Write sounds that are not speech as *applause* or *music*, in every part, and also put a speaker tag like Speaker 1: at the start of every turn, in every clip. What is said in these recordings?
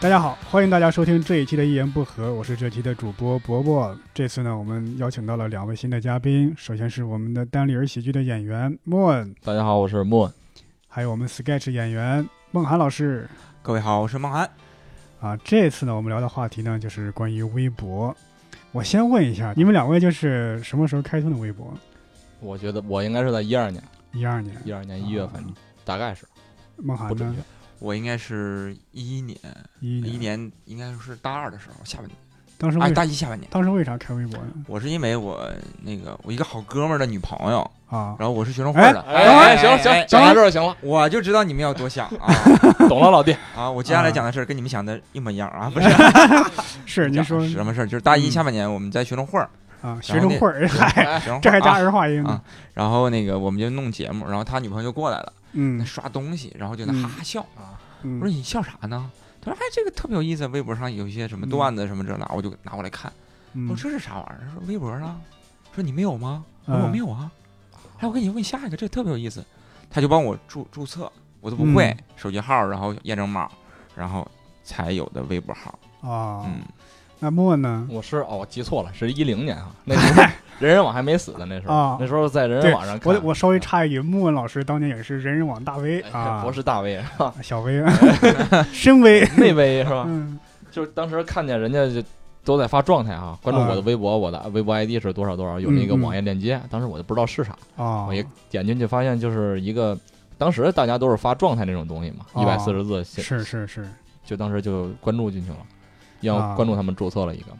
Speaker 1: 大家好，欢迎大家收听这一期的《一言不合》，我是这期的主播伯伯。这次呢，我们邀请到了两位新的嘉宾，首先是我们的单立人喜剧的演员莫恩，
Speaker 2: 大家好，我是莫。
Speaker 1: 还有我们 Sketch 演员孟涵老师。
Speaker 3: 各位好，我是孟涵。
Speaker 1: 啊，这次呢，我们聊的话题呢，就是关于微博。我先问一下，你们两位就是什么时候开通的微博？
Speaker 2: 我觉得我应该是在一二年，
Speaker 1: 一二年，
Speaker 2: 一二年一月份，
Speaker 1: 啊
Speaker 2: 大概是
Speaker 1: 孟
Speaker 2: 不
Speaker 1: 涵
Speaker 2: 准
Speaker 1: 呢
Speaker 2: 确？。
Speaker 3: 我应该是一一年，
Speaker 1: 一
Speaker 3: 一一，年应该是大二的时候，下半年，
Speaker 1: 当时为、
Speaker 3: 哎，大一下半年。
Speaker 1: 当时为啥开微博呢？
Speaker 3: 我是因为我那个我一个好哥们儿的女朋友，
Speaker 1: 啊，
Speaker 3: 然后我是学生会的，
Speaker 2: 哎，哎行行，讲到这儿就行了，
Speaker 3: 我就知道你们要多想啊
Speaker 2: 懂了，老弟。
Speaker 3: 啊！我接下来讲的事儿跟你们想的一模一样啊，不是？
Speaker 1: 是您说
Speaker 3: 讲的是什么事儿？就是大一
Speaker 1: 嗯
Speaker 3: 下半年我们在学生会儿，
Speaker 1: 啊，学生会儿，嗨，
Speaker 3: 学生
Speaker 1: *laughs*
Speaker 3: 会
Speaker 1: 这还
Speaker 3: 儿
Speaker 1: 加
Speaker 3: 啊，
Speaker 1: 儿化音呢
Speaker 3: 啊。然后那个我们就弄节目，然后他女朋友就过来了，
Speaker 1: 嗯
Speaker 3: 刷东西，然后就在
Speaker 1: 嗯
Speaker 3: 哈哈笑。我
Speaker 1: 嗯，
Speaker 3: 说你笑啥呢？他说哎，这个特别有意思，微博上有一些什么段子什么这那，我就拿过来看。我
Speaker 1: 嗯
Speaker 3: 说这是啥玩意儿？说微博啊？说你没有吗？
Speaker 1: 嗯
Speaker 3: 我说我没有啊。哎，我给你问下一个，这特别有意思。他就帮我注注册，我都不会、
Speaker 1: 嗯
Speaker 3: 手机号，然后验证码，然后才有的微博号。
Speaker 1: 啊，
Speaker 3: 嗯，
Speaker 1: 那莫呢？
Speaker 2: 我是哦，我记错了，是一零年啊，那时候人人网还没死呢，那时
Speaker 1: 啊
Speaker 2: 候那时候在人人
Speaker 1: 对
Speaker 2: 网上看，
Speaker 1: 我得我稍微插一句，莫文老师当年也是人人网大 V
Speaker 2: 哎
Speaker 1: 啊，
Speaker 2: 博士大 V 是吧？
Speaker 1: 小
Speaker 2: *laughs*
Speaker 1: V，深 V，
Speaker 2: 那 V 是吧？
Speaker 1: 嗯
Speaker 2: 就是当时看见人家就都在发状态啊，关注我的微博，我的微博 ID 是多少多少，有那个
Speaker 1: 嗯嗯
Speaker 2: 网页链接，当时我就不知道是啥，
Speaker 1: 啊，
Speaker 2: 我一点进去发现就是一个，当时大家都是发状态那种东西嘛，
Speaker 1: 哦
Speaker 2: 一百四十字写，
Speaker 1: 是是是，
Speaker 2: 就当时就关注进去了，要
Speaker 1: 啊
Speaker 2: 关注他们注册了一个嘛，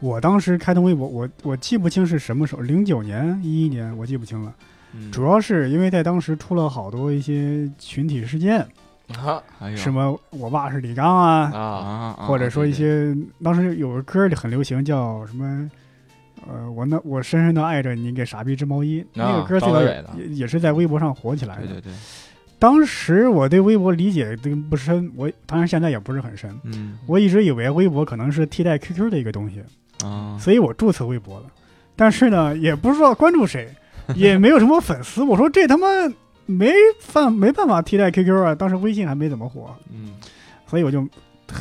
Speaker 1: 我当时开通微博，我我记不清是什么时候，零九年、一一年，我记不清了。
Speaker 2: 嗯
Speaker 1: 主要是因为在当时出了好多一些群体事件，
Speaker 2: 啊
Speaker 3: 哎呦
Speaker 1: 什么我爸是李刚啊，
Speaker 2: 啊，
Speaker 3: 啊，啊
Speaker 1: 或者说一，
Speaker 3: 对对
Speaker 1: 些当时有个歌很流行，叫什么？呃，我那我深深的爱着你，给傻逼织毛衣。
Speaker 2: 啊
Speaker 1: 那个歌最
Speaker 2: 张
Speaker 1: 早
Speaker 2: 伟
Speaker 1: 也
Speaker 2: 伟的
Speaker 1: 也也是在微博上火起来
Speaker 3: 对
Speaker 1: 的
Speaker 3: 对。对，
Speaker 1: 当时我对微博理解这个不深，我当然现在也不是很深。
Speaker 3: 嗯
Speaker 1: 我一直以为微博可能是替代 QQ 的一个东西，
Speaker 3: 啊，
Speaker 1: 所以我注册微博了。但是呢，也不知道关注谁，也没有什么粉丝。 *laughs* 我说这他妈没办没办法替代 QQ 啊！当时微信还没怎么火，
Speaker 3: 嗯，
Speaker 1: 所以我就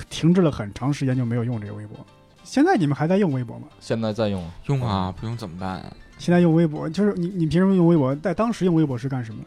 Speaker 1: 停滞了很长时间，就没有用这个微博。现在你们还在用微博吗？
Speaker 2: 现在在用
Speaker 3: 用啊，，
Speaker 1: 嗯
Speaker 3: 不用怎么办？
Speaker 1: 现在用微博，就是你你平时用微博，在当时用微博是干什么？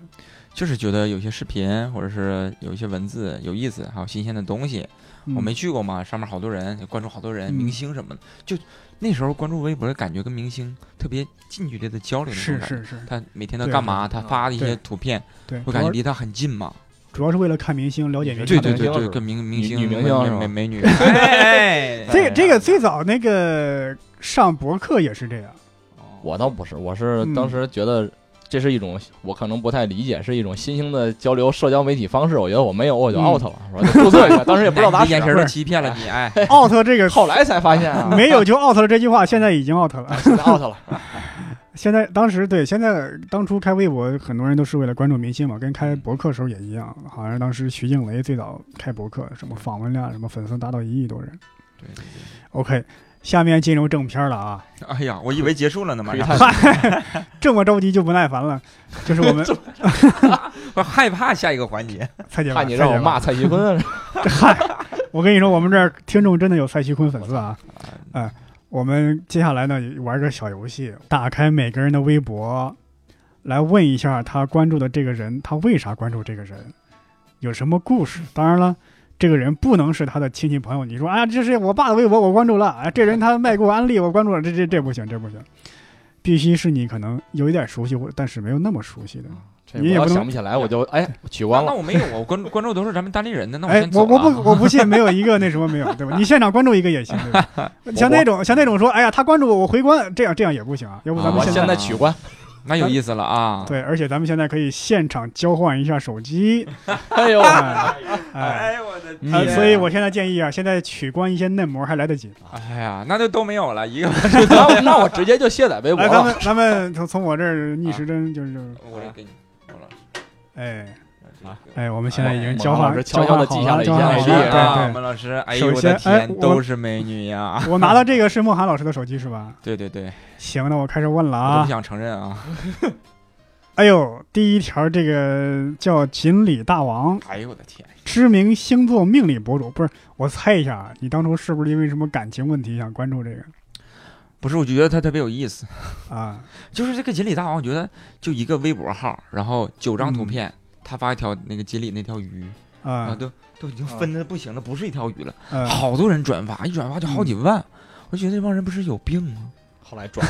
Speaker 3: 就是觉得有些视频或者是有一些文字有意思，还有新鲜的东西，
Speaker 1: 嗯
Speaker 3: 我没去过嘛，上面好多人，关注好多人，
Speaker 1: 嗯
Speaker 3: 明星什么的，就那时候关注微博，感觉跟明星特别近距离的交流那种
Speaker 1: 是
Speaker 3: 感觉。
Speaker 1: 是是，
Speaker 3: 他每天都
Speaker 1: 对嗯
Speaker 3: 干嘛？他
Speaker 2: 对
Speaker 3: 发的一
Speaker 1: 对
Speaker 3: 些图片，
Speaker 1: 对，
Speaker 3: 我
Speaker 1: 主
Speaker 3: 感觉
Speaker 1: 要
Speaker 3: 离他很近嘛。
Speaker 1: 主要是为了看明星，了解明星。
Speaker 3: 对
Speaker 2: 看
Speaker 3: 对
Speaker 2: 明
Speaker 3: 对
Speaker 2: 星
Speaker 3: 对，
Speaker 2: 是吧
Speaker 3: 跟明明
Speaker 2: 女
Speaker 3: 星、
Speaker 2: 女明
Speaker 3: 美
Speaker 2: 星是吧
Speaker 3: 美
Speaker 2: *laughs*
Speaker 3: 美女。哎
Speaker 1: 这个这个最早那个上博客也是这样，
Speaker 3: 哦
Speaker 2: 我倒不是，我是
Speaker 1: 嗯
Speaker 2: 当时觉得。这是一种我可能不太理解，是一种新兴的交流社交媒体方式。我觉得我没有，我就
Speaker 1: 嗯 out
Speaker 2: out 了，我就注册
Speaker 1: *laughs*
Speaker 2: 一下。当时也不知道咋
Speaker 3: 眼神
Speaker 2: 使，
Speaker 3: 都欺骗了你。哎，
Speaker 1: out 这个
Speaker 2: 后来才发现啊，
Speaker 1: *laughs* 没有就 out 了这句话，现在已经 out 了。
Speaker 2: 现在 out
Speaker 1: *laughs*
Speaker 2: 了。
Speaker 1: 现在当时对，现在当初开微博，很多人都是为了关注明星嘛，跟开博客时候也一样。好像当时徐静蕾最早开博客，什么访问量，什么粉丝达到一亿多人。
Speaker 3: 对对对
Speaker 1: OK，下面进入正片了啊，
Speaker 3: 哎呀，我以为结束了呢，马
Speaker 2: 窥
Speaker 3: 上
Speaker 2: 探
Speaker 1: 这么着急就不耐烦了，就是我们
Speaker 3: 我害怕下一个环节。
Speaker 1: 蔡姐吧，
Speaker 2: 怕你让我
Speaker 1: 蔡姐吧
Speaker 2: 骂蔡徐坤，
Speaker 1: 我跟你说，我们这儿听众真的有蔡徐坤粉丝啊！哎、我们接下来呢玩个小游戏，打开每个人的微博，来问一下他关注的这个人，他为啥关注这个人，有什么故事？当然了。这个人不能是他的亲戚朋友，你说啊，这是我爸的微博，我关注了，啊，这人他卖给我安利，我关注了，这这这不行，这不行，必须是你可能有一点熟悉，或但是没有那么熟悉的。
Speaker 2: 这
Speaker 1: *laughs* 你
Speaker 2: 我
Speaker 1: 也
Speaker 2: 要
Speaker 1: 不能
Speaker 2: 想不起来，我就哎取
Speaker 3: 那
Speaker 2: 关
Speaker 3: 那
Speaker 2: 了。
Speaker 3: 我没有，啊我关注关注都是咱们单立人的，那我
Speaker 1: 哎
Speaker 3: 先，
Speaker 1: 我
Speaker 3: 走
Speaker 1: 我
Speaker 3: 了啊。
Speaker 1: 不我不信没有一个那什么没有，对吧？你现场关注一个也行，对
Speaker 2: *laughs*
Speaker 1: 吧？像那种像那种说，哎呀，他关注我，我回关，这样这样也不行啊。要不咱们
Speaker 2: 我
Speaker 1: 现
Speaker 2: 现
Speaker 1: 在、
Speaker 2: 在取关，
Speaker 3: 那有意思了啊。
Speaker 1: 对，而且咱们现在可以现场交换一下手
Speaker 2: *laughs*
Speaker 1: 机，
Speaker 2: 哎
Speaker 1: *laughs*
Speaker 2: 呦，
Speaker 1: 哎，哎
Speaker 3: 哎，我的
Speaker 2: 你
Speaker 1: 呃
Speaker 2: 哎
Speaker 1: 所以我现在建议啊，现在取关一些嫩模还来得及。
Speaker 3: 哎呀，那就都没有了，一个
Speaker 2: 那我哎那我直接就卸载微博
Speaker 1: 来，哎咱
Speaker 2: 了。
Speaker 1: 们咱们从从我这儿逆时针就是就是，
Speaker 3: 我这给你。好了
Speaker 1: 哎
Speaker 3: 这个
Speaker 1: 哎，我们现在已经
Speaker 2: 哎
Speaker 1: 交
Speaker 2: 孟老
Speaker 1: 换
Speaker 2: 师
Speaker 1: 交
Speaker 2: 悄
Speaker 1: 换
Speaker 2: 悄
Speaker 1: 好
Speaker 2: 地
Speaker 1: 了，
Speaker 2: 记下了一
Speaker 1: 交
Speaker 2: 下
Speaker 1: 换好了，
Speaker 2: 哎是
Speaker 1: 对
Speaker 3: 啊，
Speaker 1: 对
Speaker 3: 孟老师，哎呦
Speaker 1: 首
Speaker 3: 我的
Speaker 1: 先哎
Speaker 3: 天，
Speaker 1: 我
Speaker 3: 都是美女呀、
Speaker 1: 对，我拿到这个是孟涵老师的手机是吧？
Speaker 3: 对对对，
Speaker 1: 啊行，那我开始问了
Speaker 3: 我都不
Speaker 1: 啊，
Speaker 3: 想承认啊。
Speaker 1: 哎呦，第一条这个叫锦鲤大王，
Speaker 3: 哎呦我的天，
Speaker 1: 知名星座命理博主，不是我猜一下，啊，你当初是不是因为什么感情问题想关注这个
Speaker 3: 不是，我觉得他特别有意思，
Speaker 1: 啊？
Speaker 3: 就是这个锦鲤大王，我觉得就一个微博号，然后九张图片，他发一条那个锦鲤那条鱼啊，
Speaker 1: 啊，
Speaker 3: 都都已经
Speaker 1: 啊
Speaker 3: 分的不行了，不是一条鱼了，
Speaker 1: 呃，
Speaker 3: 好多人转发，一转发就好几万，我觉得这帮人不是有病吗？
Speaker 2: 后来转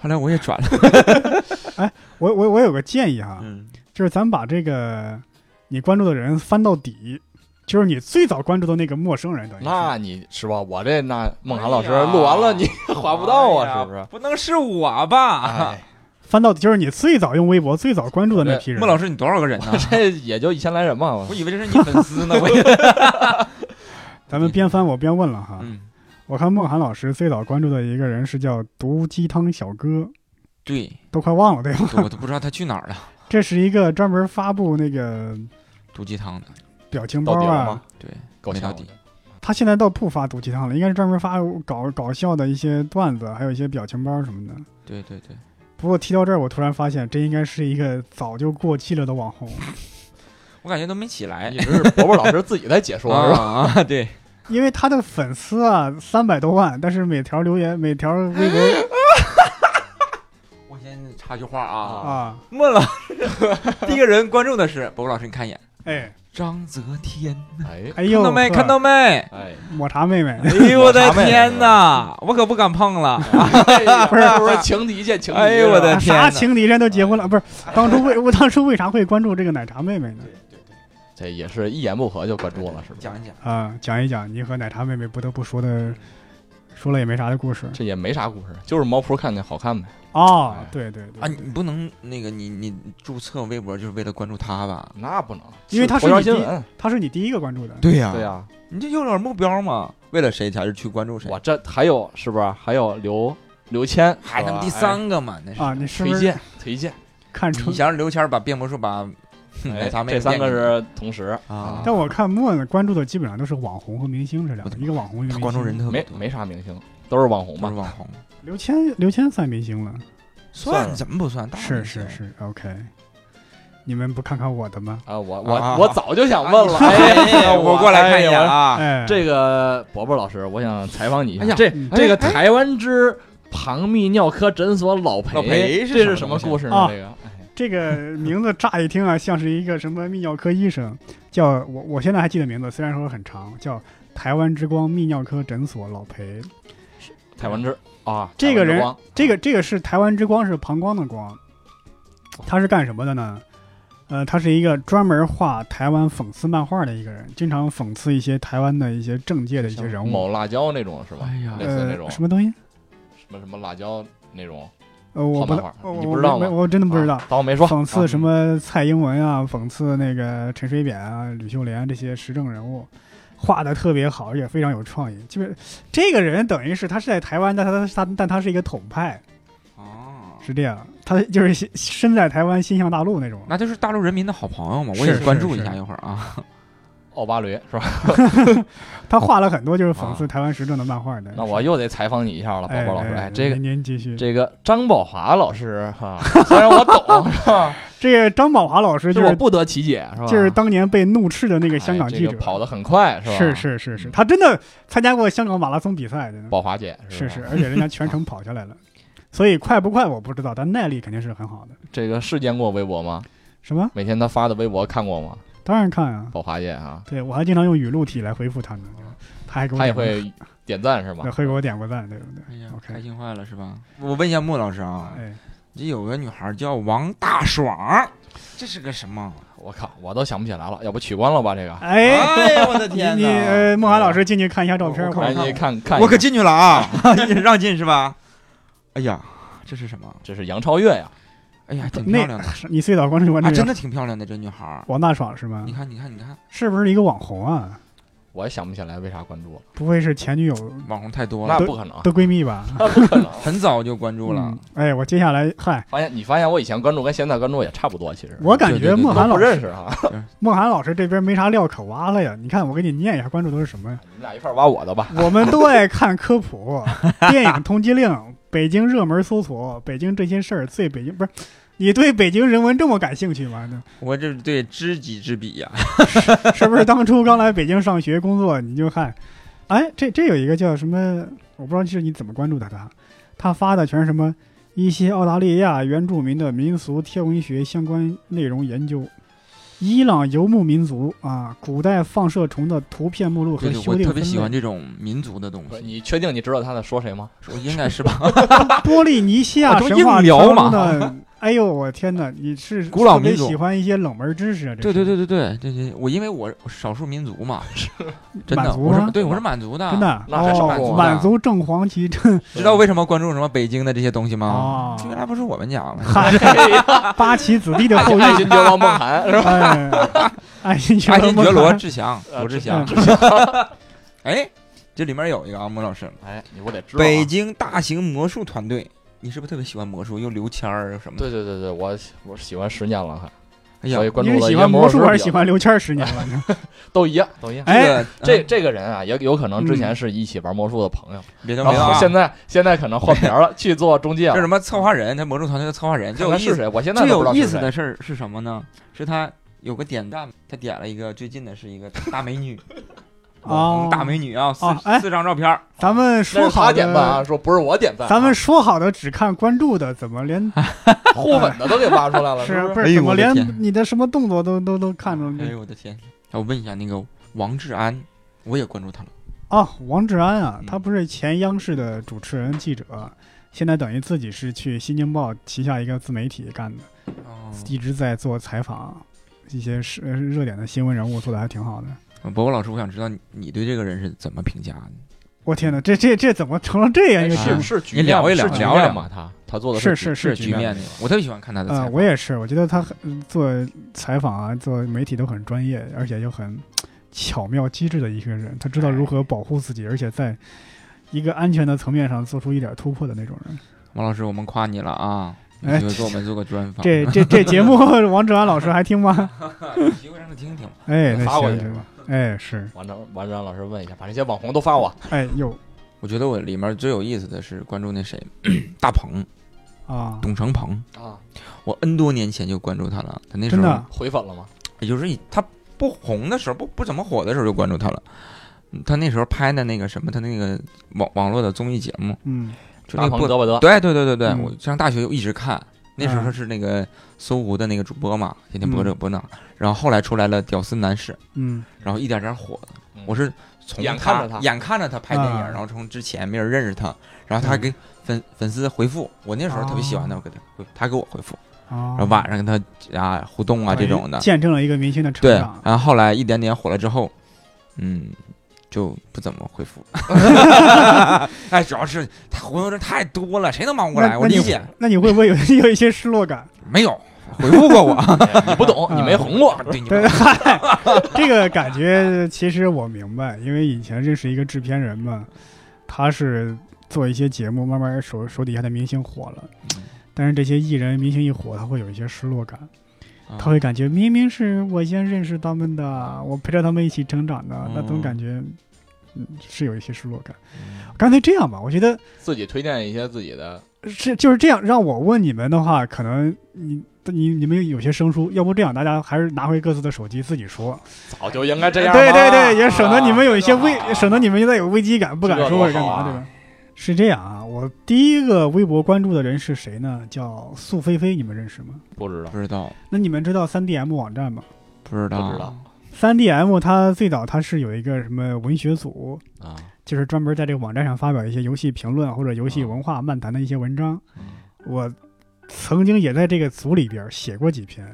Speaker 3: 后来我也转了，
Speaker 1: 我我我有个建议哈，
Speaker 3: *laughs* 嗯，
Speaker 1: 就是咱把这个你关注的人翻到底，就是你最早关注的那个陌生人，等于是
Speaker 2: 那你是吧？我这那孟涵老师
Speaker 3: 哎呀
Speaker 2: 录完
Speaker 3: *laughs*
Speaker 2: 了你划不到
Speaker 3: 哎
Speaker 2: 啊，
Speaker 3: 呀
Speaker 2: 是不是？
Speaker 3: 不能是我吧？
Speaker 2: 哎，
Speaker 1: 翻到底就是你最早用微博最早关注的那批人
Speaker 3: 孟。老师，你多少个人呢？
Speaker 2: 这也就一千来人嘛。
Speaker 3: 我以为这是你粉丝呢，我以为
Speaker 1: *laughs* 咱们边翻我边问了哈，
Speaker 3: 嗯，
Speaker 1: 我看孟涵老师最早关注的一个人是叫毒鸡汤小哥，
Speaker 3: 对，
Speaker 1: 都快忘了对吧？
Speaker 3: 我都不知道他去哪儿了，
Speaker 1: 这是一个专门发布那个
Speaker 3: 毒鸡汤的，
Speaker 1: 表情包
Speaker 2: *laughs* 到底了
Speaker 1: 啊
Speaker 2: 吗，？
Speaker 3: 对，
Speaker 2: 够
Speaker 3: 没
Speaker 2: 呛
Speaker 3: 到
Speaker 2: 了
Speaker 3: 底。
Speaker 1: 他现在倒不发毒鸡汤了，应该是专门发搞搞笑的一些段子，还有一些表情包什么的。
Speaker 3: 对对对，
Speaker 1: 不过提到这儿，我突然发现这应该是一个早就过气了的网红，
Speaker 3: 我感觉都没起来
Speaker 2: 哎一，直是伯伯老师自己在解说，是
Speaker 3: *laughs*
Speaker 2: 吧？
Speaker 3: 啊啊，对，
Speaker 1: 因为他的粉丝啊三百多万，但是每条留言每条微
Speaker 3: *laughs*
Speaker 1: 博
Speaker 3: 我先插句话啊，
Speaker 1: 啊，
Speaker 3: 莫老师， *laughs* 第一个人关注的是博博老师，你看一眼，
Speaker 1: 哎
Speaker 3: 张泽天，
Speaker 2: 哎
Speaker 1: 哎
Speaker 3: 看
Speaker 1: 呦，
Speaker 3: 到没？
Speaker 1: 呵
Speaker 3: 看到没？
Speaker 2: 哎，
Speaker 1: 抹茶妹妹，
Speaker 3: 哎呦我的
Speaker 2: 我查妹
Speaker 3: 天哪，我可不敢碰了，
Speaker 2: 哎
Speaker 3: *laughs*
Speaker 2: 不是不是情敌见情敌，
Speaker 3: 哎呦我的
Speaker 1: 啥
Speaker 3: 天哪哎
Speaker 1: 情敌人都结婚了，不是？当初为我当初为啥会关注这个奶茶妹妹呢？
Speaker 2: 这也是一言不合就关注了，是吧？
Speaker 3: 讲一讲，
Speaker 1: 啊，讲一讲你和奶茶妹妹不得不说的，说了也没啥的故事
Speaker 2: 这也没啥故事，就是毛铺看见好看呗。
Speaker 1: 哦
Speaker 2: 哎，
Speaker 1: 对对对
Speaker 3: 啊，你你不能那个你你注册微博就是为了关注他吧？
Speaker 2: 那不能，嗯
Speaker 1: 因为他是
Speaker 2: 头条
Speaker 1: 你第
Speaker 2: 新闻，
Speaker 1: 他是你第一个关注的，
Speaker 3: 对啊呀
Speaker 2: 对呀、
Speaker 3: 你这有点目标嘛？为了谁才是去关注谁
Speaker 2: 我？这还有是不是？还有刘刘谦，
Speaker 3: 还
Speaker 2: 是
Speaker 3: 他
Speaker 2: 吧
Speaker 3: 妈第
Speaker 2: 哎
Speaker 3: 三个嘛？那是
Speaker 1: 啊，你是不
Speaker 2: 推
Speaker 1: 是
Speaker 2: 荐推
Speaker 3: *laughs*
Speaker 2: 荐，
Speaker 1: 看
Speaker 3: 你
Speaker 1: 出？
Speaker 3: 想让刘谦儿把变魔术把奶
Speaker 2: 哎
Speaker 3: 茶妹
Speaker 2: 这
Speaker 3: 妹
Speaker 2: 三个
Speaker 3: 变给你
Speaker 2: 是同时，
Speaker 3: 啊，
Speaker 1: 但我看莫呢关注的基本上都是网红和明星这两个，
Speaker 3: 我
Speaker 1: 一个网红一个
Speaker 3: 他
Speaker 1: 明星。
Speaker 3: 关注人特别
Speaker 2: 没
Speaker 3: 多，
Speaker 2: 没啥明星，都是网红
Speaker 3: 不
Speaker 2: 吧
Speaker 3: 嗯是？网红，
Speaker 1: 刘谦，刘谦算明星了，
Speaker 2: 算了
Speaker 3: 怎么不算？大
Speaker 1: 是
Speaker 3: 明
Speaker 1: 是
Speaker 3: 星，
Speaker 1: 是，OK。你们不看看我的吗？
Speaker 2: 啊，我
Speaker 3: 啊
Speaker 2: 我我早就想问了，
Speaker 3: 啊你
Speaker 2: 哎呀
Speaker 3: 哎 *laughs* 我过来看一眼。
Speaker 2: 哎呀
Speaker 3: 啊。
Speaker 1: 哎，
Speaker 2: 这个伯伯老师，我想采访你一
Speaker 3: 哎
Speaker 2: 下，
Speaker 3: 呀
Speaker 2: 这
Speaker 1: 嗯
Speaker 2: 这个台湾之旁泌尿科诊所老
Speaker 3: 老裴
Speaker 2: 裴，
Speaker 3: 是
Speaker 2: 这
Speaker 3: 什
Speaker 2: 是什么
Speaker 3: 么东西
Speaker 2: 故事呢
Speaker 1: 啊？
Speaker 2: 这个哎
Speaker 1: 这个名字乍一听啊，像是一个什么泌尿科医生，叫我我现在还记得名字，虽然说很长，叫台湾之光泌尿科诊所老裴。
Speaker 2: 台湾之啊，
Speaker 1: 这个人
Speaker 2: 台湾之光
Speaker 1: 这个这个是台湾之光，是膀胱的光，
Speaker 2: 哦
Speaker 1: 他是干什么的呢？呃，他是一个专门画台湾讽刺漫画的一个人，经常讽刺一些台湾的一些政界的一些人物，
Speaker 2: 某辣椒那种是吧？
Speaker 3: 哎呀
Speaker 2: 类似那种
Speaker 1: 呃什么东西？
Speaker 2: 什么什么辣椒那种，
Speaker 1: 呃，我不
Speaker 2: 画
Speaker 1: 太
Speaker 2: 漫，画
Speaker 1: 我
Speaker 2: 你不知道
Speaker 1: 我没
Speaker 2: 吗
Speaker 1: 我真的不知道。
Speaker 2: 啊当我没说。
Speaker 1: 讽
Speaker 2: 啊
Speaker 1: 刺什么蔡英文啊，讽刺那个陈水扁啊、吕秀莲这些时政人物，画的特别好，也非常有创意。基本这个人等于是他是在台湾，但他他但他是一个统派，
Speaker 3: 哦，
Speaker 1: 是这样，他就是心身在台湾，心向大陆那种。
Speaker 3: 那就是大陆人民的好朋友嘛，
Speaker 1: 是
Speaker 3: 我也关注一
Speaker 1: 是
Speaker 3: 下
Speaker 1: 是
Speaker 3: 一会儿啊。
Speaker 2: 奥巴驴是吧？
Speaker 1: 他画了很多就是讽刺台湾时政的漫画的。
Speaker 2: 啊那我又得采访你一下了，宝
Speaker 1: 嗯哎
Speaker 2: 宝老师。哎，
Speaker 1: 哎，
Speaker 2: 这个
Speaker 1: 您您继续，
Speaker 2: 这个张宝华老师哈，虽然
Speaker 1: *laughs*
Speaker 2: 我懂是吧，
Speaker 1: 这个张宝华老师
Speaker 2: 但
Speaker 1: 就是
Speaker 2: 我
Speaker 1: 是
Speaker 2: 不得其解是吧？
Speaker 1: 就是当年被怒斥的那个
Speaker 2: 哎
Speaker 1: 香港
Speaker 2: 这
Speaker 1: 记
Speaker 2: 个
Speaker 1: 者，
Speaker 2: 跑得很快是吧？嗯
Speaker 1: 是是是是，他真的参加过香港马拉松比赛，真的。
Speaker 2: 宝华姐
Speaker 1: 是
Speaker 2: 吧
Speaker 1: 是，而且人家全程跑下来了，所以快不快我不知道，但耐力肯定是很好的。
Speaker 2: 这个是见过微博吗？
Speaker 1: 什么？
Speaker 2: 每天他发的微博看过吗？
Speaker 1: 当然看啊，
Speaker 2: 宝华姐啊，
Speaker 1: 对我还经常用语录体来回复他们，他还给我
Speaker 2: 他
Speaker 1: 点
Speaker 2: 也
Speaker 1: 过嗯
Speaker 2: 会啊点赞是吧
Speaker 1: 对？会给我点过赞，对不对？
Speaker 3: 哎呀
Speaker 1: OK
Speaker 3: 开心坏了是吧？我问一下莫老师啊，
Speaker 1: 哎，
Speaker 3: 这有个女孩叫王大爽，这是个什么？
Speaker 2: 我靠，我都想不起来了，要不取关了吧？这个，
Speaker 1: 哎，
Speaker 3: 呀，我的
Speaker 1: 你你呃，孟涵老师进去看一下照片，
Speaker 3: 我
Speaker 1: 快
Speaker 2: 哎，
Speaker 1: 看
Speaker 2: 你看看一下，
Speaker 3: 我可进去了啊， *laughs* 让进是吧？哎呀，这是什么？
Speaker 2: 这是杨超越呀，
Speaker 3: 哎呀，挺
Speaker 1: 那
Speaker 3: 漂亮的
Speaker 1: 你最早关注关嗯
Speaker 3: 啊，
Speaker 1: 注
Speaker 3: 真的嗯挺漂亮的这女孩儿。
Speaker 1: 王大爽是吗
Speaker 3: 你？看，你看，你看，
Speaker 1: 是不是一个网红啊？
Speaker 2: 我也想不起来为啥关注了，
Speaker 1: 不会是前女友
Speaker 3: 网红太多
Speaker 2: 那
Speaker 3: 了，
Speaker 2: 不可能，
Speaker 1: 的闺蜜吧？
Speaker 2: 不可能。 *laughs*
Speaker 3: 很早就关注了
Speaker 1: 嗯。哎，我接下来嗨，
Speaker 2: 发现你发现我以前关注跟现在关注也差不多，其实
Speaker 1: 我感
Speaker 3: 对
Speaker 1: 觉
Speaker 3: 对对
Speaker 1: 孟
Speaker 2: 都
Speaker 1: 涵
Speaker 2: 不
Speaker 1: 老
Speaker 2: 认
Speaker 1: 师
Speaker 2: 识啊哈。
Speaker 1: 孟涵老师这边没啥料可挖了呀。你看，我给你念一下关注都是什么呀？
Speaker 3: *laughs*
Speaker 2: 你们俩一块儿挖我的吧。
Speaker 1: 我们都爱看科 *laughs* 普、电影通缉令、北京热门搜索、北京这些事儿、最北京不是你对北京人文这么感兴趣吗？那
Speaker 3: 我这对知己知彼呀、
Speaker 1: 是不是当初刚来北京上学工作，你就看，哎，这这有一个叫什么，我不知道是你怎么关注的他，他发的全是什么一些澳大利亚原住民的民俗天文学相关内容研究。伊朗游牧民族啊，古代放射虫的图片目录和
Speaker 3: 对对，
Speaker 1: 修
Speaker 3: 我
Speaker 1: 订
Speaker 3: 特
Speaker 1: 分
Speaker 3: 别
Speaker 1: 类。
Speaker 3: 喜欢这种民族的东
Speaker 2: 不是
Speaker 3: 西，
Speaker 2: 你确定你知道他在说谁吗？
Speaker 3: 我应该是吧？
Speaker 1: 波利尼西亚
Speaker 3: 我都
Speaker 1: 神话
Speaker 3: 硬聊嘛
Speaker 1: 传说的，哎呦我天哪，你是
Speaker 3: 古老
Speaker 1: 特别
Speaker 3: 民族
Speaker 1: 喜欢一些冷门知识啊？这
Speaker 3: *laughs* 对
Speaker 1: 是
Speaker 3: 对，对对对对对，我因为我少数民族嘛，真
Speaker 1: 满
Speaker 3: 的，
Speaker 1: 族
Speaker 3: 我
Speaker 1: 吗
Speaker 3: 是对我是满族的，
Speaker 1: 真的啊
Speaker 2: 那还是满
Speaker 1: 哦
Speaker 2: 族，的
Speaker 1: 满族正黄旗正
Speaker 3: 知道为什么关注什么北京的这些东西吗？
Speaker 1: 啊，
Speaker 3: 原来不是我
Speaker 1: *laughs*
Speaker 3: 们家吗？
Speaker 1: 嗨，八旗子弟的 *laughs* 后
Speaker 2: 爱
Speaker 1: 裔，
Speaker 2: 新觉罗梦涵
Speaker 1: *laughs*
Speaker 2: 是吧？
Speaker 1: 哎，爱新觉
Speaker 3: 爱
Speaker 1: 罗
Speaker 3: 新
Speaker 1: 莫
Speaker 3: 觉罗、
Speaker 1: 寒，
Speaker 3: 志
Speaker 1: *laughs*
Speaker 3: 祥、
Speaker 2: 呃
Speaker 3: 罗志
Speaker 1: 嗯
Speaker 3: 祥， *laughs* 哎，这里面有一个啊，莫老师，
Speaker 2: 哎，你不得知道啊？
Speaker 3: 北京大型魔术团队，你是不是特别喜欢魔术，又刘谦儿又什么的？
Speaker 2: 对对对对，我我喜欢十年了，还
Speaker 3: 哎
Speaker 2: 所以
Speaker 3: 呀，
Speaker 2: 关注
Speaker 1: 你是
Speaker 2: 了一
Speaker 1: 喜
Speaker 2: 些
Speaker 1: 欢
Speaker 2: 魔
Speaker 1: 魔
Speaker 2: 术
Speaker 1: 术
Speaker 2: 师
Speaker 1: 还是
Speaker 2: 比
Speaker 1: 喜
Speaker 2: 较
Speaker 1: 欢刘谦儿十年了呢？
Speaker 2: 都一样
Speaker 1: *laughs*
Speaker 2: 都一样。
Speaker 1: 哎
Speaker 3: 个
Speaker 2: 这
Speaker 3: 嗯
Speaker 2: 这个人啊，也有可能之前
Speaker 1: 嗯
Speaker 2: 是一起玩魔术的朋友，
Speaker 3: 别的
Speaker 2: 然
Speaker 3: 没了
Speaker 2: 后
Speaker 3: 啊，
Speaker 2: 哦现在现在可能换别人
Speaker 3: *laughs*
Speaker 2: 了，去做中介
Speaker 3: 这
Speaker 2: 了
Speaker 3: 什。么策划人，他魔术团队的策划人，最
Speaker 2: 看
Speaker 3: 有
Speaker 2: 看
Speaker 3: 意
Speaker 2: 是
Speaker 3: 思、
Speaker 2: 谁？我现在
Speaker 3: 最
Speaker 2: 都不知
Speaker 3: 有
Speaker 2: 道
Speaker 3: 意
Speaker 2: 是
Speaker 3: 思
Speaker 2: 谁
Speaker 3: 的事儿是什么呢？是他有个点赞，他点了一个最近的是一个大美女，网
Speaker 1: 哦
Speaker 3: 红大美女啊，四、
Speaker 1: 哦哎
Speaker 3: 四张照片儿，
Speaker 1: 咱们
Speaker 2: 那
Speaker 1: 说
Speaker 2: 是他
Speaker 1: 好
Speaker 2: 点赞啊，
Speaker 1: 的，
Speaker 2: 说不是我点赞啊，
Speaker 1: 咱们说好的只看关注的，怎么连啊
Speaker 2: 互粉的都给挖出来了，
Speaker 1: 是
Speaker 2: 不
Speaker 1: 不
Speaker 2: 是？
Speaker 3: 哎
Speaker 1: 是
Speaker 3: 呦
Speaker 1: 怎么
Speaker 3: 我的
Speaker 1: 连
Speaker 3: 天
Speaker 1: 你的什么动作都都都看着
Speaker 3: 哎呦我的天！哎我问一下那个王志安，我也关注他了。
Speaker 1: 啊，王志安啊
Speaker 3: 嗯，
Speaker 1: 他不是前央视的主持人、记者，现在等于自己是去《新京报》旗下一个自媒体干的，
Speaker 3: 哦，
Speaker 1: 一直在做采访，一些是呃热点的新闻人物做的还挺好的。
Speaker 3: 伯伯老师，我想知道你你对这个人是怎么评价的？
Speaker 1: 我天哪，这这这怎么成了这样一
Speaker 2: 哎
Speaker 1: 个
Speaker 3: 啊
Speaker 1: 节
Speaker 2: 是
Speaker 1: 目？
Speaker 2: 是局
Speaker 3: 你
Speaker 2: 面
Speaker 3: 聊一聊
Speaker 2: 是局
Speaker 3: 聊一
Speaker 2: 面
Speaker 3: 聊
Speaker 2: 嘛？他他做的
Speaker 1: 是
Speaker 2: 局
Speaker 1: 是
Speaker 3: 局面的，我特别喜欢看他的采
Speaker 1: 呃，
Speaker 3: 访。
Speaker 1: 我也是，我觉得他很嗯做采访啊，做媒体都很专业，而且又很巧妙机智的一个人，他知道如何保护自己，而且在一个安全的层面上做出一点突破的那种人。
Speaker 3: 王老师，我们夸你了啊！有
Speaker 1: 哎
Speaker 3: 机会给我们做个专访，
Speaker 1: 这 *laughs* 这这
Speaker 3: *laughs*
Speaker 1: 节目，王志安老师还听吗？
Speaker 3: 有机会让他听听。
Speaker 1: 哎，那
Speaker 2: 发过
Speaker 1: 行
Speaker 2: 去
Speaker 1: 行，哎是，
Speaker 2: 完成完成，老师问一下，把这些网红都发我。
Speaker 1: 哎有
Speaker 3: 我觉得我里面最有意思的是关注那谁，大鹏，
Speaker 1: 啊，
Speaker 3: 董成鹏。
Speaker 2: 啊，
Speaker 3: 我 N 多年前就关注他了，他那时
Speaker 1: 真
Speaker 3: 候
Speaker 1: 的啊
Speaker 2: 回粉了吗？
Speaker 3: 也就是以他不红的时候，不不怎么火的时候就关注他了。嗯他那时候拍的那个什么，他那个网网络的综艺节目，
Speaker 1: 嗯
Speaker 3: 就
Speaker 2: 大
Speaker 3: 那
Speaker 2: 鹏
Speaker 3: 不
Speaker 2: 得不得？
Speaker 3: 对对对对对，
Speaker 1: 嗯
Speaker 3: 我上大学就一直看，那时候是那个搜狐的那个主播嘛，天天播这个播那，然后后来出来了《屌丝男士》，
Speaker 1: 嗯
Speaker 3: 然后一点点火的
Speaker 2: 嗯。
Speaker 3: 我是从
Speaker 2: 眼看着他
Speaker 3: 眼看着他拍电影，
Speaker 1: 啊
Speaker 3: 然后从之前没人认识他，然
Speaker 1: 嗯
Speaker 3: 后他还给粉粉丝回复，我那时候特别喜欢他，
Speaker 1: 哦
Speaker 3: 我给他回，他给我回复，
Speaker 1: 啊哎
Speaker 3: 然后晚上跟他啊互动啊这种的，
Speaker 1: 见证了一个明星的成
Speaker 3: 对，
Speaker 1: 长。
Speaker 3: 然后后来一点点火了之后，嗯。就不怎么回复， *laughs* 哎，主要是他回复人太多了，谁能忙过来？
Speaker 1: 那
Speaker 3: 我
Speaker 1: 那你
Speaker 3: 理解，
Speaker 1: 那你会不会有 *laughs* 有一些失落感？
Speaker 3: 没有回复过 *laughs* 我，
Speaker 2: 哎 *laughs* 你不
Speaker 1: *laughs*
Speaker 2: 懂，你没红过。
Speaker 3: 对你
Speaker 1: 对， *laughs*
Speaker 3: 们
Speaker 1: 嗨，这个感觉其实我明白，因为以前认识一个制片人嘛，他是做一些节目，慢慢手手底下的明星火了，但是这些艺人明星一火，他会有一些失落感，
Speaker 3: 嗯啊
Speaker 1: 他会感觉明明是我先认识他们的，我陪着他们一起成长的，那总
Speaker 3: 嗯
Speaker 1: 感觉，嗯，是有一些失落感。干脆这样吧，我觉得
Speaker 2: 自己推荐一些自己的，
Speaker 1: 是就是这样。让我问你们的话，可能你你你们有些生疏，要不这样，大家还是拿回各自的手机自己说。
Speaker 2: 早就应该这样了。
Speaker 1: 对对对，也省得你们有一些危，
Speaker 2: 啊
Speaker 1: 省得你们现在有危机感，不敢
Speaker 2: 这
Speaker 1: 说或者
Speaker 2: 多
Speaker 1: 干
Speaker 2: 好
Speaker 1: 嘛，
Speaker 2: 啊
Speaker 1: 对吧？是这样啊，我第一个微博关注的人是谁呢？叫素菲菲，你们认识吗？
Speaker 2: 不知道
Speaker 3: 不知道，
Speaker 1: 那你们知道 3DM 网站吗
Speaker 3: 不
Speaker 2: 不
Speaker 3: 知
Speaker 2: 知道
Speaker 3: 道，
Speaker 1: ？3DM 它最早它是有一个什么文学组，
Speaker 2: 啊。
Speaker 1: 就是专门在这个网站上发表一些游戏评论或者游戏
Speaker 2: 啊
Speaker 1: 文化漫谈的一些文章。我曾经也在这个组里边写过几篇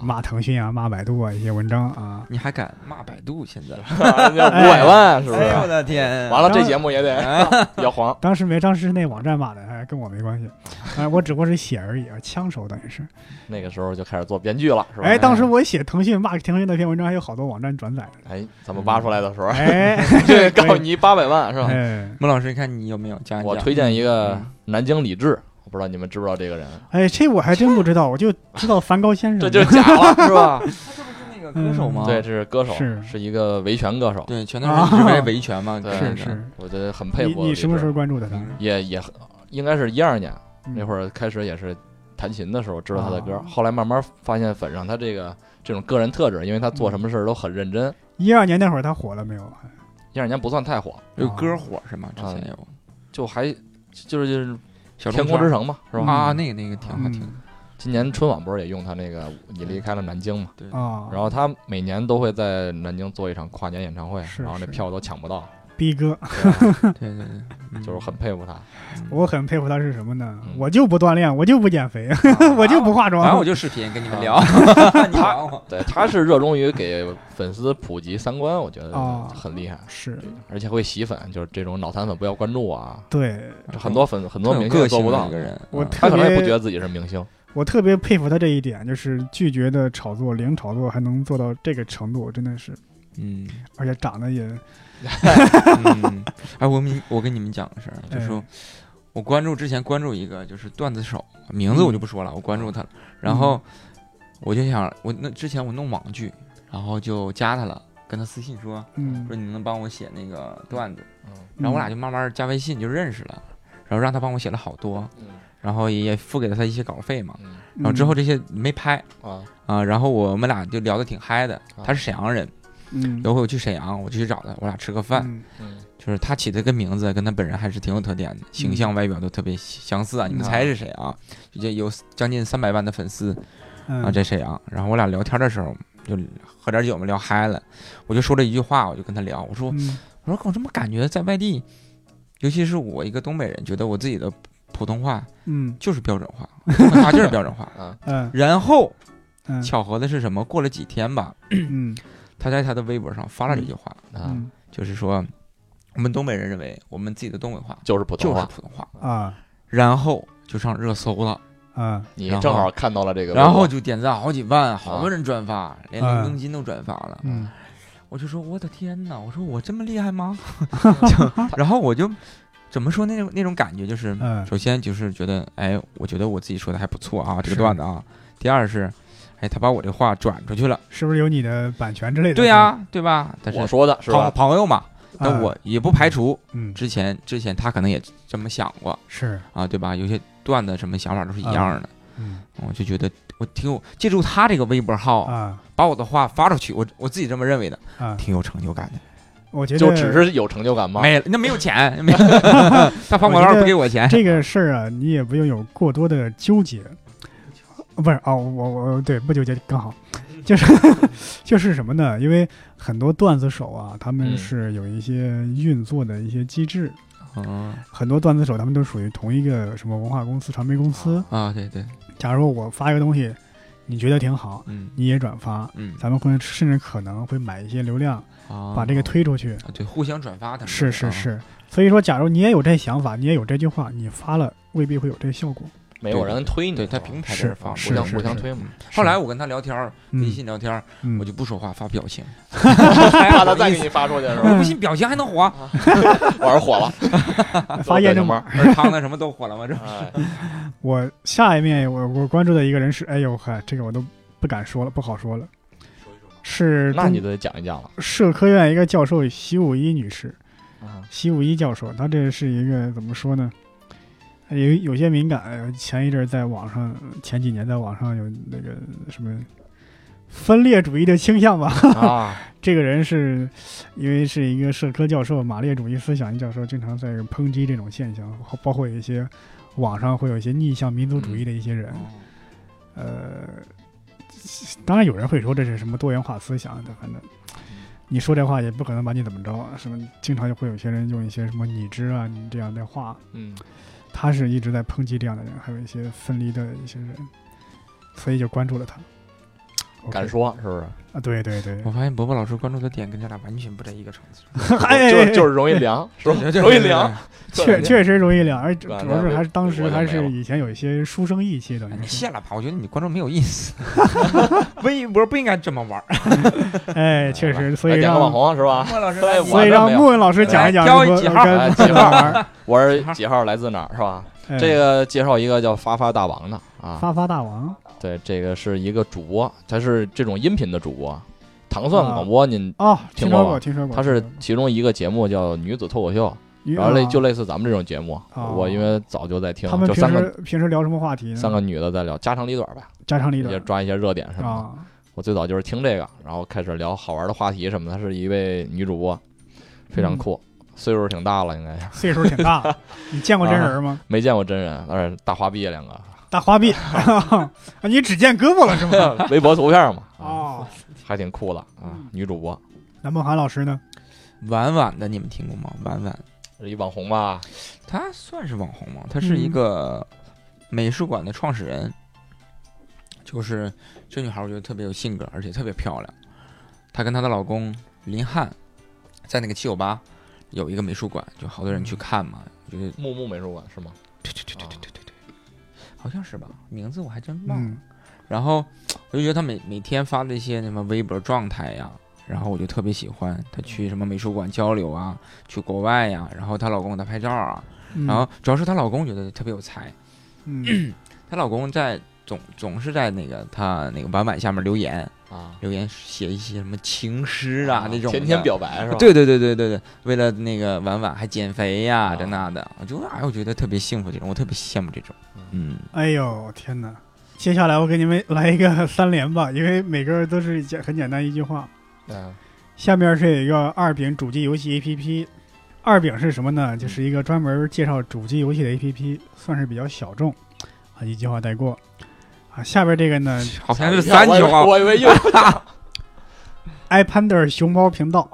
Speaker 1: *laughs* 骂腾讯啊、骂百度啊一些文章啊。
Speaker 3: 你还敢骂百度？现 *laughs* 在，
Speaker 1: 哎
Speaker 2: 要五百万是不是？
Speaker 3: 哎的 *laughs* 天
Speaker 2: 完了，这节目也得
Speaker 1: 哎
Speaker 2: *laughs* 要黄。
Speaker 1: 当时没，当时是那网站骂的，哎，跟我没 *laughs* 关系，哎，我只不过是写而已啊，枪手等于是。
Speaker 2: 那个时候就开始做编剧了，是吧？
Speaker 1: 哎，当时我写腾讯骂腾讯那篇文章，还有好多网站转载 *laughs* 呢。
Speaker 2: 哎，咱们挖出来的时 *laughs* 候，，
Speaker 1: 哎
Speaker 2: 对，告诉你八百万是吧？
Speaker 1: 哎，
Speaker 3: *laughs*
Speaker 1: 嗯
Speaker 3: 孟老师，你看你有没有加一
Speaker 2: 我
Speaker 3: 加嗯
Speaker 2: 推荐一个南京李志，我不知道你们知不知道这个人，
Speaker 1: 哎，这我还真不知道，我就知道梵高先
Speaker 2: 这
Speaker 1: 生。
Speaker 2: 就是假
Speaker 3: 啊
Speaker 2: 了，是
Speaker 3: *laughs*
Speaker 2: 吧？
Speaker 3: 那个歌手吗？
Speaker 2: 对，这是歌手，
Speaker 1: 嗯是
Speaker 2: 是一个维权歌手，
Speaker 3: 嗯对，全都是只为维权嘛，
Speaker 2: *laughs* 对
Speaker 1: 是是，
Speaker 2: 我觉得很
Speaker 1: 你
Speaker 2: 佩服
Speaker 1: 你什么时候
Speaker 2: 李
Speaker 1: 关注的他？
Speaker 2: 志？也也很应该是一二年
Speaker 1: 嗯
Speaker 2: 那会儿开始也是弹琴的时候知道他的歌，
Speaker 1: 啊
Speaker 2: 后来慢慢发现粉上他这个这种个人特质，因为他
Speaker 1: 嗯
Speaker 2: 做什么事儿都很认真。
Speaker 1: 一二年那会儿他火了没有？
Speaker 2: 一二年不算太火，
Speaker 3: 有歌火是吗？之前有
Speaker 2: 就还就是就是
Speaker 3: 小
Speaker 2: 啊天
Speaker 3: 龙
Speaker 2: 空
Speaker 3: 虾
Speaker 2: 之城嘛，是吧？
Speaker 3: 啊，那个那个挺好听的。
Speaker 1: 嗯
Speaker 2: 今年春晚不是也用他那个你离开了南京嘛？
Speaker 1: 啊，
Speaker 2: 然后他每年都会在南京做一场跨年演唱会，
Speaker 1: 是
Speaker 2: 然后那
Speaker 1: 是
Speaker 2: 票都抢
Speaker 1: *laughs*
Speaker 2: 不到，
Speaker 1: 逼哥，
Speaker 3: 对对对，嗯
Speaker 2: 就是很佩服他。
Speaker 1: 我很佩服他是什么呢？
Speaker 2: 嗯啊
Speaker 1: 我就不锻炼，我就不减肥， *laughs* 我就不化妆，
Speaker 3: 啊反 *laughs* 正我就视频跟你们聊， *laughs* 啊你管我。
Speaker 2: 对，他是热衷于给粉丝普及三观，我觉得
Speaker 1: 哦
Speaker 2: 很厉害，
Speaker 1: 是
Speaker 2: 对而且会洗粉，就是这种脑残粉不要关注啊，
Speaker 1: 对
Speaker 2: 这很多粉很多
Speaker 3: 很
Speaker 2: 明
Speaker 3: 有
Speaker 2: 星
Speaker 3: 个
Speaker 2: 做
Speaker 3: 性
Speaker 2: 不
Speaker 3: 的
Speaker 2: 到
Speaker 3: 一个，人，
Speaker 1: 我
Speaker 3: 嗯
Speaker 2: 他
Speaker 1: 特
Speaker 2: 可
Speaker 1: 别
Speaker 2: 能也不觉得自己是明星，
Speaker 1: 我特别佩服他这一点，就是拒绝的炒作零炒作还能做到这个程度，真的是，
Speaker 3: 嗯，
Speaker 1: 而且长得也
Speaker 3: 嗯，哎，我们我跟你们讲个事儿，啊就
Speaker 1: 哎
Speaker 2: 嗯
Speaker 3: 是我关注之前关注一个就是段子手，名字我就不说
Speaker 2: 嗯
Speaker 3: 了，我关注他了，然后我就想我那之前我弄网剧，然后就加他了，跟他私信说
Speaker 1: 嗯
Speaker 3: 说，你能不能帮我写那个段子，
Speaker 2: 嗯
Speaker 3: 然后我俩就慢慢加微信就认识了，然后让他帮我写了好多，然后也付给了他一些稿费嘛，
Speaker 2: 嗯
Speaker 3: 然后之后这些没拍
Speaker 2: 啊，
Speaker 3: 啊、然后我们俩就聊得挺嗨的，他是沈阳人，
Speaker 1: 嗯
Speaker 3: 有回我去沈阳我就去找他，我俩吃个饭。
Speaker 1: 嗯
Speaker 2: 嗯
Speaker 3: 就是他起的个名字跟他本人还是挺有特点的，形象外表都特别相似啊。你们
Speaker 2: 嗯。
Speaker 3: 猜是谁啊？就这有将近三百万的粉丝
Speaker 1: 嗯
Speaker 3: 啊，在沈阳。然后我俩聊天的时候就喝点酒嘛，聊嗨了，我就说了一句话，我就跟他聊，我说
Speaker 1: 嗯
Speaker 3: 我说我怎么感觉在外地，尤其是我一个东北人，觉得我自己的普通话
Speaker 1: 嗯
Speaker 3: 就是标准化，我说话就是标准化
Speaker 2: *laughs* 啊，
Speaker 1: 嗯
Speaker 3: 然后
Speaker 1: 嗯
Speaker 3: 巧合的是什么？过了几天吧，
Speaker 1: 嗯
Speaker 3: 他在他的微博上发了这句话，
Speaker 2: 啊，
Speaker 1: 嗯
Speaker 3: 就是说我们东北人认为我们自己的东北话
Speaker 2: 就是普通
Speaker 3: 就是
Speaker 2: 话，
Speaker 3: 普通话。
Speaker 1: 啊
Speaker 3: 然后就上热搜了，
Speaker 1: 啊
Speaker 2: 你
Speaker 3: 然后
Speaker 2: 正好看到了这个微博，
Speaker 3: 然后就点赞好几万，好多人转发，连
Speaker 1: 嗯
Speaker 3: 刘庚金都转发了。
Speaker 1: 嗯
Speaker 3: 我就说我的天哪，我说我这么厉害 *laughs* 吗？就然后我就怎么说那种那种感觉就是，
Speaker 1: 嗯
Speaker 3: 首先就是觉得，哎，我觉得我自己说的还不错啊，这
Speaker 1: 是
Speaker 3: 个段子啊。第二是，哎，他把我这话转出去了，
Speaker 1: 是不是有你的版权之类的？
Speaker 3: 对呀、对吧？但
Speaker 2: 我
Speaker 3: 是
Speaker 2: 说的是
Speaker 3: 朋
Speaker 2: 吧？
Speaker 3: 朋友嘛，但
Speaker 1: 啊
Speaker 3: 我也不排除
Speaker 1: 嗯
Speaker 3: 之前之前他可能也这么想过
Speaker 1: 是
Speaker 3: 啊，对吧？有些段子什么想法都是一样的。
Speaker 1: 嗯
Speaker 3: 我就觉得我挺有借助他这个微博号，
Speaker 1: 啊
Speaker 3: 把我的话发出去，我我自己这么认为的，
Speaker 1: 啊，
Speaker 3: 挺有成就感的。
Speaker 1: 我觉得
Speaker 2: 就只是有成就感吗？
Speaker 3: 没了，那没有钱，
Speaker 1: *laughs*
Speaker 3: 没他发广告不给我 *laughs* 钱。
Speaker 1: 这个事儿啊，你也不用有过多的纠结，不是哦，我我对不纠结更
Speaker 3: *laughs*
Speaker 1: 好，就是就是什么呢？因为很多段子手啊，他
Speaker 2: 嗯
Speaker 1: 们是有一些运作的一些机制，
Speaker 3: 嗯
Speaker 1: 很多段子手他们都属于同一个什么文化公司、传媒公司。
Speaker 3: 啊，对对，
Speaker 1: 假如我发一个东西，你觉得挺好，
Speaker 3: 嗯
Speaker 1: 你也转发，
Speaker 3: 嗯，
Speaker 1: 咱们会甚至可能会买一些流量，把这个推出去。
Speaker 3: 啊对互相转发的，
Speaker 1: 是是
Speaker 3: 啊，
Speaker 1: 是，所以说，假如你也有这想法，你也有这句话，你发了未必会有这效果。
Speaker 2: 没有人推你，
Speaker 3: 对他
Speaker 2: 是吧
Speaker 3: 平台
Speaker 1: 是
Speaker 3: 这儿放，
Speaker 1: 是
Speaker 2: 互相
Speaker 3: 互相
Speaker 1: 是
Speaker 2: 互
Speaker 3: 互
Speaker 2: 相
Speaker 3: 相
Speaker 1: 是
Speaker 2: 推 *laughs* 嘛，
Speaker 3: 后来我跟他聊天儿，
Speaker 1: 嗯
Speaker 3: 微信聊天儿，
Speaker 1: 嗯，
Speaker 3: 我就不说话，发表
Speaker 1: *laughs*
Speaker 3: 情，哎
Speaker 2: 怕他再 *laughs* 给你发出去是
Speaker 3: 我 *laughs*
Speaker 2: 吧？
Speaker 3: 不信表情还能火，
Speaker 2: 嗯我是火了， *laughs*
Speaker 1: 发验证码
Speaker 2: 码。
Speaker 3: 尔
Speaker 1: *laughs*
Speaker 3: 康的什么都火了吗？这
Speaker 2: 哎
Speaker 1: 我下一面我我关注的一个人是，哎呦嗨，这个我都不敢说了，不好说了。是
Speaker 2: 那你
Speaker 1: 中
Speaker 2: 得讲
Speaker 1: *laughs*
Speaker 2: 一讲了。
Speaker 1: 社科院一个教授席武一女士，
Speaker 2: 啊
Speaker 1: 席武一教授，她这是一个怎么说呢？哎有有些敏感，呃前一阵儿在网上，前几年在网上有那个什么分裂主义的倾向吧。
Speaker 2: 啊，
Speaker 1: 这个人是因为是一个社科教授，马列主义思想教授，经常在抨击这种现象，包括有一些网上会有一些逆向民族主义的一些人。
Speaker 3: 哦
Speaker 1: 呃，
Speaker 2: 嗯
Speaker 1: 当然有人会说这是什么多元化思想，但反正你说这话也不可能把你怎么着。什么经常就会有些人用一些什么你知啊你这样的话，
Speaker 2: 嗯，
Speaker 1: 他是一直在抨击这样的人，还有一些分离的一些人，所以就关注了他。OK
Speaker 2: 敢说是不是？
Speaker 1: 啊？对对
Speaker 2: *laughs*
Speaker 1: 对，
Speaker 3: 我发现伯伯老师关注的点跟咱俩完全不在一个层次，
Speaker 1: 哎
Speaker 2: 就就是容易凉，是吧？
Speaker 3: 对对
Speaker 2: 容易
Speaker 3: 对
Speaker 2: 凉，
Speaker 1: 确确实容易凉，而主
Speaker 2: 对
Speaker 1: 要是还是当
Speaker 2: 我
Speaker 1: 时
Speaker 2: 就
Speaker 1: 还
Speaker 2: 没了
Speaker 1: 是以前有一些书生意气，等
Speaker 3: 哎
Speaker 1: 于
Speaker 3: 你
Speaker 1: 是
Speaker 3: 谢了吧，我觉得你关注没有意思，
Speaker 1: *laughs*
Speaker 3: 微博不应该这么玩儿。
Speaker 1: 哎，
Speaker 2: *laughs*
Speaker 1: 确实，所以
Speaker 2: 来点个网
Speaker 1: 让
Speaker 2: 红是
Speaker 3: *laughs*
Speaker 2: 吧？
Speaker 3: 莫老师
Speaker 2: 所
Speaker 1: 所以
Speaker 2: 以啊我
Speaker 1: 让
Speaker 2: 这没有
Speaker 1: 莫文老师讲一讲
Speaker 3: 来
Speaker 1: 如何
Speaker 3: 挑一几号
Speaker 1: 该
Speaker 2: *laughs* 哎几号
Speaker 1: 玩儿。
Speaker 2: 我是几号来自哪儿是吧？
Speaker 1: 哎
Speaker 2: 这个介绍一个叫发发大王的啊，
Speaker 1: 发发大王
Speaker 2: 对，这个是一个主播，他是这种音频的主播，糖蒜
Speaker 1: 啊
Speaker 2: 广播您
Speaker 1: 哦，
Speaker 2: 听
Speaker 1: 听
Speaker 2: 过
Speaker 1: 说
Speaker 2: 吧
Speaker 1: 过，听说过，
Speaker 2: 啊他
Speaker 1: 听
Speaker 2: 是
Speaker 1: 说过
Speaker 2: 其中一个节目叫《女子脱口秀》，
Speaker 1: 你
Speaker 2: 然后类
Speaker 1: 啊
Speaker 2: 就类似咱们这种节目，
Speaker 1: 哦
Speaker 2: 我因为早就在听
Speaker 1: 他，们
Speaker 2: 就
Speaker 1: 平
Speaker 2: 三个
Speaker 1: 时平时聊什么话题呢？
Speaker 2: 三个女的在聊家长里短吧，
Speaker 1: 家长里
Speaker 2: 也
Speaker 1: 短
Speaker 2: 抓一些热点什么的。
Speaker 1: 啊，
Speaker 2: 我最早就是听这个，然后开始聊好玩的话题什么的。她是一位女主播，非常
Speaker 1: 嗯
Speaker 2: 酷，岁数挺大了，应该是
Speaker 1: 岁数挺
Speaker 2: *laughs*
Speaker 1: 大了。你见过真人吗？
Speaker 2: 没见过真人，但是大花臂两
Speaker 1: *laughs*
Speaker 2: 个，
Speaker 1: 大花臂，啊你只见胳膊了
Speaker 2: *laughs*
Speaker 1: 是吗？
Speaker 2: 微博图片嘛，啊，
Speaker 1: 哦，
Speaker 2: 还挺酷的啊
Speaker 1: 嗯，
Speaker 2: 女主播
Speaker 1: 南梦涵老师呢？
Speaker 3: 婉婉的你们听过吗？婉婉，
Speaker 2: 是一网红吧，
Speaker 3: 她算是网红吗？她是一
Speaker 1: 嗯
Speaker 3: 个美术馆的创始人，就是这女孩，我觉得特别有性格，而且特别漂亮。她跟她的老公林汉在那个七九八有一个美术馆，就好多人
Speaker 1: 嗯
Speaker 3: 去看嘛，就是
Speaker 2: 木木美术馆是吗？
Speaker 3: 对对对对
Speaker 1: 啊
Speaker 3: 对对对对，好像是吧？名字我还真忘了。
Speaker 1: 嗯，
Speaker 3: 然后我就觉得他每每天发的一些什么微博状态呀，然后我就特别喜欢他去什么美术馆交流啊，去国外呀，然后她老公给她拍照啊，
Speaker 1: 嗯
Speaker 3: 然后主要是她老公觉得特别有才，
Speaker 1: 嗯
Speaker 3: 她老公在总总是在那个她那个晚晚下面留言，
Speaker 2: 啊，
Speaker 3: 留言写一些什么情诗啊那种的，
Speaker 2: 天天表白是吧？
Speaker 3: 对对对对对对，为了那个婉婉还减肥呀、
Speaker 2: 啊
Speaker 3: 这那的，我就哎，我觉得特别幸福这种，我特别羡慕这种。嗯，
Speaker 1: 哎呦天哪！接下来我给你们来一个三连吧，因为每个人都是简很简单一句话。
Speaker 2: 嗯，
Speaker 1: 下面是有一个二饼主机游戏 APP，二饼是什么呢？就是一个专门介绍主机游戏的 APP，算是比较小众，啊，一句话带过。啊，下边这个呢
Speaker 3: 好像是三九啊，
Speaker 2: 哎我以为又
Speaker 1: ，iPander 熊猫频道，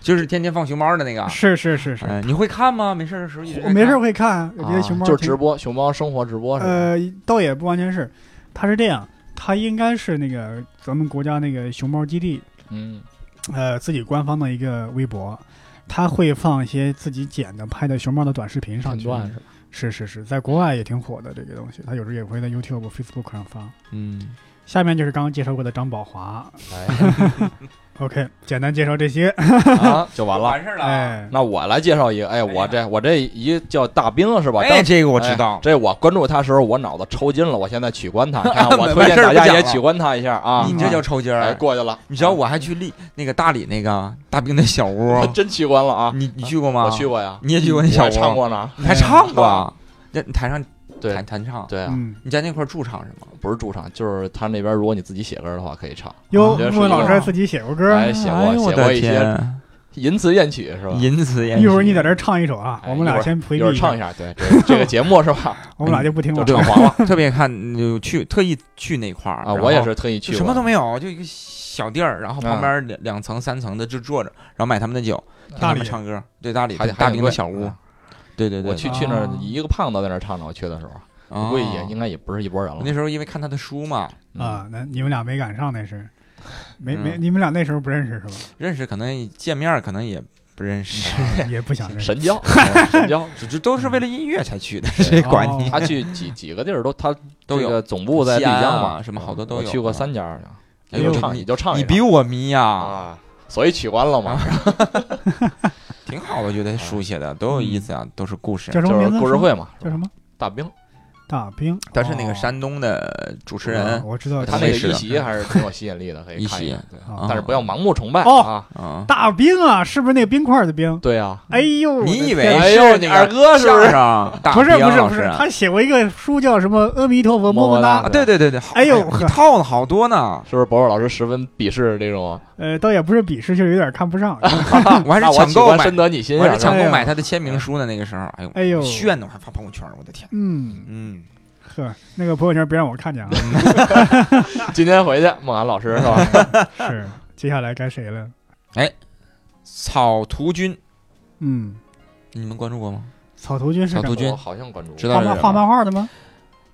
Speaker 3: 就是天天放熊猫的那个。啊
Speaker 2: 啊
Speaker 1: *laughs* 是是是是，
Speaker 3: 哎，你会看吗？没事儿的时候一直
Speaker 1: 我没事儿
Speaker 3: 会
Speaker 1: 会看，我觉得熊猫
Speaker 2: 啊就
Speaker 1: 挺
Speaker 2: 直播熊猫生活直播是吧？
Speaker 1: 呃，倒也不完全是，它是这样，它应该是那个咱们国家那个熊猫基地，
Speaker 2: 嗯，
Speaker 1: 呃，自己官方的一个微博，它会放一些自己剪的、拍的熊猫的短视频上
Speaker 2: 上
Speaker 1: 去。
Speaker 2: 段是吧？
Speaker 1: 是是是，在国外也挺火的这个东西，它有时候也会在 YouTube、Facebook 上发。
Speaker 3: 嗯，
Speaker 1: 下面就是刚刚介绍过的张宝华
Speaker 2: 哎，
Speaker 1: ，OK，简单介绍这些。
Speaker 3: *laughs*
Speaker 2: 啊，就完了。
Speaker 3: 事儿啊。
Speaker 1: 哎，
Speaker 2: 那我来介绍一个，哎，我这我这一叫大兵是吧？
Speaker 3: 哎，
Speaker 2: 当
Speaker 3: 这个我
Speaker 2: 哎
Speaker 3: 知道，
Speaker 2: 这我关注他时候，我脑子抽筋了，我现在取关
Speaker 3: *laughs*
Speaker 2: 他，你看我
Speaker 3: 没
Speaker 2: 推荐
Speaker 3: 事
Speaker 2: 大
Speaker 3: 儿不
Speaker 2: 家
Speaker 3: 讲
Speaker 2: 也
Speaker 3: 了
Speaker 2: 取关他一下啊。
Speaker 3: 你这叫抽筋
Speaker 2: 哎
Speaker 3: 儿。
Speaker 2: 过去了，
Speaker 3: 你知道我还去丽那个大理那个大兵的小屋
Speaker 2: 我，真取关了啊！
Speaker 3: 你你去过吗？
Speaker 2: 我去，过呀，
Speaker 3: 嗯你也去过
Speaker 2: 我
Speaker 3: 那小
Speaker 2: 还唱
Speaker 3: 屋？
Speaker 2: 过呢。
Speaker 3: 你还唱过啊？那你台上
Speaker 2: 对
Speaker 3: 弹弹唱，
Speaker 2: 对啊，
Speaker 1: 嗯，
Speaker 3: 你在那块儿驻唱是吗？
Speaker 2: 不是驻唱，就是他那边如果你自己写歌的话可以唱，
Speaker 1: 哟，
Speaker 2: 我觉得
Speaker 1: 莫文
Speaker 2: 是
Speaker 1: 老
Speaker 2: 一
Speaker 1: 师还
Speaker 2: 个
Speaker 1: 自己写过歌儿，
Speaker 2: 哎写过
Speaker 3: 哎呦我
Speaker 2: 写过
Speaker 3: 的
Speaker 2: 一些嗯
Speaker 3: 天
Speaker 2: 淫词艳曲是吧？
Speaker 3: 淫词艳语。
Speaker 1: 一会儿你在这儿唱一首啊，
Speaker 2: 哎
Speaker 1: 我们
Speaker 2: 一
Speaker 1: 俩
Speaker 2: 会儿
Speaker 1: 先回
Speaker 2: 一
Speaker 1: 避
Speaker 2: 会儿唱一下，对，
Speaker 3: *laughs*
Speaker 2: 这这个节目是吧？
Speaker 1: 我们俩就不听
Speaker 2: 就
Speaker 1: 了。
Speaker 2: 唱黄了
Speaker 3: 特别看，就去特意去那块儿
Speaker 2: 啊！我也，是特意
Speaker 3: 然后就
Speaker 2: 去
Speaker 3: 什么
Speaker 2: 过嗯
Speaker 3: 都没有，就一个小地儿，然后旁边两两层三层的就坐着，然后买他们的酒，听
Speaker 1: 大
Speaker 3: 他
Speaker 1: 理
Speaker 3: 们唱歌，对大理
Speaker 2: 还
Speaker 3: 大兵的小屋
Speaker 2: 嗯，
Speaker 3: 对对对，
Speaker 2: 我去
Speaker 1: 啊
Speaker 2: 去那儿一个胖子在那儿唱呢，我去的时候，
Speaker 3: 哦
Speaker 2: 估计也应该也不是一拨人
Speaker 3: 我
Speaker 2: 了
Speaker 3: 那时候因为看他的书嘛，
Speaker 2: 嗯
Speaker 1: 啊，那你们俩没赶上那是，没没，
Speaker 3: 嗯
Speaker 1: 你们俩那时候不认识是吧？ *laughs*
Speaker 3: 认识可能见面儿可能也不认识，
Speaker 1: 也不想认识。
Speaker 2: 神
Speaker 3: *laughs*
Speaker 2: 交哎神交，
Speaker 3: 这这都是为了音乐才去的，
Speaker 2: 对
Speaker 3: 谁管你
Speaker 1: 哦？
Speaker 2: 他去几几个地儿都他
Speaker 3: 都有
Speaker 2: 嗯这个总部在丽江
Speaker 3: 西安
Speaker 2: 嘛，嗯
Speaker 3: 啊什么好多都有
Speaker 2: 我去过三家儿，
Speaker 3: 哎
Speaker 2: 也
Speaker 1: 呦
Speaker 2: 就唱也就唱一
Speaker 3: 你
Speaker 2: 唱
Speaker 3: 比我啊迷呀，
Speaker 2: 啊，所以取关了嘛，
Speaker 3: *laughs* 挺好的，我觉
Speaker 2: 嗯
Speaker 3: 得书写的都有意思啊，都是故事
Speaker 1: 叫。什么
Speaker 2: 就
Speaker 1: 名
Speaker 2: 是
Speaker 1: 字？
Speaker 2: 故事会嘛，
Speaker 1: 叫什么？
Speaker 2: 大兵，
Speaker 1: 大兵。
Speaker 3: 但是那个
Speaker 1: 哦
Speaker 3: 山东的主持
Speaker 1: 啊
Speaker 3: 人，
Speaker 1: 我知道
Speaker 2: 他
Speaker 1: 他
Speaker 2: 那个
Speaker 3: 是
Speaker 2: 一
Speaker 3: 的
Speaker 2: 席还是挺有吸引力的，可以
Speaker 3: 一
Speaker 2: 看一
Speaker 3: 席
Speaker 2: 看，对
Speaker 1: 啊
Speaker 2: 但是不要盲目崇拜
Speaker 1: 哦
Speaker 2: 啊，
Speaker 3: 嗯，
Speaker 1: 大兵啊，是不是那个冰块的冰？
Speaker 2: 对啊，
Speaker 1: 哎呦，我的
Speaker 3: 你以
Speaker 1: 天
Speaker 3: 为
Speaker 2: 哎
Speaker 3: 是
Speaker 2: 呦你
Speaker 3: 那
Speaker 2: 二
Speaker 3: 个
Speaker 2: 哥是不
Speaker 3: 相
Speaker 2: 是？
Speaker 3: 声大
Speaker 1: 不是
Speaker 3: 兵
Speaker 1: 不是
Speaker 3: 老
Speaker 1: 不
Speaker 3: 师
Speaker 1: 是，
Speaker 3: 啊
Speaker 1: 他写过一个书叫什么《阿弥陀佛，么么
Speaker 2: 么
Speaker 1: 哒
Speaker 2: 么
Speaker 3: 啊，
Speaker 2: 哒》，，
Speaker 3: 对对对对，好
Speaker 1: 哎呦
Speaker 3: 你套了好多呢
Speaker 2: 是不是博博老师十分鄙视这种？
Speaker 1: 呃，倒也不是鄙视，就是有点看不
Speaker 3: *laughs*
Speaker 1: 上。
Speaker 3: 我还是
Speaker 2: 那我
Speaker 3: 抢
Speaker 2: 喜
Speaker 3: 购
Speaker 2: 欢
Speaker 3: 买
Speaker 2: 深，得你心
Speaker 3: 我还
Speaker 2: 啊！
Speaker 3: 是抢
Speaker 2: 是吧
Speaker 3: 购买他的签名书呢。那个时候，哎
Speaker 1: 哎呦
Speaker 3: 呦，，炫的我还发朋友圈，我的天，
Speaker 1: 嗯，
Speaker 3: 嗯，
Speaker 1: 呵，那个朋友圈别让我看见啊。
Speaker 2: 今天回去，孟涵老师是
Speaker 3: 嗯 *laughs*
Speaker 2: 吧？
Speaker 1: 是，接下来该谁了？
Speaker 3: 草图君，
Speaker 1: 嗯，
Speaker 3: 你们关注过吗？
Speaker 1: 草图君是
Speaker 3: 草
Speaker 1: 干嘛
Speaker 3: 图君
Speaker 2: 我好像关注过，
Speaker 3: 知道
Speaker 1: 画
Speaker 3: 这
Speaker 1: 漫
Speaker 3: 人
Speaker 1: 画
Speaker 3: 吗
Speaker 1: 漫画的
Speaker 3: *laughs*
Speaker 1: 吗？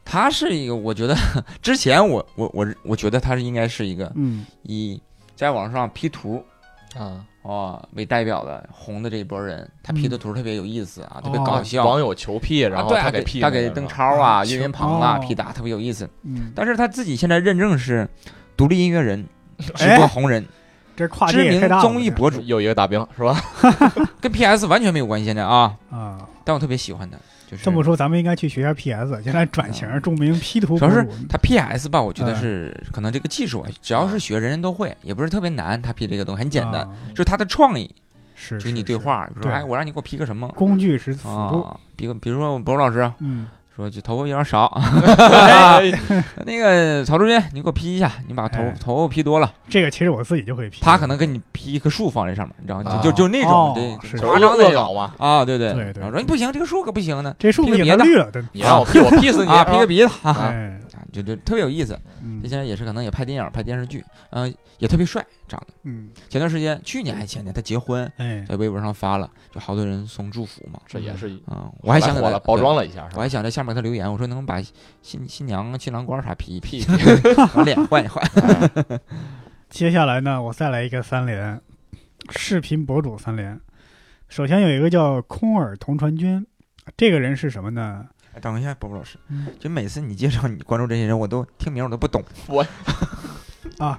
Speaker 3: 他是一个，我觉得之前我我我我觉得他是应该是一个
Speaker 1: 嗯
Speaker 3: 以在网上 P 图
Speaker 2: 啊，
Speaker 3: 哦为代表的红的这一波人，他 P 的图特别有意思啊，特别
Speaker 1: 哦
Speaker 3: 搞
Speaker 2: 网
Speaker 3: 笑。
Speaker 2: 友求 P，然
Speaker 3: 啊
Speaker 2: 后
Speaker 3: 对
Speaker 2: 他
Speaker 3: 他
Speaker 2: 给 P，
Speaker 3: 他
Speaker 2: 那
Speaker 3: 给
Speaker 2: 个
Speaker 3: 邓超啊、
Speaker 1: 嗯
Speaker 3: 岳云鹏
Speaker 1: 哦
Speaker 3: 啊 P 打特别有意思，
Speaker 1: 嗯，
Speaker 3: 但是他自己现在认证是独立音乐人、直
Speaker 1: 哎
Speaker 3: 播红人、
Speaker 1: 这跨
Speaker 3: 知
Speaker 1: 界也
Speaker 3: 名
Speaker 1: 太大了。
Speaker 3: 综艺博主，
Speaker 2: 又一个大兵是
Speaker 3: *laughs*
Speaker 2: 吧？
Speaker 3: 跟 PS 完全没有关系现在啊，
Speaker 1: 啊，
Speaker 3: 但我特别喜欢他，就是嗯
Speaker 1: 这么说咱们应该去学一下 PS，现在转型著名 P 图博
Speaker 3: 主要
Speaker 1: 主。
Speaker 3: 他 PS 吧，我觉得
Speaker 1: 嗯
Speaker 3: 是可能这个技术啊，只要是学人人都会，也不是特别难，他 P 这个东西很简单，
Speaker 1: 啊
Speaker 3: 就是他的创意，
Speaker 1: 是
Speaker 3: 就跟你对，话，说
Speaker 1: 对
Speaker 3: 哎，我让你给我 P 个什么
Speaker 1: 是工具是辅助，
Speaker 3: 啊？比个比如说博老师啊
Speaker 1: 嗯，
Speaker 3: 说这头发有点少， *laughs*
Speaker 2: 哎
Speaker 3: 那个曹志军，你给我 P 一下，你把头
Speaker 1: 哎
Speaker 3: 头发 P 多了，
Speaker 1: 这个其实我自己就会 P，
Speaker 3: 他可能给你 P 一棵树放在上面，你知道吗？就
Speaker 2: 啊
Speaker 3: 就就那
Speaker 1: 哦
Speaker 3: 种对
Speaker 1: 是
Speaker 3: 夸张
Speaker 2: 恶
Speaker 3: 那
Speaker 2: 搞
Speaker 3: 种
Speaker 2: 嘛，
Speaker 3: 啊，对对
Speaker 1: 对对
Speaker 3: 然后说你不行，这个树可不
Speaker 1: *laughs*
Speaker 3: 行呢，
Speaker 1: 这树
Speaker 3: 劈个
Speaker 1: 给
Speaker 3: 别
Speaker 1: 它
Speaker 3: 的
Speaker 1: 绿了，对，
Speaker 2: 你让我
Speaker 3: *laughs*
Speaker 2: 劈我劈死你
Speaker 3: 啊，劈个鼻子，哈哈啊，
Speaker 1: 哎，
Speaker 3: 就就特别啊有意思。这
Speaker 1: 嗯
Speaker 3: 些人也是可能也拍电影、拍电视剧，嗯、也特别帅，长得。
Speaker 1: 嗯，
Speaker 3: 前段时间，去年还前年，他结婚
Speaker 1: 哎，
Speaker 3: 在微博上发了，就好多人送祝福嘛。
Speaker 2: 这也是
Speaker 3: 嗯，我还想给
Speaker 2: 火
Speaker 3: 他
Speaker 2: 了，包装
Speaker 3: 了，
Speaker 2: 了一下是
Speaker 3: 我
Speaker 2: 吧？
Speaker 3: 还想在下面给他留言，我说能把新新娘、新郎官啥 P 一
Speaker 1: *laughs*
Speaker 3: P，
Speaker 2: 屁
Speaker 3: 把脸换一换。
Speaker 1: 接下来呢，我再来一个三连，视频博主三连，首先有一个叫空耳同船君，这个人是什么呢？
Speaker 3: 哎 *laughs* 等一下，波波老师
Speaker 1: 嗯，
Speaker 3: 就每次你介绍你关注这些人，我都听名我都不懂。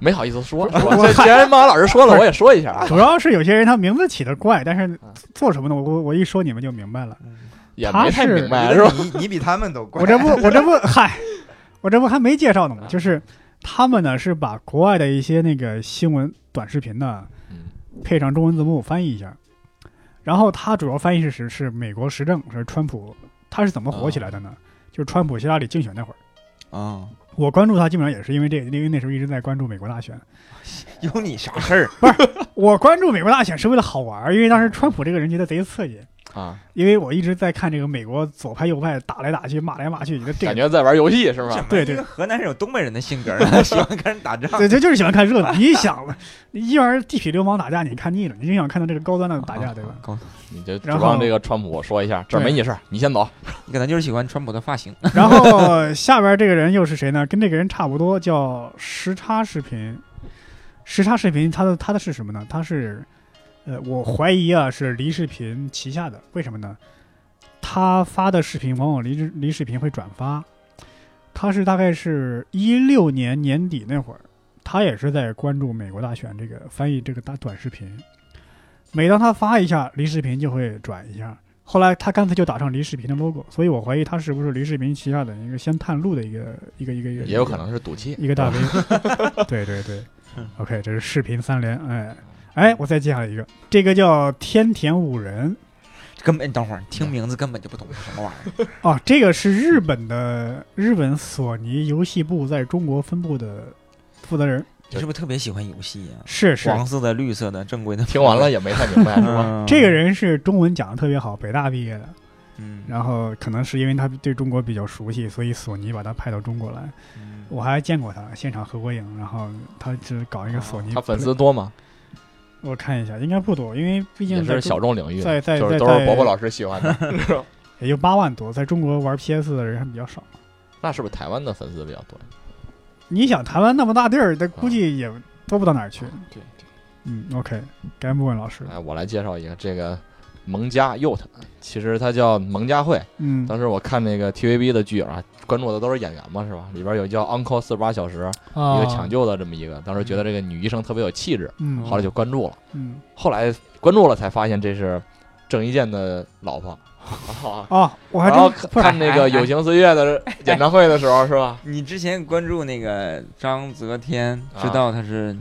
Speaker 2: 没好意思
Speaker 3: *laughs*
Speaker 2: 说，是吧
Speaker 1: 我
Speaker 2: 这既然马老师说了，我也说一下啊，
Speaker 1: 主要是有些人他名字起的怪，但是
Speaker 3: 嗯
Speaker 2: 啊
Speaker 1: 做什么呢？我我我一说你们就明白了。
Speaker 2: 也
Speaker 1: 他
Speaker 2: 没太
Speaker 1: 是
Speaker 2: 明白是吧？
Speaker 3: 你你比他们都 *laughs*
Speaker 1: 我这不我这不嗨，我这不还没介绍
Speaker 3: 嗯
Speaker 1: 呢吗？就是他们呢是把国外的一些那个新闻短视频呢
Speaker 2: 嗯
Speaker 1: 配上中文字幕翻译一下，然后他主要翻译是时是美国时政是川普，他是怎么火起来的呢？
Speaker 2: 啊
Speaker 1: 就是川普希拉里竞选那会儿，
Speaker 3: 啊，
Speaker 1: 我关注他基本上也是因为这个，因为那时候一直在关注美国大选。
Speaker 3: 有你啥事儿？
Speaker 1: 我关注美国大选是为了好玩儿，因为当
Speaker 2: 嗯
Speaker 1: 时川普这个人觉得贼刺激。
Speaker 2: 啊，
Speaker 1: 因为我一直在看这个美国左派右派打来打去骂来骂去，觉得这
Speaker 2: 感
Speaker 1: 个
Speaker 2: 觉在玩游戏是吧？
Speaker 1: *laughs* 对对
Speaker 3: 啊一个河南人有东北人的性格儿， *laughs* 喜欢跟人打仗。
Speaker 1: 对，这就是喜欢看热闹。你想，你一玩地痞流氓打架，你看腻了，你就想看到这个高端的打架，
Speaker 2: 啊
Speaker 1: 对吧？
Speaker 3: 高，
Speaker 2: 你就指
Speaker 1: 然后
Speaker 2: 望这个川普说一下，这儿没你事儿，你先走。
Speaker 3: 你可能就是喜欢川普的发型。 *laughs*
Speaker 1: 然后下边这个人又是谁呢？跟这个人差不多，叫时差视频。时差视频，它的它的是什么呢？它是，呃，我怀疑啊是离视频旗下的，为什么呢？他发的视频往往离离视频会转发，他是大概是一六年年底那会儿，他也是在关注美国大选这个翻译这个大短视频，每当他发一下，离视频就会转一下。后来他干脆就打上离视频的 logo，所以我怀疑他是不是离视频旗下的一个先探路的一个一个一个一个，
Speaker 2: 也有可能是赌气，
Speaker 1: 一个大 V。对 *laughs* 对对，OK，这是
Speaker 2: 嗯
Speaker 1: 视频三连，哎哎，我再介绍一个，这个叫天田五人
Speaker 3: 根本等会儿听名字根本就不懂是什么玩 *laughs* 意儿。
Speaker 1: 哦，这个是日
Speaker 2: 嗯
Speaker 1: 本的日本索尼游戏部在中国分部的负责人，
Speaker 3: 你是不是特别喜欢游戏啊呀、
Speaker 1: 是是。
Speaker 3: 黄色的、绿色的、正规的。 *laughs*
Speaker 2: 听完了，也没太明白是吧？
Speaker 3: 嗯
Speaker 1: 这个，人是中文讲的特别好，北大毕业的，
Speaker 3: 嗯，
Speaker 1: 然后可能是因为他对中国比较熟悉，所以索尼把他派到中国来。
Speaker 3: 嗯
Speaker 1: 我还见过他现场合过影，然后他只搞一个索尼 play，
Speaker 2: 哦他粉丝多吗？
Speaker 1: 我看一下，应该不多，因为毕
Speaker 2: 也
Speaker 1: 竟在
Speaker 2: 是小众领域，
Speaker 1: 在在
Speaker 2: 就是
Speaker 1: 在
Speaker 2: 都是
Speaker 1: 在
Speaker 2: 伯伯老师喜欢的，是吧
Speaker 1: *laughs* 也就八万多，在中国玩 PS 的人还比较少。
Speaker 2: 那是不是台湾的粉丝比较多？
Speaker 1: 你想台湾那么大地儿，他估计也多不到哪儿去。
Speaker 2: 啊对
Speaker 1: 嗯，OK，该莫问老师了。
Speaker 2: 哎，我来介绍一个这个蒙嘉 Yot，其实他叫蒙嘉慧。
Speaker 1: 嗯，
Speaker 2: 当时我看那个 TVB 的剧啊，关注的都是演员嘛，是吧？里边有叫 Uncle 四十八小时，一个抢
Speaker 1: 救，
Speaker 2: 救的这么一个，当时觉得这个女医生特别有气质，
Speaker 1: 嗯，
Speaker 2: 后来就关注了。
Speaker 1: 嗯，
Speaker 2: 后来关注了才发现这是郑伊健的老婆。啊
Speaker 1: 哦，我还
Speaker 2: 然后
Speaker 1: 真
Speaker 2: 看
Speaker 1: 不是
Speaker 2: 看那个《友情岁月》
Speaker 1: *laughs*
Speaker 2: 的演唱会的时候，是吧？
Speaker 3: 你之前关注那个张泽天，
Speaker 2: 啊
Speaker 3: 知道他是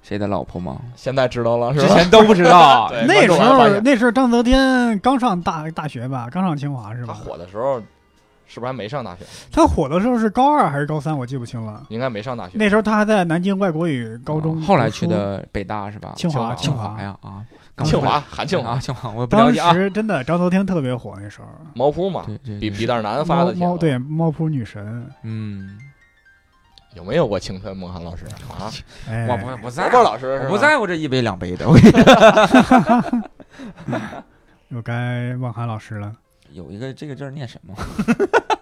Speaker 3: 谁的老婆
Speaker 1: *laughs*
Speaker 3: 吗？
Speaker 2: 现在知道了，是
Speaker 3: 之
Speaker 2: 吧？。
Speaker 3: 前都不知道
Speaker 2: *laughs* 对
Speaker 1: 那时
Speaker 2: 观众还发
Speaker 1: 候
Speaker 2: 现
Speaker 1: 那时候张泽天刚上大大学吧，刚上清华是
Speaker 2: 他
Speaker 1: 吧？
Speaker 2: 火的时候，是不是还没上大学？
Speaker 1: 他火的时候是高二还是高三，我记不清了。
Speaker 2: 应该没上大学。
Speaker 1: 那时候他还在南京外国语高中
Speaker 3: 啊
Speaker 1: 读书，
Speaker 3: 后来去的北大是吧？
Speaker 1: 清华，
Speaker 2: 清哎
Speaker 3: 清
Speaker 1: 华
Speaker 3: 华。呀啊，刚
Speaker 2: 清
Speaker 3: 回
Speaker 2: 华，
Speaker 3: 来
Speaker 2: 韩庆华
Speaker 3: 啊，，清华，我也不了
Speaker 1: 当
Speaker 3: 解啊。
Speaker 1: 时真的张泽天特别火，那时候
Speaker 2: 毛扑嘛，
Speaker 3: 对对，
Speaker 2: 比
Speaker 3: 对
Speaker 2: 皮蛋男发
Speaker 1: 猫
Speaker 2: 的
Speaker 1: 猫
Speaker 2: 帖
Speaker 1: 对
Speaker 2: 子
Speaker 1: 猫扑女神，
Speaker 3: 嗯，
Speaker 2: 有没有过青春梦涵老师啊？
Speaker 1: 哎，
Speaker 3: 我不不在
Speaker 2: 波波老师是吧
Speaker 3: 我不在乎这一杯两杯的，我跟你
Speaker 1: 又该望涵老师了。
Speaker 3: 有一个这个字儿念什么？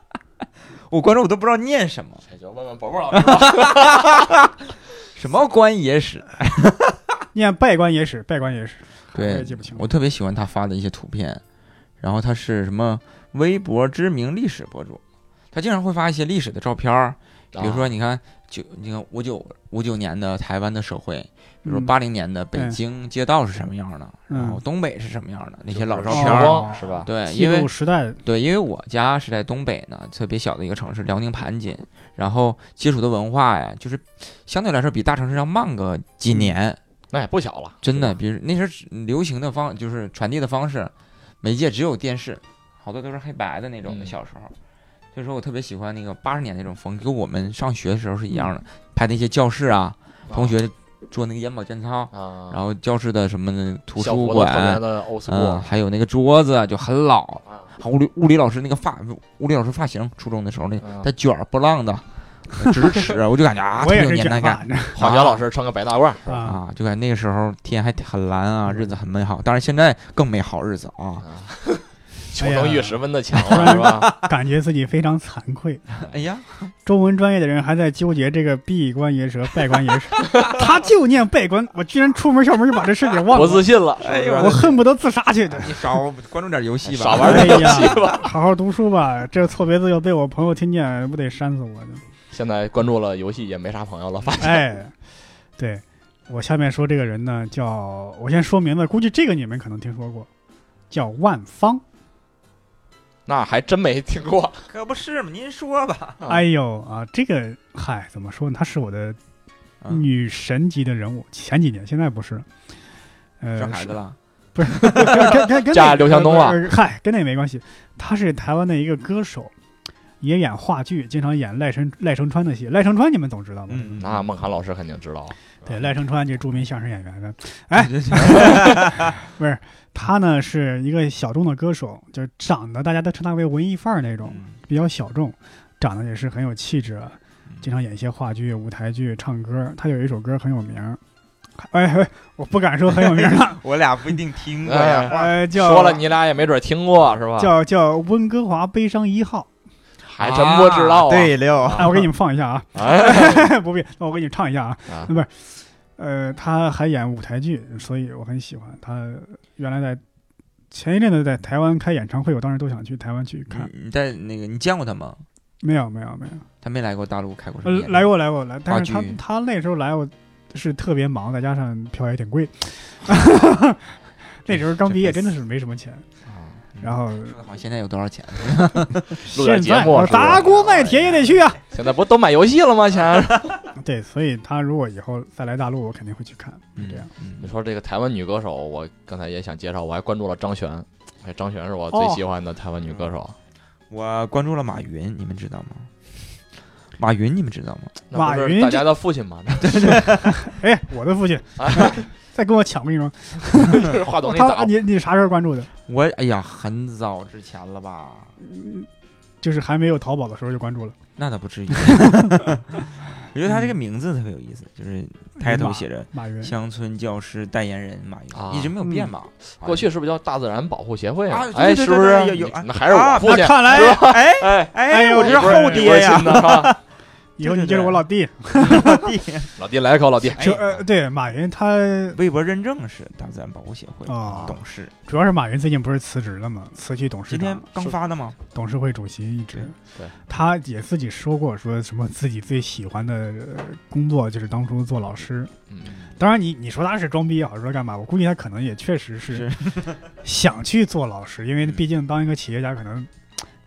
Speaker 3: *laughs* 我关注我都不知道念什么，
Speaker 2: 哎就问问伯伯老师吧。
Speaker 3: 什么关野史？
Speaker 1: 念拜官野史，拜官野史，我也
Speaker 3: 对
Speaker 1: 记不清了。
Speaker 3: 我特别喜欢他发的一些图片，然后他是什么微博知名历史博主，他经常会发一些历史的照片儿，
Speaker 1: 啊
Speaker 3: 比如说你看九，你看五九五九年的台湾的社会，比如说
Speaker 1: 嗯
Speaker 3: 八零年的北京街道是什么样的，
Speaker 1: 嗯
Speaker 3: 然后东北是什么样的
Speaker 2: 那
Speaker 3: 那些老照
Speaker 1: 是
Speaker 3: 片
Speaker 1: 时
Speaker 3: 儿。
Speaker 1: 光
Speaker 2: 啊是吧？
Speaker 3: 对，
Speaker 1: 记
Speaker 3: 因为
Speaker 1: 录时代，
Speaker 3: 对，因为我家是在东北呢，特别小的一个城市，辽宁盘锦，然后接触的文化呀，就是相对来说比大城市要慢个几年，
Speaker 2: 那也不小了，
Speaker 3: 真的，
Speaker 2: 是吧
Speaker 3: 比如那时候只流行的方就是传递的方式，媒介只有电视，好多都是黑白的那种的。
Speaker 2: 嗯
Speaker 3: 小时候，所以说我特别喜欢那个八十年那种风，跟我们上学的时候是一样的，拍的一些教室啊，同学做那个眼保健操，
Speaker 2: 啊，
Speaker 3: 然后教室的什么的图
Speaker 2: 小
Speaker 3: 书
Speaker 2: 胡子特别
Speaker 3: 馆，
Speaker 2: 的 old
Speaker 3: 嗯，
Speaker 2: school，
Speaker 3: 还有那个桌子啊就很老，
Speaker 2: 啊
Speaker 3: 还有物理物理老师那个发，物理老师发型，初中的时候那个
Speaker 2: 嗯
Speaker 3: 他卷儿波浪的，直尺，我就感觉啊，
Speaker 1: *laughs* 我
Speaker 3: 特别
Speaker 1: 也
Speaker 3: 有
Speaker 1: 是
Speaker 3: 年代
Speaker 1: 卷
Speaker 3: 感
Speaker 1: 发呢
Speaker 2: 化学老师穿个白大褂，是吧？
Speaker 1: 啊，
Speaker 3: *laughs*
Speaker 1: 嗯
Speaker 3: 啊，就感觉那个时候天还很蓝啊，日子很美好。当然现在更美好日子啊。
Speaker 2: 啊求生欲十分的强
Speaker 1: 哎
Speaker 2: 了，
Speaker 1: 呀
Speaker 2: 是
Speaker 1: *laughs*
Speaker 2: 吧？
Speaker 1: 感觉自己非常惭愧。
Speaker 3: 哎呀，
Speaker 1: 中文专业的人还在纠结这个闭关爷舌、拜关爷
Speaker 3: *laughs*
Speaker 1: 舌，他就念拜关，我居然出门校门就把这事给忘
Speaker 2: 不
Speaker 1: 了，
Speaker 2: 自信了，
Speaker 3: 哎
Speaker 2: 是
Speaker 3: 呦
Speaker 2: 不
Speaker 1: 我
Speaker 2: 是？
Speaker 1: 恨不得自杀去的。 *laughs*
Speaker 3: 你少关注点游戏吧，
Speaker 2: 少玩
Speaker 1: 哎
Speaker 2: 点游
Speaker 1: 呀
Speaker 2: 戏吧。
Speaker 1: 好好读书吧，这错别字要被我朋友听见，不得扇死我呢？
Speaker 2: 现在关注了游戏也没啥朋友了，发现
Speaker 1: 哎，对我下面说这个人呢，叫我先说名字，估计这个你们可能听说过，叫万芳。
Speaker 2: 那还真没听过。
Speaker 3: *laughs* 可不是嘛？您说吧。
Speaker 2: 啊
Speaker 1: 哎呦啊，这个嗨，怎么说呢？她是我的
Speaker 3: 嗯
Speaker 1: 女神级的人物，前几年现在不是了。呃，
Speaker 3: 生孩子了，
Speaker 1: 跟跟跟跟
Speaker 2: 嫁
Speaker 1: 那个
Speaker 2: 刘强东了
Speaker 1: 呃嗨，跟那没关系。他是台湾的一个歌手，也演话剧，经常演赖声赖声川的戏。赖声川你们总知道吧？
Speaker 3: 嗯，
Speaker 2: 那孟涵老师肯定知道，啊
Speaker 1: 对，赖声川这著名相声演员呢，哎，他呢是一个小众的歌手，就是长得大家都称他为文艺范儿那种，
Speaker 3: 嗯
Speaker 1: 比较小众，长得也是很有气质，啊经常演一些话剧、舞台剧、唱歌。他有一首歌很有名儿，哎，哎我不敢说很有名
Speaker 2: *laughs*
Speaker 1: 儿了，
Speaker 3: 我俩不一定听
Speaker 2: 过呀
Speaker 1: 呃，叫
Speaker 2: 啊说了你啊俩也没准听过，是吧？
Speaker 1: 叫叫温哥华悲伤一号。
Speaker 2: 还真不知道啊。
Speaker 3: 对了，
Speaker 1: 哎，我给你们放一下啊。
Speaker 2: *laughs*
Speaker 1: *laughs*
Speaker 2: 哎，
Speaker 1: 不必，那我给你唱一下啊。
Speaker 2: 啊
Speaker 1: 不是，呃，他还演舞台剧，所以我很喜欢他。原来在前一阵子在台湾开演唱会，我当时都想去台湾去看。
Speaker 3: 你你在那个你见过他吗？
Speaker 1: 没有，没有，没有。
Speaker 3: 他没来过大陆开过什么
Speaker 1: 呃
Speaker 3: 演，唱
Speaker 1: 来过，来过，来。但
Speaker 3: 话
Speaker 1: 是他
Speaker 3: 剧
Speaker 1: 他那时候来，我是特别忙，再加上票也挺
Speaker 2: *laughs*
Speaker 1: 贵。 *laughs* 那时候刚毕业，真的是没什么钱。然后
Speaker 3: 会？说的好像现在有
Speaker 1: *laughs*
Speaker 3: 多少钱？
Speaker 2: 录点
Speaker 1: 现
Speaker 2: 节
Speaker 1: 在
Speaker 2: 目
Speaker 1: 我
Speaker 2: 是吧
Speaker 1: 砸锅卖铁也得去啊。
Speaker 2: 现在不都买游戏了吗？钱，
Speaker 1: 对，所以他如果以后再来大陆，我肯定会去看。
Speaker 3: 嗯
Speaker 1: 这样， *laughs*
Speaker 2: 你
Speaker 3: 嗯
Speaker 2: 说这个台湾女歌手，我刚才也想介绍，我还关注了张悬，哎，张悬是我
Speaker 1: 哦
Speaker 2: 最喜欢的台湾女歌手。
Speaker 3: 我关注了马云，你们知道吗？马云，你们知道吗？
Speaker 2: 那不
Speaker 1: 马
Speaker 2: 是
Speaker 1: 云
Speaker 2: 大
Speaker 1: 这
Speaker 2: 家的父亲 *laughs* 嘛，
Speaker 1: 哎，我的父亲
Speaker 2: 啊
Speaker 1: *laughs* 再跟我抢，我跟你说，
Speaker 2: 那话筒那
Speaker 1: 他
Speaker 2: 咋？
Speaker 1: 你你啥时候关注的？
Speaker 3: 我哎呀，很早之前了吧？
Speaker 1: 就是还没有淘宝的时候就关注了。
Speaker 3: 那倒不至于。我觉得他这个名字特别有意思，就是抬头写着
Speaker 1: 马嗯
Speaker 3: “
Speaker 1: 云，
Speaker 3: 乡村教师代言人马云”，
Speaker 2: 啊嗯
Speaker 3: 一直没有变嘛。
Speaker 2: 过去是不是叫大自然保护协会
Speaker 3: 啊
Speaker 2: 哎，
Speaker 3: 对对对
Speaker 2: 是不是
Speaker 3: 对？有有
Speaker 2: 那还是我
Speaker 3: 啊
Speaker 2: 父亲。
Speaker 1: 看来
Speaker 2: 是吧
Speaker 3: 哎
Speaker 2: 哎
Speaker 1: 哎
Speaker 3: 哎，
Speaker 1: 呦
Speaker 3: 我
Speaker 1: 这
Speaker 3: 是
Speaker 1: 是
Speaker 3: 后爹呀，
Speaker 2: 呢，是吧
Speaker 1: 以后你就是我老弟。
Speaker 3: 弟。
Speaker 2: 老弟来一口，老弟。哎
Speaker 1: 就呃，对，马云他
Speaker 3: *laughs* 微博认证是大自然保护协会
Speaker 1: 哦
Speaker 3: 董事，
Speaker 1: 主要是马云最近不是辞职了吗？辞去董事
Speaker 3: 今天
Speaker 1: 长、
Speaker 3: 刚发的吗？
Speaker 1: 董事会主席一职。
Speaker 2: 对对
Speaker 1: 他也自己说过，说什么自己最喜欢的呃工作就是当初做老师。
Speaker 2: 嗯，
Speaker 1: 当然你，你说他是装逼也好，说干嘛，我估计他可能也确实是想去做老师，因为毕竟当一个企业家可能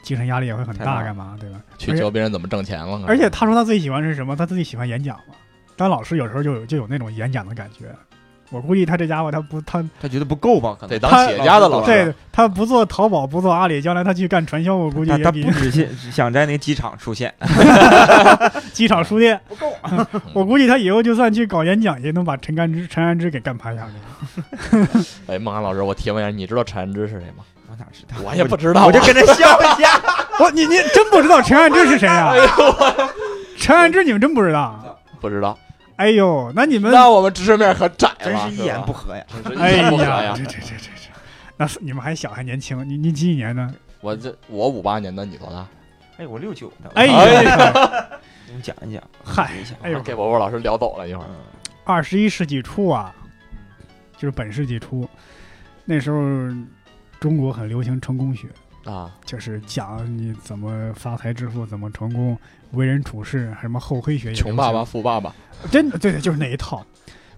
Speaker 1: 精神压力也会很
Speaker 3: 太
Speaker 1: 大，
Speaker 3: 大
Speaker 1: 干嘛对吧？
Speaker 2: 去
Speaker 1: 而且
Speaker 2: 教别人怎么挣钱了。
Speaker 1: 而且他说他最喜欢是什么？他自己喜欢演讲嘛。当老师有时候就有就有那种演讲的感觉。我估计他这家伙他不他
Speaker 3: 他觉得不够吧？可
Speaker 2: 得
Speaker 3: 能
Speaker 2: 当企业家的老师，啊
Speaker 1: 对他不做淘宝不做阿里，将来他去干传销，我估计
Speaker 3: 他
Speaker 1: 也
Speaker 3: 他
Speaker 1: 比
Speaker 3: 不只是只想在那个机场出现，
Speaker 1: 机场书店。
Speaker 3: 不够。
Speaker 2: 嗯
Speaker 1: 我估计他以后就算去搞演讲，也能把陈干之陈安之给干趴下去。
Speaker 2: 哎，孟涵老师，我提问一下，你知道陈安之是谁
Speaker 1: *laughs*
Speaker 2: 吗？
Speaker 3: *laughs* 我哪知道？
Speaker 2: 我也不知道啊，
Speaker 3: 我就跟着笑一下。
Speaker 1: 我哦你你真不知道陈安之是谁啊？陈安之你们真不知道？
Speaker 2: 不知道。
Speaker 1: 哎呦，那你们
Speaker 2: 那我们知识面可窄了，
Speaker 3: 真是一言不
Speaker 2: 吧
Speaker 3: 合呀！
Speaker 2: 真是一
Speaker 1: 哎
Speaker 2: 言不啊合
Speaker 1: 呀，
Speaker 2: 呀
Speaker 1: 这！这这这这，那是你们还小还年轻，你你几几年呢？
Speaker 2: 我这我五八年的，你多大？
Speaker 3: 哎，我六九的。
Speaker 1: 哎
Speaker 2: 哎
Speaker 1: 呀，
Speaker 3: 你们讲一讲，
Speaker 1: 嗨
Speaker 3: 一下
Speaker 1: 哎呦
Speaker 2: 给伯伯老师聊走了一会儿。
Speaker 3: 嗯
Speaker 1: 二十一世纪初啊，就是本世纪初，那时候中国很流行成功学，
Speaker 2: 啊，
Speaker 1: 就是讲你怎么发财致富，怎么成功，为人处事，什么厚黑学也流行
Speaker 2: 穷爸爸，富爸爸，
Speaker 1: 真的对对，就是那一套。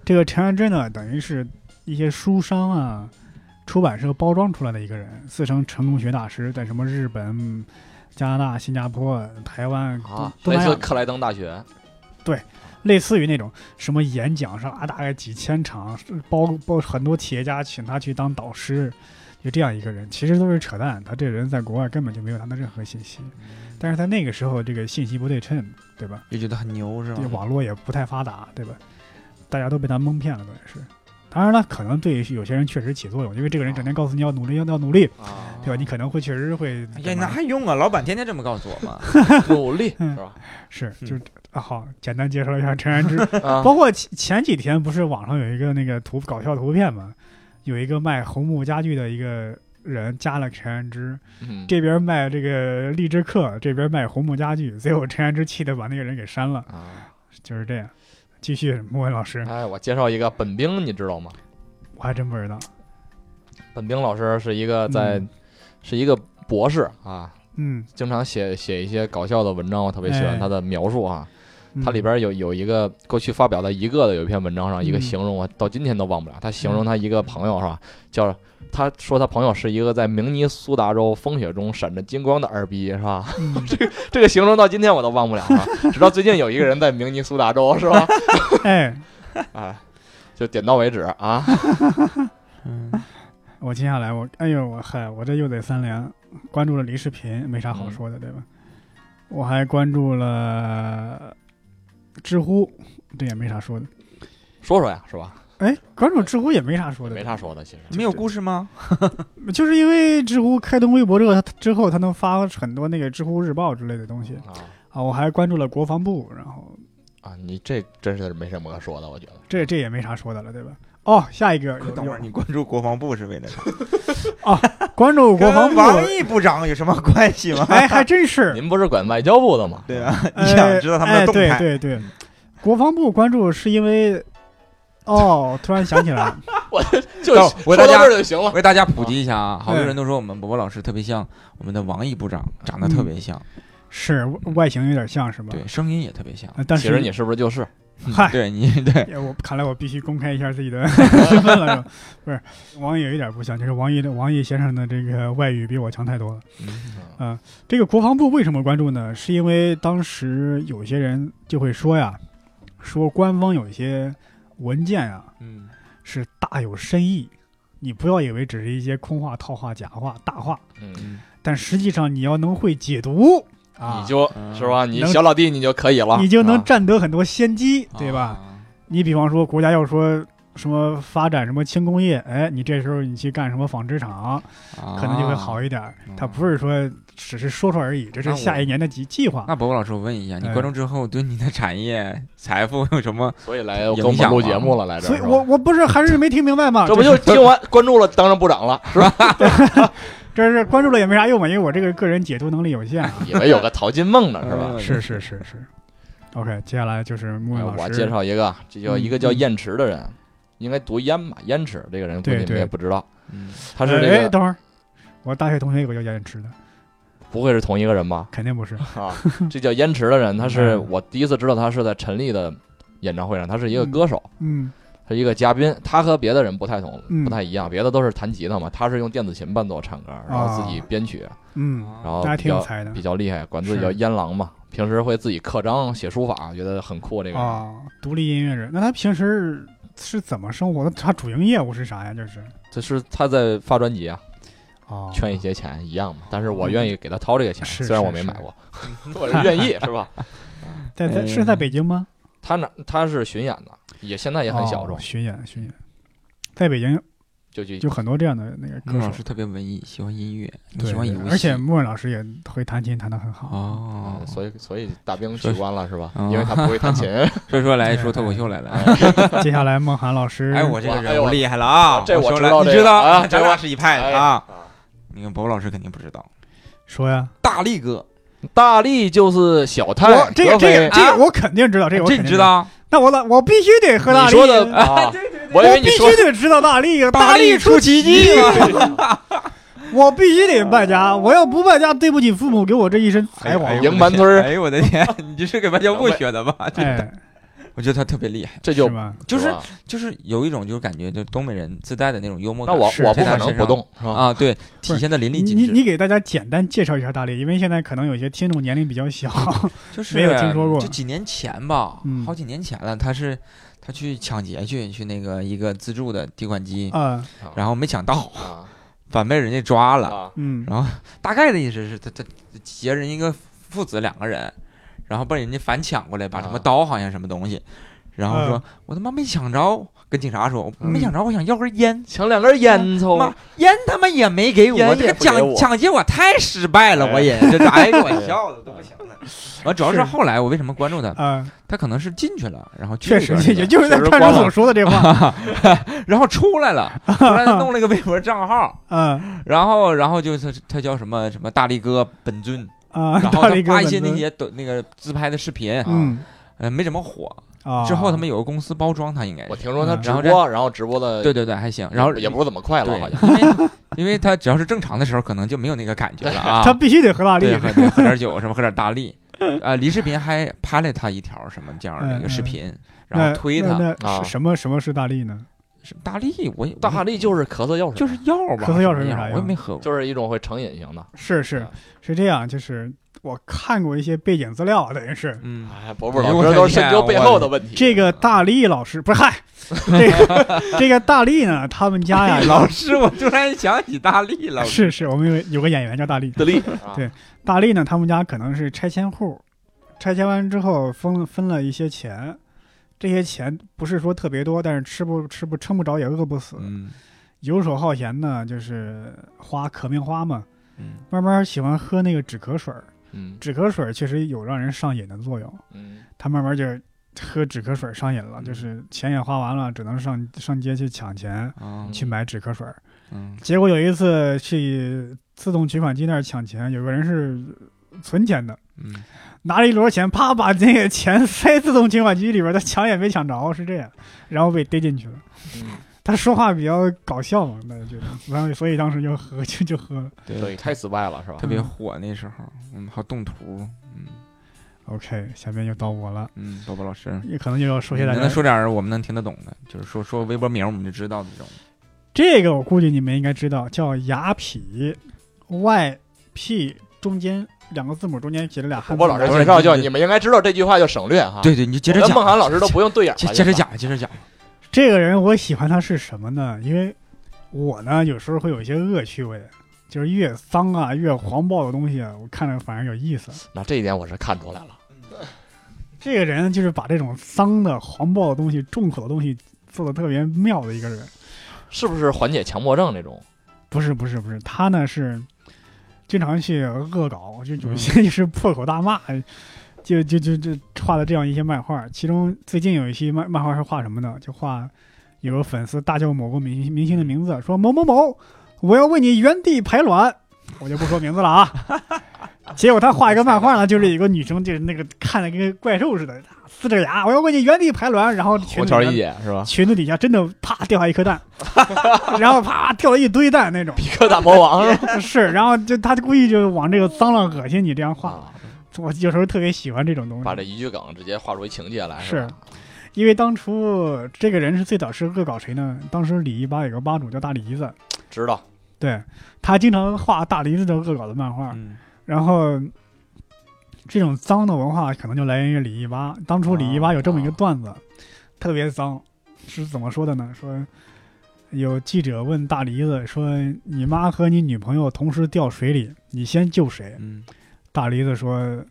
Speaker 1: 这个陈安之呢，等于是一些书商啊、出版社包装出来的一个人，自称成功学大师，在什么日本、加拿大、新加坡、台湾、
Speaker 2: 啊，
Speaker 1: 东
Speaker 2: 类
Speaker 1: 南亚
Speaker 2: 似克莱登大学，
Speaker 1: 类似于那种什么演讲上啊，大概几千场，包包很多企业家请他去当导师，就这样一个人，其实都是扯淡。他这人在国外根本就没有他的任何信息，但是他那个时候这个信息不对称，对吧？
Speaker 3: 就觉得很牛是
Speaker 1: 这
Speaker 3: 吧？
Speaker 1: 网络也不太发达，对吧？大家都被他蒙骗了，等于是。当然了，可能对有些人确实起作用，因为这个人整天告诉你要努力，要要努力，
Speaker 2: 啊，
Speaker 1: *laughs* 对吧？你可能会确实会
Speaker 3: 嗯哎呀，
Speaker 1: 干嘛
Speaker 3: 那还用啊？老板天天这么告诉
Speaker 1: *laughs*
Speaker 3: 我嘛。
Speaker 2: 努力是吧？
Speaker 1: 是
Speaker 3: 嗯
Speaker 1: 就啊好，简单介绍一下陈
Speaker 3: *laughs*
Speaker 1: 安之，
Speaker 2: 啊，
Speaker 1: 包括前前几天不是网上有一个那个图搞笑图片嘛，有一个卖红木家具的一个人加了陈安之，
Speaker 2: 嗯
Speaker 1: 这边卖这个荔枝课，这边卖红木家具，最后陈安之气得把那个人给删了，
Speaker 2: 啊，
Speaker 1: 就是这样。继续，莫文老师，
Speaker 2: 哎，我介绍一个本兵，你知道吗？
Speaker 1: 我还真不知道。
Speaker 2: 本兵老师是一个呃在
Speaker 1: 嗯，
Speaker 2: 是一个博士啊，
Speaker 1: 嗯，
Speaker 2: 经常写写一些搞笑的文章，我特别喜
Speaker 1: 哎
Speaker 2: 欢他的描述啊。
Speaker 1: 嗯
Speaker 2: 它里边有有一个过去发表的一个的有一篇文章上，一个
Speaker 1: 嗯
Speaker 2: 形容我到今天都忘不了。他形容他一个朋友是吧，叫他说他朋友是一个在明尼苏达州风雪中闪着金光的二逼是
Speaker 3: *laughs*
Speaker 2: 吧？
Speaker 1: 嗯
Speaker 2: *laughs* 这个形容到今天我都忘不了啊！直到最近有一个人在明尼苏达州是吧？
Speaker 1: 哎，
Speaker 2: 哎，就点到为止
Speaker 3: *laughs*
Speaker 2: 啊。
Speaker 1: *laughs*
Speaker 3: 嗯，
Speaker 1: 我接下来我哎呦我嗨，我这又得三连，关注了黎世平，没啥好
Speaker 2: 嗯
Speaker 1: 说的，对吧？我还关注了知乎，这也没啥说的。
Speaker 2: 说说呀，是吧？
Speaker 1: 哎，关注知乎也没啥说的，
Speaker 2: 没啥说的，其实
Speaker 3: 没有故事吗？
Speaker 1: 就是因为知乎开通微博这个之后，它能发很多那个知乎日报之类的东西
Speaker 2: 啊
Speaker 1: 啊。我还关注了国防部，然后
Speaker 2: 啊！你这真是没什么可说的，我觉得。
Speaker 1: 这这也没啥说的了，对吧？哦，下一个有
Speaker 3: 等会儿
Speaker 1: 有
Speaker 3: 你关注国防部是为了啥？
Speaker 1: 关注国防
Speaker 3: 跟王
Speaker 1: 部，
Speaker 3: 毅部长有什么关系
Speaker 1: *laughs*
Speaker 3: 吗？
Speaker 1: 哎，还真
Speaker 2: *laughs*
Speaker 1: 是
Speaker 2: 您不是管外交部的吗？
Speaker 3: 对啊，
Speaker 1: 哎
Speaker 3: *laughs* 你想知道他们的动
Speaker 1: 哎、
Speaker 3: 态？
Speaker 1: 对对对，国防部关注是因为，哦，突然想起来了，
Speaker 2: 就
Speaker 3: 到
Speaker 2: 说
Speaker 3: 我
Speaker 2: 到
Speaker 3: 大
Speaker 2: 这
Speaker 3: 家
Speaker 2: 儿就行了。
Speaker 3: 为大家普及一下啊，好多
Speaker 1: 哎
Speaker 3: 人都说我们博博老师特别像我们的王毅部长，长得特别像，
Speaker 1: 是外形有点像是吧？
Speaker 3: 对，声音也特别像。
Speaker 1: 呃但
Speaker 2: 其
Speaker 1: 是
Speaker 2: 实你是不是就是
Speaker 1: 嗨。
Speaker 3: 对你对，
Speaker 1: 也我看来我必须公开一下自己的 *laughs* 身份了，是吧？不是，王毅有一点不像，就是王毅的王毅先生的这个外语比我强太多了。
Speaker 3: 嗯
Speaker 1: 这个国防部为什么关注呢？是因为当时有些人就会说呀，说官方有一些文件啊
Speaker 3: 嗯，
Speaker 1: 是大有深意，你不要以为只是一些空话、套话、假话、大话，
Speaker 2: 嗯。
Speaker 1: 但实际上你要能会解读啊，
Speaker 2: 你就
Speaker 3: 嗯
Speaker 2: 是吧，你
Speaker 1: 能
Speaker 2: 小老弟你就可以了，
Speaker 1: 你就能
Speaker 2: 啊
Speaker 1: 占得很多先机，对吧？
Speaker 3: 啊？
Speaker 1: 你比方说国家要说什么发展什么轻工业，哎，你这时候你去干什么纺织
Speaker 2: 啊
Speaker 1: 厂，
Speaker 3: 啊
Speaker 1: 可能就会好
Speaker 3: 一。
Speaker 1: 一点儿。
Speaker 2: 嗯
Speaker 3: 啊
Speaker 1: 它不是说只是说说而已，这
Speaker 3: 那
Speaker 1: 是
Speaker 3: 我
Speaker 1: 下一年的计计划。
Speaker 3: 啊那博博老师，我问一下，你
Speaker 1: 哎
Speaker 3: 关注之后对你的产业财富有什么？
Speaker 2: 所以来跟我
Speaker 3: 影
Speaker 2: 们
Speaker 3: 响
Speaker 2: 录
Speaker 3: 嘛
Speaker 2: 节目了，来这儿
Speaker 1: 所以
Speaker 2: 是吧
Speaker 1: 我我不是还是没听明白吗？
Speaker 2: 这不就听完关注了，当上部长
Speaker 1: *laughs*
Speaker 2: 了，是吧？
Speaker 1: 这是关注了也没啥用嘛，因为我这个个人解读能力有限啊。
Speaker 2: 以为有个淘金梦呢，是吧？
Speaker 3: 嗯
Speaker 1: 是是是是。OK，接下来就是 *laughs* 木
Speaker 2: 哎
Speaker 1: 文老师。
Speaker 2: 我介绍一个，这叫
Speaker 1: 嗯
Speaker 2: 一个叫燕池的人，应该读燕吧？燕池这个人估计
Speaker 1: 对
Speaker 2: 你们
Speaker 1: 对
Speaker 2: 也不知道，
Speaker 3: 嗯，
Speaker 2: 他是
Speaker 1: 哎，
Speaker 2: 这个
Speaker 1: 等会儿，我大学同学有个叫燕池的，
Speaker 2: 不会是同一个人吧？
Speaker 1: 肯定不是。
Speaker 2: 啊，这叫燕池的人，他是
Speaker 1: 哎嗯
Speaker 2: 我第一次知道他是在陈粒的演唱会上，他是一个
Speaker 1: 嗯
Speaker 2: 歌手，
Speaker 1: 嗯
Speaker 2: 他是一个嘉宾，他和别的人不太同
Speaker 1: 嗯，
Speaker 2: 不太一样，别的都是弹吉他嘛，他是用电子琴伴奏唱歌，然后自己编曲，
Speaker 1: 嗯，
Speaker 2: 然后
Speaker 1: 啊大家
Speaker 2: 哦比
Speaker 1: 挺有
Speaker 2: 较
Speaker 1: 才的
Speaker 2: 比较厉害，管自己
Speaker 1: 是
Speaker 2: 叫烟狼嘛。平时会自己刻章、写书法，觉得很酷。这个人、
Speaker 1: 啊，独立音乐人。那他平时是怎么生活的？他主营业务是啥呀？就是
Speaker 2: 这是他在发专辑啊，
Speaker 1: 哦，
Speaker 2: 圈一些钱一样嘛。但是我愿意给他掏这个钱，
Speaker 1: 嗯是
Speaker 2: 虽然
Speaker 1: 是
Speaker 2: 我没
Speaker 1: 是
Speaker 2: 买过， *laughs* 我是愿意，是吧？
Speaker 1: 在
Speaker 3: 嗯
Speaker 1: 在是在北京吗？
Speaker 2: 他哪他是巡演的，也现在也很小众
Speaker 1: 哦，巡演巡演，在北京
Speaker 2: 就去
Speaker 1: 就很多这样的那个
Speaker 3: 穆
Speaker 1: 歌
Speaker 3: 老
Speaker 1: 手
Speaker 3: 师。特别文艺，喜欢音乐，你
Speaker 1: 对
Speaker 3: 喜欢游
Speaker 1: 对
Speaker 3: 戏，
Speaker 1: 而且莫文老师也会弹琴，弹得很好。
Speaker 3: 哦
Speaker 2: 嗯，所以所以大兵取
Speaker 3: 说
Speaker 2: 关了是吧？
Speaker 3: 啊
Speaker 1: 嗯
Speaker 2: 因为他不会弹
Speaker 1: *laughs*
Speaker 2: 琴，
Speaker 3: 所以说来说脱口秀来了。
Speaker 1: *laughs*
Speaker 3: 啊
Speaker 1: 接下来，孟涵老师，
Speaker 3: 哎，我这个
Speaker 2: 哎
Speaker 3: 人
Speaker 2: 呦
Speaker 3: 物厉害了啊！
Speaker 2: 这我
Speaker 3: 说
Speaker 2: 知
Speaker 3: 了
Speaker 2: 道
Speaker 3: 你
Speaker 2: 这
Speaker 3: 知
Speaker 2: 个
Speaker 3: 道
Speaker 2: 啊
Speaker 3: 你
Speaker 2: 这
Speaker 3: 咱俩
Speaker 2: 我
Speaker 3: 是一派
Speaker 2: 哎
Speaker 3: 的啊。
Speaker 2: 啊
Speaker 3: 你看博老师肯定不知道，
Speaker 1: 说呀，
Speaker 3: 大力哥，
Speaker 2: 大力就是小泰，
Speaker 1: 我这个
Speaker 2: 德
Speaker 1: 这个
Speaker 2: 飞
Speaker 1: 这个我肯定知道，这个我
Speaker 3: 这
Speaker 1: 肯
Speaker 3: 你
Speaker 1: 定
Speaker 3: 知？道？
Speaker 1: 那我老我必须得喝大力。
Speaker 2: 你
Speaker 1: *laughs*
Speaker 2: 说的啊，我以
Speaker 1: 我
Speaker 2: 为你
Speaker 1: 必
Speaker 2: 说
Speaker 1: 须得知道大力，
Speaker 3: 大
Speaker 1: 力
Speaker 3: 力
Speaker 1: 出
Speaker 3: 出
Speaker 1: 奇迹
Speaker 3: 奇迹
Speaker 1: *laughs* 我必须得败家，我要不败家，对不起父母给我这一身
Speaker 3: 哎
Speaker 1: 才
Speaker 3: 呦
Speaker 1: 华
Speaker 3: 哎。呦
Speaker 2: 营
Speaker 3: 我的
Speaker 2: 盘
Speaker 3: 天
Speaker 2: 村儿
Speaker 3: 哎呦我的天，你这是给外交部学的吧？这
Speaker 1: 哎，
Speaker 3: 我觉得他特别厉害，
Speaker 2: 这就是
Speaker 1: 吧？
Speaker 3: 就是是
Speaker 2: 吧
Speaker 3: 就是有一种就是感觉，就东北人自带的那种幽默
Speaker 2: 那
Speaker 3: 感。
Speaker 2: 我
Speaker 1: 是
Speaker 2: 我
Speaker 3: 在
Speaker 2: 不
Speaker 3: 他
Speaker 2: 可能
Speaker 3: 身
Speaker 2: 不
Speaker 3: 上
Speaker 2: 动是吧？
Speaker 3: 啊，对，
Speaker 1: 不
Speaker 3: 体
Speaker 1: 是
Speaker 3: 现的淋漓
Speaker 1: 你
Speaker 3: 尽
Speaker 1: 你
Speaker 3: 致。
Speaker 1: 你给大家简单介绍一下大力，因为现在可能有些听众年龄比较
Speaker 3: *laughs*
Speaker 1: 小，
Speaker 3: 就是
Speaker 1: 没有听说过
Speaker 3: 就几年前吧
Speaker 1: 嗯，
Speaker 3: 好几年前了，他是他去抢劫去，去那个一个自助的提款机，
Speaker 1: 啊，
Speaker 3: 然后没抢到，
Speaker 2: 啊
Speaker 3: 反被人家抓了。
Speaker 2: 啊
Speaker 1: 嗯
Speaker 3: 然后大概的意思是他他劫人一个父子两个人，然后被人家反抢过来，把什么
Speaker 2: 啊
Speaker 3: 刀好像什么东西，然后说、
Speaker 1: 嗯
Speaker 3: 我他妈没抢着，跟警察说我
Speaker 1: 嗯
Speaker 3: 没抢着，我想要根烟。
Speaker 2: 抢两根烟抽，
Speaker 3: 妈，烟他妈也没给
Speaker 2: 哦烟
Speaker 3: 我，
Speaker 2: 也
Speaker 3: 这个
Speaker 2: 不给
Speaker 3: 抢
Speaker 2: 我
Speaker 3: 抢劫我太失败了，
Speaker 2: 哎
Speaker 3: 我也这是哎给我笑的都不行了。完，主要是
Speaker 1: 是
Speaker 3: 后来我为什么关注他？
Speaker 1: 啊，
Speaker 3: 他可能是进去了，然后去
Speaker 1: 确
Speaker 3: 里
Speaker 1: 实
Speaker 3: 边儿，
Speaker 1: 也
Speaker 3: 了
Speaker 1: 就是在
Speaker 2: 确实
Speaker 1: 看守
Speaker 2: 光
Speaker 1: 所
Speaker 2: 了
Speaker 1: 说的这
Speaker 3: *laughs*
Speaker 1: 话，
Speaker 3: 然后出来
Speaker 1: *laughs*
Speaker 3: 了，后来他弄了个微博账号，
Speaker 1: 嗯
Speaker 3: 然后然后就是他叫什么什么大力哥本尊，
Speaker 1: *laughs* 啊，
Speaker 3: 然后
Speaker 1: 大
Speaker 3: 他
Speaker 1: 力哥
Speaker 3: 发一
Speaker 1: 本
Speaker 3: 些那
Speaker 1: 尊
Speaker 3: 些抖那个自拍的视频，
Speaker 1: 嗯
Speaker 3: 呃，没怎么火。
Speaker 1: 啊，
Speaker 3: 之后他们有个公司包装他，应该
Speaker 2: 我
Speaker 3: 是。
Speaker 2: 听说他
Speaker 1: 嗯
Speaker 2: 直
Speaker 3: 然后
Speaker 2: 播，然后直播的
Speaker 3: 对对对，还行。然后
Speaker 2: 也不怎么快乐，
Speaker 3: 对
Speaker 2: 好
Speaker 3: *laughs*
Speaker 2: 像，
Speaker 3: 因为因为他只要是正常的时候，可能就没有那个感觉了啊。
Speaker 1: 他必须得和 *laughs* 大力
Speaker 3: 对，，喝点喝点酒，什么喝点大力。呃，黎世民还拍了他一条什么这样的一个视频，然
Speaker 1: 嗯那
Speaker 3: 后推
Speaker 1: 那
Speaker 3: 他。
Speaker 1: 那
Speaker 2: 啊
Speaker 1: 是什么什么是大力呢？
Speaker 3: 是大力，我也
Speaker 2: 大力就是咳嗽药水，
Speaker 3: 就是药吧，
Speaker 1: 咳嗽药水
Speaker 3: 什
Speaker 1: 是
Speaker 3: 么
Speaker 1: 啥呀
Speaker 3: 我也没喝过。
Speaker 2: 就是一种会成瘾型的，
Speaker 1: 是是
Speaker 3: 啊
Speaker 1: 是这样，就是我看过一些背景资料，等于是
Speaker 3: *laughs* 嗯，
Speaker 2: 哎，伯伯老师都
Speaker 3: 我
Speaker 2: 是深究背后的问题。
Speaker 1: 这个大力老师不是嗨，这个 *laughs* 这个大力呢，他们家呀
Speaker 3: *laughs* 哎老师，我突然想起大力了。
Speaker 1: 是是，我们有有个演员叫大力，
Speaker 2: 的力，啊
Speaker 1: 对大力呢，他们家可能是拆迁户，拆迁完之后分分了一些钱，这些钱不是说特别多，但是吃不吃不撑不着也饿不死，
Speaker 3: 嗯
Speaker 1: 游手好闲呢，就是花可命花嘛，
Speaker 3: 嗯，
Speaker 1: 慢慢喜欢喝那个止咳水儿，
Speaker 2: 嗯
Speaker 1: 止咳水儿确实有让人上瘾的作用，
Speaker 2: 嗯，
Speaker 1: 他慢慢就喝止咳水上瘾
Speaker 3: 嗯
Speaker 1: 了，就是钱也花完了，只能上上街去抢钱
Speaker 3: 啊
Speaker 1: 去买止咳水。
Speaker 3: 嗯
Speaker 1: 结果有一次去自动取款机那儿抢钱，有个人是存钱的，
Speaker 3: 嗯。
Speaker 1: 拿了一摞钱，啪把那个钱塞自动取款机里边，他抢也没抢着，是这样，然后被逮进去了。
Speaker 2: 嗯
Speaker 1: 他说话比较搞笑嘛，那就然后所以当时就喝 *laughs* 就就喝了。
Speaker 2: 对，太失败了是吧
Speaker 3: 特？别火那时候，嗯，还有动图，嗯
Speaker 1: OK，下面又到我了，
Speaker 3: 嗯，宝宝老师，
Speaker 1: 也可能又要说些大
Speaker 3: 你
Speaker 1: 家
Speaker 3: 能说点儿我们能听得懂的，就是说说微博名我们就知道的这种，啊
Speaker 1: 这个我估计你们应该知道，叫雅痞，Y P 中间两个字母中间写了俩汉
Speaker 2: 伯
Speaker 1: 字。
Speaker 2: 伯老师介绍就你们应该知道这句话就省略哈。
Speaker 3: 对对，你就接着
Speaker 2: 我跟，
Speaker 3: 讲
Speaker 2: 孟涵老师都不用对眼了
Speaker 3: 接接着，讲，接着讲，
Speaker 1: 这个人我喜欢他是什么呢？因为我呢有时候会有一些恶趣味，就是越脏啊越黄暴的东西啊，我看着反而有意思。
Speaker 2: 那这一点我是看出来了。
Speaker 1: 这个人就是把这种脏的、黄暴的东西、重口的东西做的特别妙的一个人。
Speaker 2: 是不是缓解强迫症那种？
Speaker 1: 不是不是不是，他呢是经常去恶搞，就有些就是破口大骂，就就就就画的这样一些漫画。其中最近有一期漫漫画是画什么呢？就画有个粉丝大叫某个明明星的名字，说某某某，我要为你原地排卵。我就不说名字了啊。结果他画一个漫画呢，就是有一个女生，就是那个看着跟怪兽似的，呲着牙，我要为你原地排卵。然后
Speaker 2: 红
Speaker 1: 群
Speaker 2: 桥
Speaker 1: 里
Speaker 2: 一啊
Speaker 1: 面
Speaker 2: 姐是吧？
Speaker 1: 裙子底下真的啪掉下一颗蛋，然后啪掉了一堆蛋那种。
Speaker 2: 匹克大魔王 *laughs* 是
Speaker 1: *laughs*
Speaker 2: 吧？
Speaker 1: 是，然后就他故意就往这个脏了恶心你这样画，
Speaker 2: 啊
Speaker 1: 我有时候特别喜欢这种东
Speaker 2: 把这
Speaker 1: 西，
Speaker 2: 一句梗直接画出一情节来吧？
Speaker 1: 因为当初这个人是最早是恶搞谁呢？当时李一吧有个吧主叫大梨子，
Speaker 2: 知道
Speaker 1: 对他经常画大梨子的恶搞的漫画，
Speaker 3: 嗯，
Speaker 1: 然后这种脏的文化可能就来源于李一吧。当初
Speaker 2: 啊
Speaker 1: 李一吧有这么一个段子，特别脏，是怎么说的呢？说有记者问大梨子说：“你妈和你女朋友同时掉水里，你先救谁？”
Speaker 3: 嗯
Speaker 1: 大梨子说：“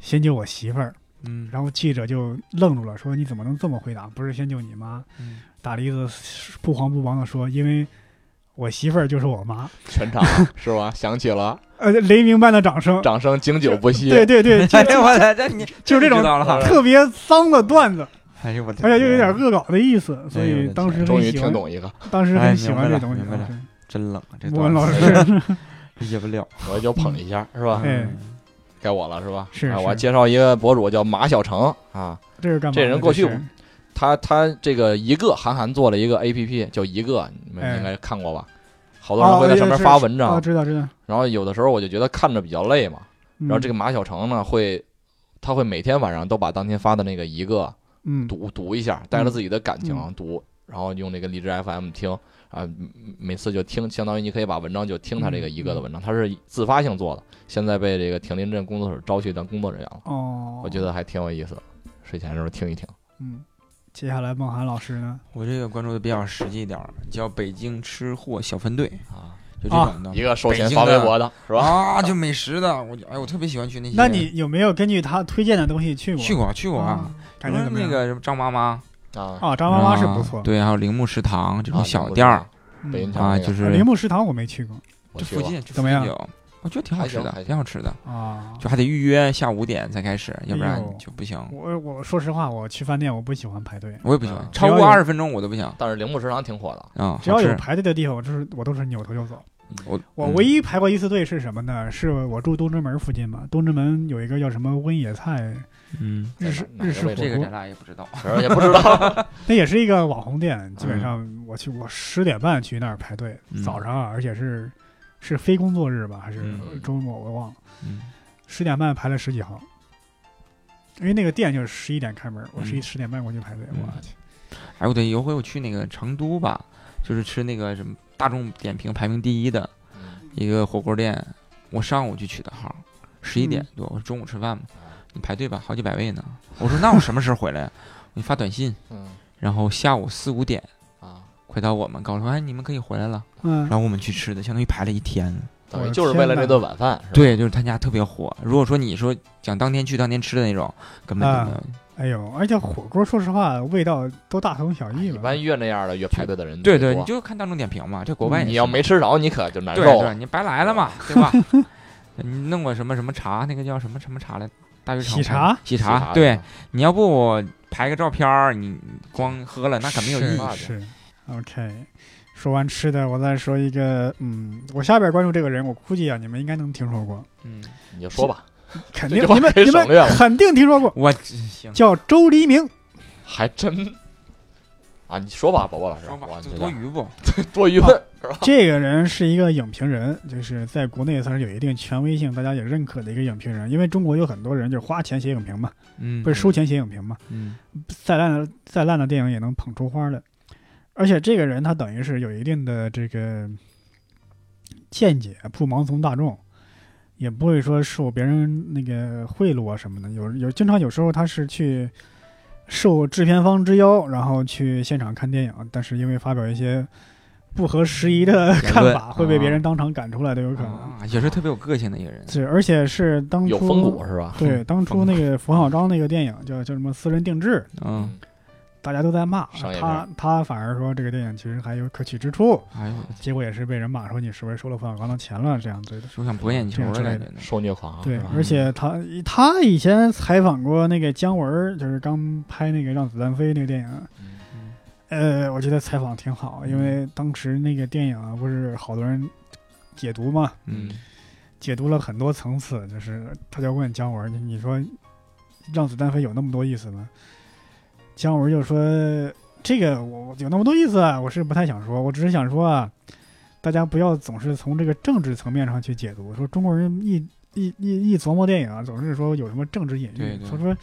Speaker 1: 先救我媳妇儿。”
Speaker 3: 嗯，
Speaker 1: 然后记者就愣住了，说：“你怎么能这么回答？不是先救你妈
Speaker 3: 嗯？” *laughs*
Speaker 1: 大梨子不慌不忙地说：“因为我媳妇儿就是我妈。
Speaker 2: 全场是吧？响起了”
Speaker 1: 呃，雷鸣般的掌声。
Speaker 2: 掌声，经久不 *laughs* 息。
Speaker 1: 对对对，就
Speaker 3: 哎呦我操，这你
Speaker 1: 就是这种
Speaker 3: 知道了哈，
Speaker 1: 特别脏的段子，
Speaker 3: 哎呦我的，
Speaker 1: 而且又有点，恶搞的意思，所
Speaker 3: 哎呦我
Speaker 1: 以
Speaker 3: 的
Speaker 1: 当时
Speaker 2: *laughs*
Speaker 3: 天
Speaker 2: 终
Speaker 1: 很
Speaker 2: 于
Speaker 1: 喜
Speaker 2: 听
Speaker 1: 欢，
Speaker 2: 懂一个，
Speaker 1: 当时
Speaker 3: 哎
Speaker 1: 很喜欢这
Speaker 3: 明白了
Speaker 1: 东西。
Speaker 3: 明白了真冷，这
Speaker 1: 我老
Speaker 3: 师
Speaker 1: 师
Speaker 3: 理解不了，
Speaker 2: 我就捧一下是吧？
Speaker 1: 哎
Speaker 3: 嗯
Speaker 2: 该我了是吧？
Speaker 1: 是
Speaker 2: 啊
Speaker 1: 是
Speaker 2: 我要介绍一个博主叫马小成啊，
Speaker 1: *laughs* 这是干嘛的？
Speaker 2: 这人过去
Speaker 1: 是
Speaker 2: 他他这个一个韩寒做了一个 A P P 叫一个，你
Speaker 1: 哎
Speaker 2: 们应该看过吧？好多人会在上面发文
Speaker 1: 哦，
Speaker 2: 章，
Speaker 1: 知道知嗯道。
Speaker 2: 然后有的时候我就觉得看着比较累嘛。
Speaker 1: 然
Speaker 2: 然后这个马小成呢，会他会每天晚上都把当天发的那个一个
Speaker 1: 嗯，
Speaker 2: 赌赌一下，带着自己的感情
Speaker 1: 嗯
Speaker 2: 赌，然后用那个荔枝 FM 听啊，每次就听，相当于你可以把文章就听他这
Speaker 3: 嗯
Speaker 2: 个一个的文章，他是自发性做的，现在被这个挺林镇工作室招去当工作人员了，
Speaker 1: 哦，
Speaker 2: 我觉得还挺有意思的，睡前的时候听一听。
Speaker 1: 嗯，接下来孟涵老师呢？
Speaker 3: 我这个关注的比较实际一点儿，叫北京吃货小分队，
Speaker 2: 啊，
Speaker 3: 就这种的。
Speaker 2: 一个收钱发微博的是吧？
Speaker 3: 啊，就美食的，我就哎，我特别喜欢去那些。
Speaker 1: 那你有没有根据他推荐的东西去过？
Speaker 3: 去过去过啊？
Speaker 1: 感觉
Speaker 3: 什
Speaker 1: 怎么
Speaker 3: 么那
Speaker 1: 样？
Speaker 3: 个什么张妈妈，
Speaker 2: 啊，
Speaker 1: 啊，张妈妈是不错
Speaker 3: 啊，对，还有铃木食堂这种
Speaker 2: 啊
Speaker 3: 哦小店儿
Speaker 1: 嗯
Speaker 2: 北京
Speaker 3: 啊，
Speaker 2: 啊
Speaker 3: 就
Speaker 1: 啊
Speaker 3: 是
Speaker 1: 铃木食堂我没去过
Speaker 2: 我
Speaker 3: 这
Speaker 2: 去
Speaker 3: 附
Speaker 2: 过
Speaker 3: 近这附
Speaker 1: 怎么
Speaker 3: 近
Speaker 1: 样
Speaker 3: 有我觉得挺好吃
Speaker 2: 还行
Speaker 3: 的
Speaker 2: 还，行
Speaker 3: 挺好吃的，
Speaker 1: 啊。
Speaker 3: 就还得预约下午五点才开始，要不
Speaker 1: 哎
Speaker 3: 然
Speaker 1: 呦
Speaker 3: 就不行。
Speaker 1: 我我说实话，我去饭店我不喜欢排队，
Speaker 3: 我也不喜
Speaker 2: 嗯
Speaker 3: 欢，超
Speaker 1: 只
Speaker 3: 过
Speaker 1: 要有
Speaker 3: 二十分钟我都不想。
Speaker 2: 但是铃木食堂挺火的，
Speaker 3: 啊，
Speaker 1: 只要
Speaker 3: 好
Speaker 1: 有
Speaker 3: 吃。
Speaker 1: 排队的地方，我就是我都是扭头就走。
Speaker 3: 我
Speaker 1: 我
Speaker 3: 嗯
Speaker 1: 唯一排过一次队是什么呢？是我住东直门附近嘛，东直门有一个叫什么温野菜
Speaker 3: 嗯，
Speaker 1: 日式
Speaker 2: 哪个
Speaker 1: 日式火
Speaker 2: 位置
Speaker 3: 这个
Speaker 1: 锅
Speaker 3: 咱，俩也不知道。
Speaker 2: 反正也不知
Speaker 3: *laughs*
Speaker 2: 道
Speaker 1: 那也是一个网红店。基本上我去，我十点半去那儿排队，
Speaker 3: 嗯
Speaker 1: 早上啊，而且是是非工作日吧，还是
Speaker 3: 嗯
Speaker 1: 周末我忘了，
Speaker 3: 嗯，
Speaker 1: 十点半排了十几号。因为那个店就是十一点开门，我
Speaker 3: 嗯
Speaker 1: 十一十点半过去排队，
Speaker 3: 嗯
Speaker 1: 我去，
Speaker 3: 哎，我对，有回我去那个成都吧，就是吃那个什么大众点评排名第一的
Speaker 2: 嗯
Speaker 3: 一个火锅店，我上午就取的号，十一点多，我说中午吃饭嘛，你排队吧，好几百位呢。我说那我什么时候回来？你发短信，
Speaker 2: 嗯
Speaker 3: 然后下午四五点
Speaker 2: 啊，
Speaker 3: 快到我们，告诉我哎你们可以回来了，
Speaker 1: 嗯
Speaker 3: 然，后我们去吃的，相当于排了一天。
Speaker 2: 等于就是为了这顿晚饭，是吧，
Speaker 3: 对，就是他家特别火。如果说你说想当天去当天吃的那种，根本就没有。
Speaker 2: 嗯
Speaker 1: 哎呦，而且火锅说实话味道都大同小异
Speaker 2: 哎一
Speaker 1: 嘛。
Speaker 2: 般越那样的越排队的人
Speaker 3: 对
Speaker 2: 越
Speaker 3: 对，
Speaker 2: 多
Speaker 3: 你就看大众点评嘛，这国外也
Speaker 2: 嗯你要
Speaker 3: 是
Speaker 2: 没吃着，你可就难
Speaker 3: 对
Speaker 2: 受
Speaker 3: 对，
Speaker 2: 了。
Speaker 3: 你白来了嘛，对吧？ *laughs* 你弄个什么什么茶，那个叫什么什么茶来？大悦城
Speaker 1: 喜茶，
Speaker 3: 喜
Speaker 2: 喜
Speaker 3: 茶。对，，你要不拍个照片儿，你光喝了那可没有意
Speaker 2: 是
Speaker 3: 义。
Speaker 2: 吧
Speaker 1: 是，OK。说完吃的，我再说一个，嗯，我下边关注这个人，我估计啊，你们应该能听说过，
Speaker 3: 嗯，
Speaker 2: 你就说吧，
Speaker 1: 肯定
Speaker 2: 这就
Speaker 1: 你们
Speaker 2: 可以
Speaker 1: 你
Speaker 2: 省略
Speaker 1: 们
Speaker 2: 了嗯
Speaker 1: 肯定听说过，
Speaker 3: 我行，
Speaker 1: 叫周黎明。
Speaker 2: 还真啊，你说吧，宝宝老师，
Speaker 3: 说吧
Speaker 2: 我，
Speaker 3: 这
Speaker 2: 这
Speaker 3: 多
Speaker 2: 个
Speaker 3: 余不？
Speaker 2: 多余问是吧？
Speaker 1: 这个人是一个影评人，就是在国内算是有一定权威性，大家也认可的一个影评人。因为中国有很多人就是花钱写影评嘛，
Speaker 3: 嗯，
Speaker 1: 不是收钱写影评嘛，
Speaker 3: 嗯，
Speaker 1: 再烂的再烂的电影也能捧出花来。而且这个人他等于是有一定的这个见解，不盲从大众，也不会说受别人那个贿赂啊什么的。有有经常有时候他是去受制片方之邀，然后去现场看电影，但是因为发表一些不合时宜的
Speaker 3: 言
Speaker 1: 看
Speaker 3: 论
Speaker 1: 法，会被别
Speaker 3: 啊
Speaker 1: 人当场赶出来都有可能。
Speaker 3: 啊，也是特别有个性的一个人。
Speaker 1: 是，而且是当初
Speaker 2: 有风骨是吧？
Speaker 1: 对，当初
Speaker 3: 风
Speaker 1: 那个冯小刚那个电影叫叫什么《私人定制》，
Speaker 3: 嗯，
Speaker 1: 大家都在骂
Speaker 2: 商业片
Speaker 1: 他，他反而说这个电影其实还有可取之处，
Speaker 3: 哎呦，
Speaker 1: 结果也是被人骂说你是不是收了冯小刚的钱了这样子的。
Speaker 3: 就想博眼球的感觉呢。
Speaker 2: 受虐狂啊
Speaker 1: 对
Speaker 2: 是吧，
Speaker 1: 而且他他以前采访过那个姜文儿，就是刚拍那个《让子弹飞》那个电影，
Speaker 2: 嗯
Speaker 3: 嗯
Speaker 1: 呃，我觉得采访挺好，因为当时那个电影啊，不是好多人解读嘛，
Speaker 3: 嗯，
Speaker 1: 解读了很多层次，就是他就问姜文儿，你你说让子弹飞有那么多意思吗？姜文儿就说这个我有那么多意思啊，我是不太想说，我只是想说啊，大家不要总是从这个政治层面上去解读，说中国人一。一一一琢磨电影啊，总是说有什么政治隐
Speaker 3: 对
Speaker 1: 喻，
Speaker 3: 对
Speaker 1: 他说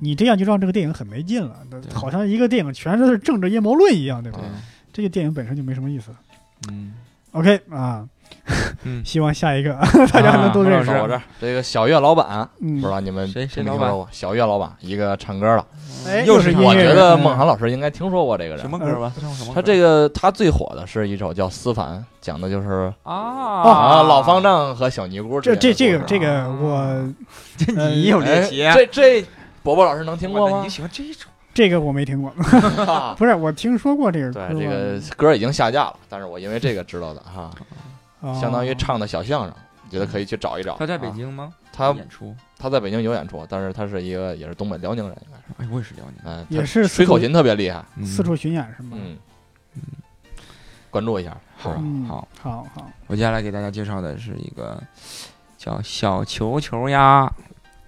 Speaker 1: 你这样就让这个电影很没劲了，那
Speaker 3: 对
Speaker 1: 好像一个电影全都是政治阴谋论一样，对吧？
Speaker 3: 对，
Speaker 1: 这个电影本身就没什么意思了。
Speaker 3: 嗯
Speaker 1: OK 啊，
Speaker 3: 嗯，
Speaker 1: 希望下一个 *laughs* 大家能都
Speaker 3: 啊
Speaker 1: 认识
Speaker 2: 到。我这儿这个小岳老板，
Speaker 1: 嗯
Speaker 2: 不知，道你们
Speaker 3: 谁谁
Speaker 2: 听没
Speaker 3: 老
Speaker 2: 听
Speaker 3: 板
Speaker 2: 说过？小岳老板，一个唱歌的，
Speaker 1: 哎
Speaker 3: 又
Speaker 1: 又
Speaker 3: 是
Speaker 1: 是
Speaker 3: 他
Speaker 1: 音
Speaker 2: 我
Speaker 1: 乐
Speaker 2: 觉
Speaker 1: 人
Speaker 2: 得
Speaker 1: 嗯
Speaker 2: 孟涵老师应该听说过这个
Speaker 3: 嗯什
Speaker 2: 人。
Speaker 3: 么歌吧？唱什么歌
Speaker 2: 他这个他最火的是一首叫《思凡》，讲的就是
Speaker 3: 啊，
Speaker 2: 老方，丈和小尼姑之
Speaker 1: 这
Speaker 2: 间的
Speaker 1: 这这个
Speaker 2: 故事
Speaker 1: 这个我
Speaker 3: 啊 *laughs*
Speaker 1: 呃
Speaker 3: 这你有
Speaker 2: 哎
Speaker 3: 猎奇啊？
Speaker 2: 这这伯伯老师能听过
Speaker 3: 我的
Speaker 2: 吗
Speaker 3: 你？喜欢这种？
Speaker 1: 这个我没听过，不是我听说过这个歌，
Speaker 2: 对，这个歌已经下架了，但是我因为这个知道的哈，
Speaker 1: 哦
Speaker 2: 相当于唱的小相声，觉得可以去找一找。
Speaker 3: 他在北
Speaker 2: 啊，
Speaker 3: 京吗？
Speaker 2: 他
Speaker 3: 演出？
Speaker 2: 他在北京有演出，但是他是一个也是东北辽宁人，应该是，
Speaker 3: 哎，我也是辽宁
Speaker 2: 嗯，
Speaker 1: 也
Speaker 2: 他
Speaker 1: 是
Speaker 2: 吹口琴特别厉害，
Speaker 3: 的，
Speaker 1: 四处巡演是吗？
Speaker 2: 嗯，关注一下，是吧？
Speaker 1: 嗯，
Speaker 3: 啊好，
Speaker 1: 好好，
Speaker 3: 我接下来给大家介绍的是一个叫小球球呀，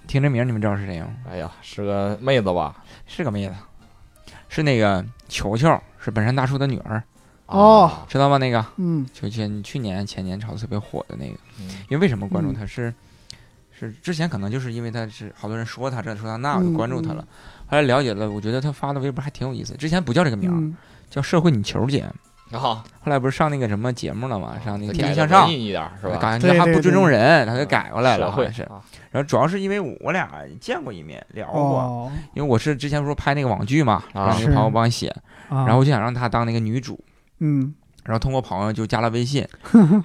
Speaker 3: 听这名儿你们知道是谁吗？
Speaker 2: 哎呀，是个妹子吧？
Speaker 3: 是个妹子，是那个球球，是本山大叔的女儿，
Speaker 2: 啊
Speaker 1: 哦
Speaker 3: 知道吗？那个
Speaker 1: 嗯
Speaker 3: 就前去年前年炒的特别火的那个，
Speaker 2: 嗯
Speaker 3: 因为为什么关注
Speaker 1: 嗯
Speaker 3: 她是？是之前可能就是因为他是好多人说他这说他那，我就关注他了。
Speaker 1: 嗯
Speaker 3: 后来了解了，我觉得他发的微博还挺有意思。之前不叫这个名儿，
Speaker 1: 嗯，
Speaker 3: 叫社会女球姐。
Speaker 2: 然后
Speaker 3: 后来不是上那个什么节目了嘛，上那个《天
Speaker 2: 天
Speaker 3: 天向上》，
Speaker 2: 一点儿是吧？
Speaker 3: 感
Speaker 1: 对
Speaker 3: 觉他
Speaker 1: 对
Speaker 3: 不尊
Speaker 1: 对
Speaker 3: 重人，他就改过来了，
Speaker 2: 社
Speaker 3: 好
Speaker 2: 会
Speaker 3: 像是。
Speaker 2: 啊
Speaker 3: 然后主要是因为我俩见过一面，聊过，
Speaker 1: 哦，
Speaker 3: 因为我是之前不是拍那个网剧嘛，
Speaker 2: 啊
Speaker 3: 然后那个
Speaker 1: 是
Speaker 3: 朋友帮我写，
Speaker 1: 啊
Speaker 3: 然后我就想让她当那个女主，
Speaker 1: 嗯
Speaker 3: 然后通过朋友就加了
Speaker 1: *laughs*
Speaker 3: 微信，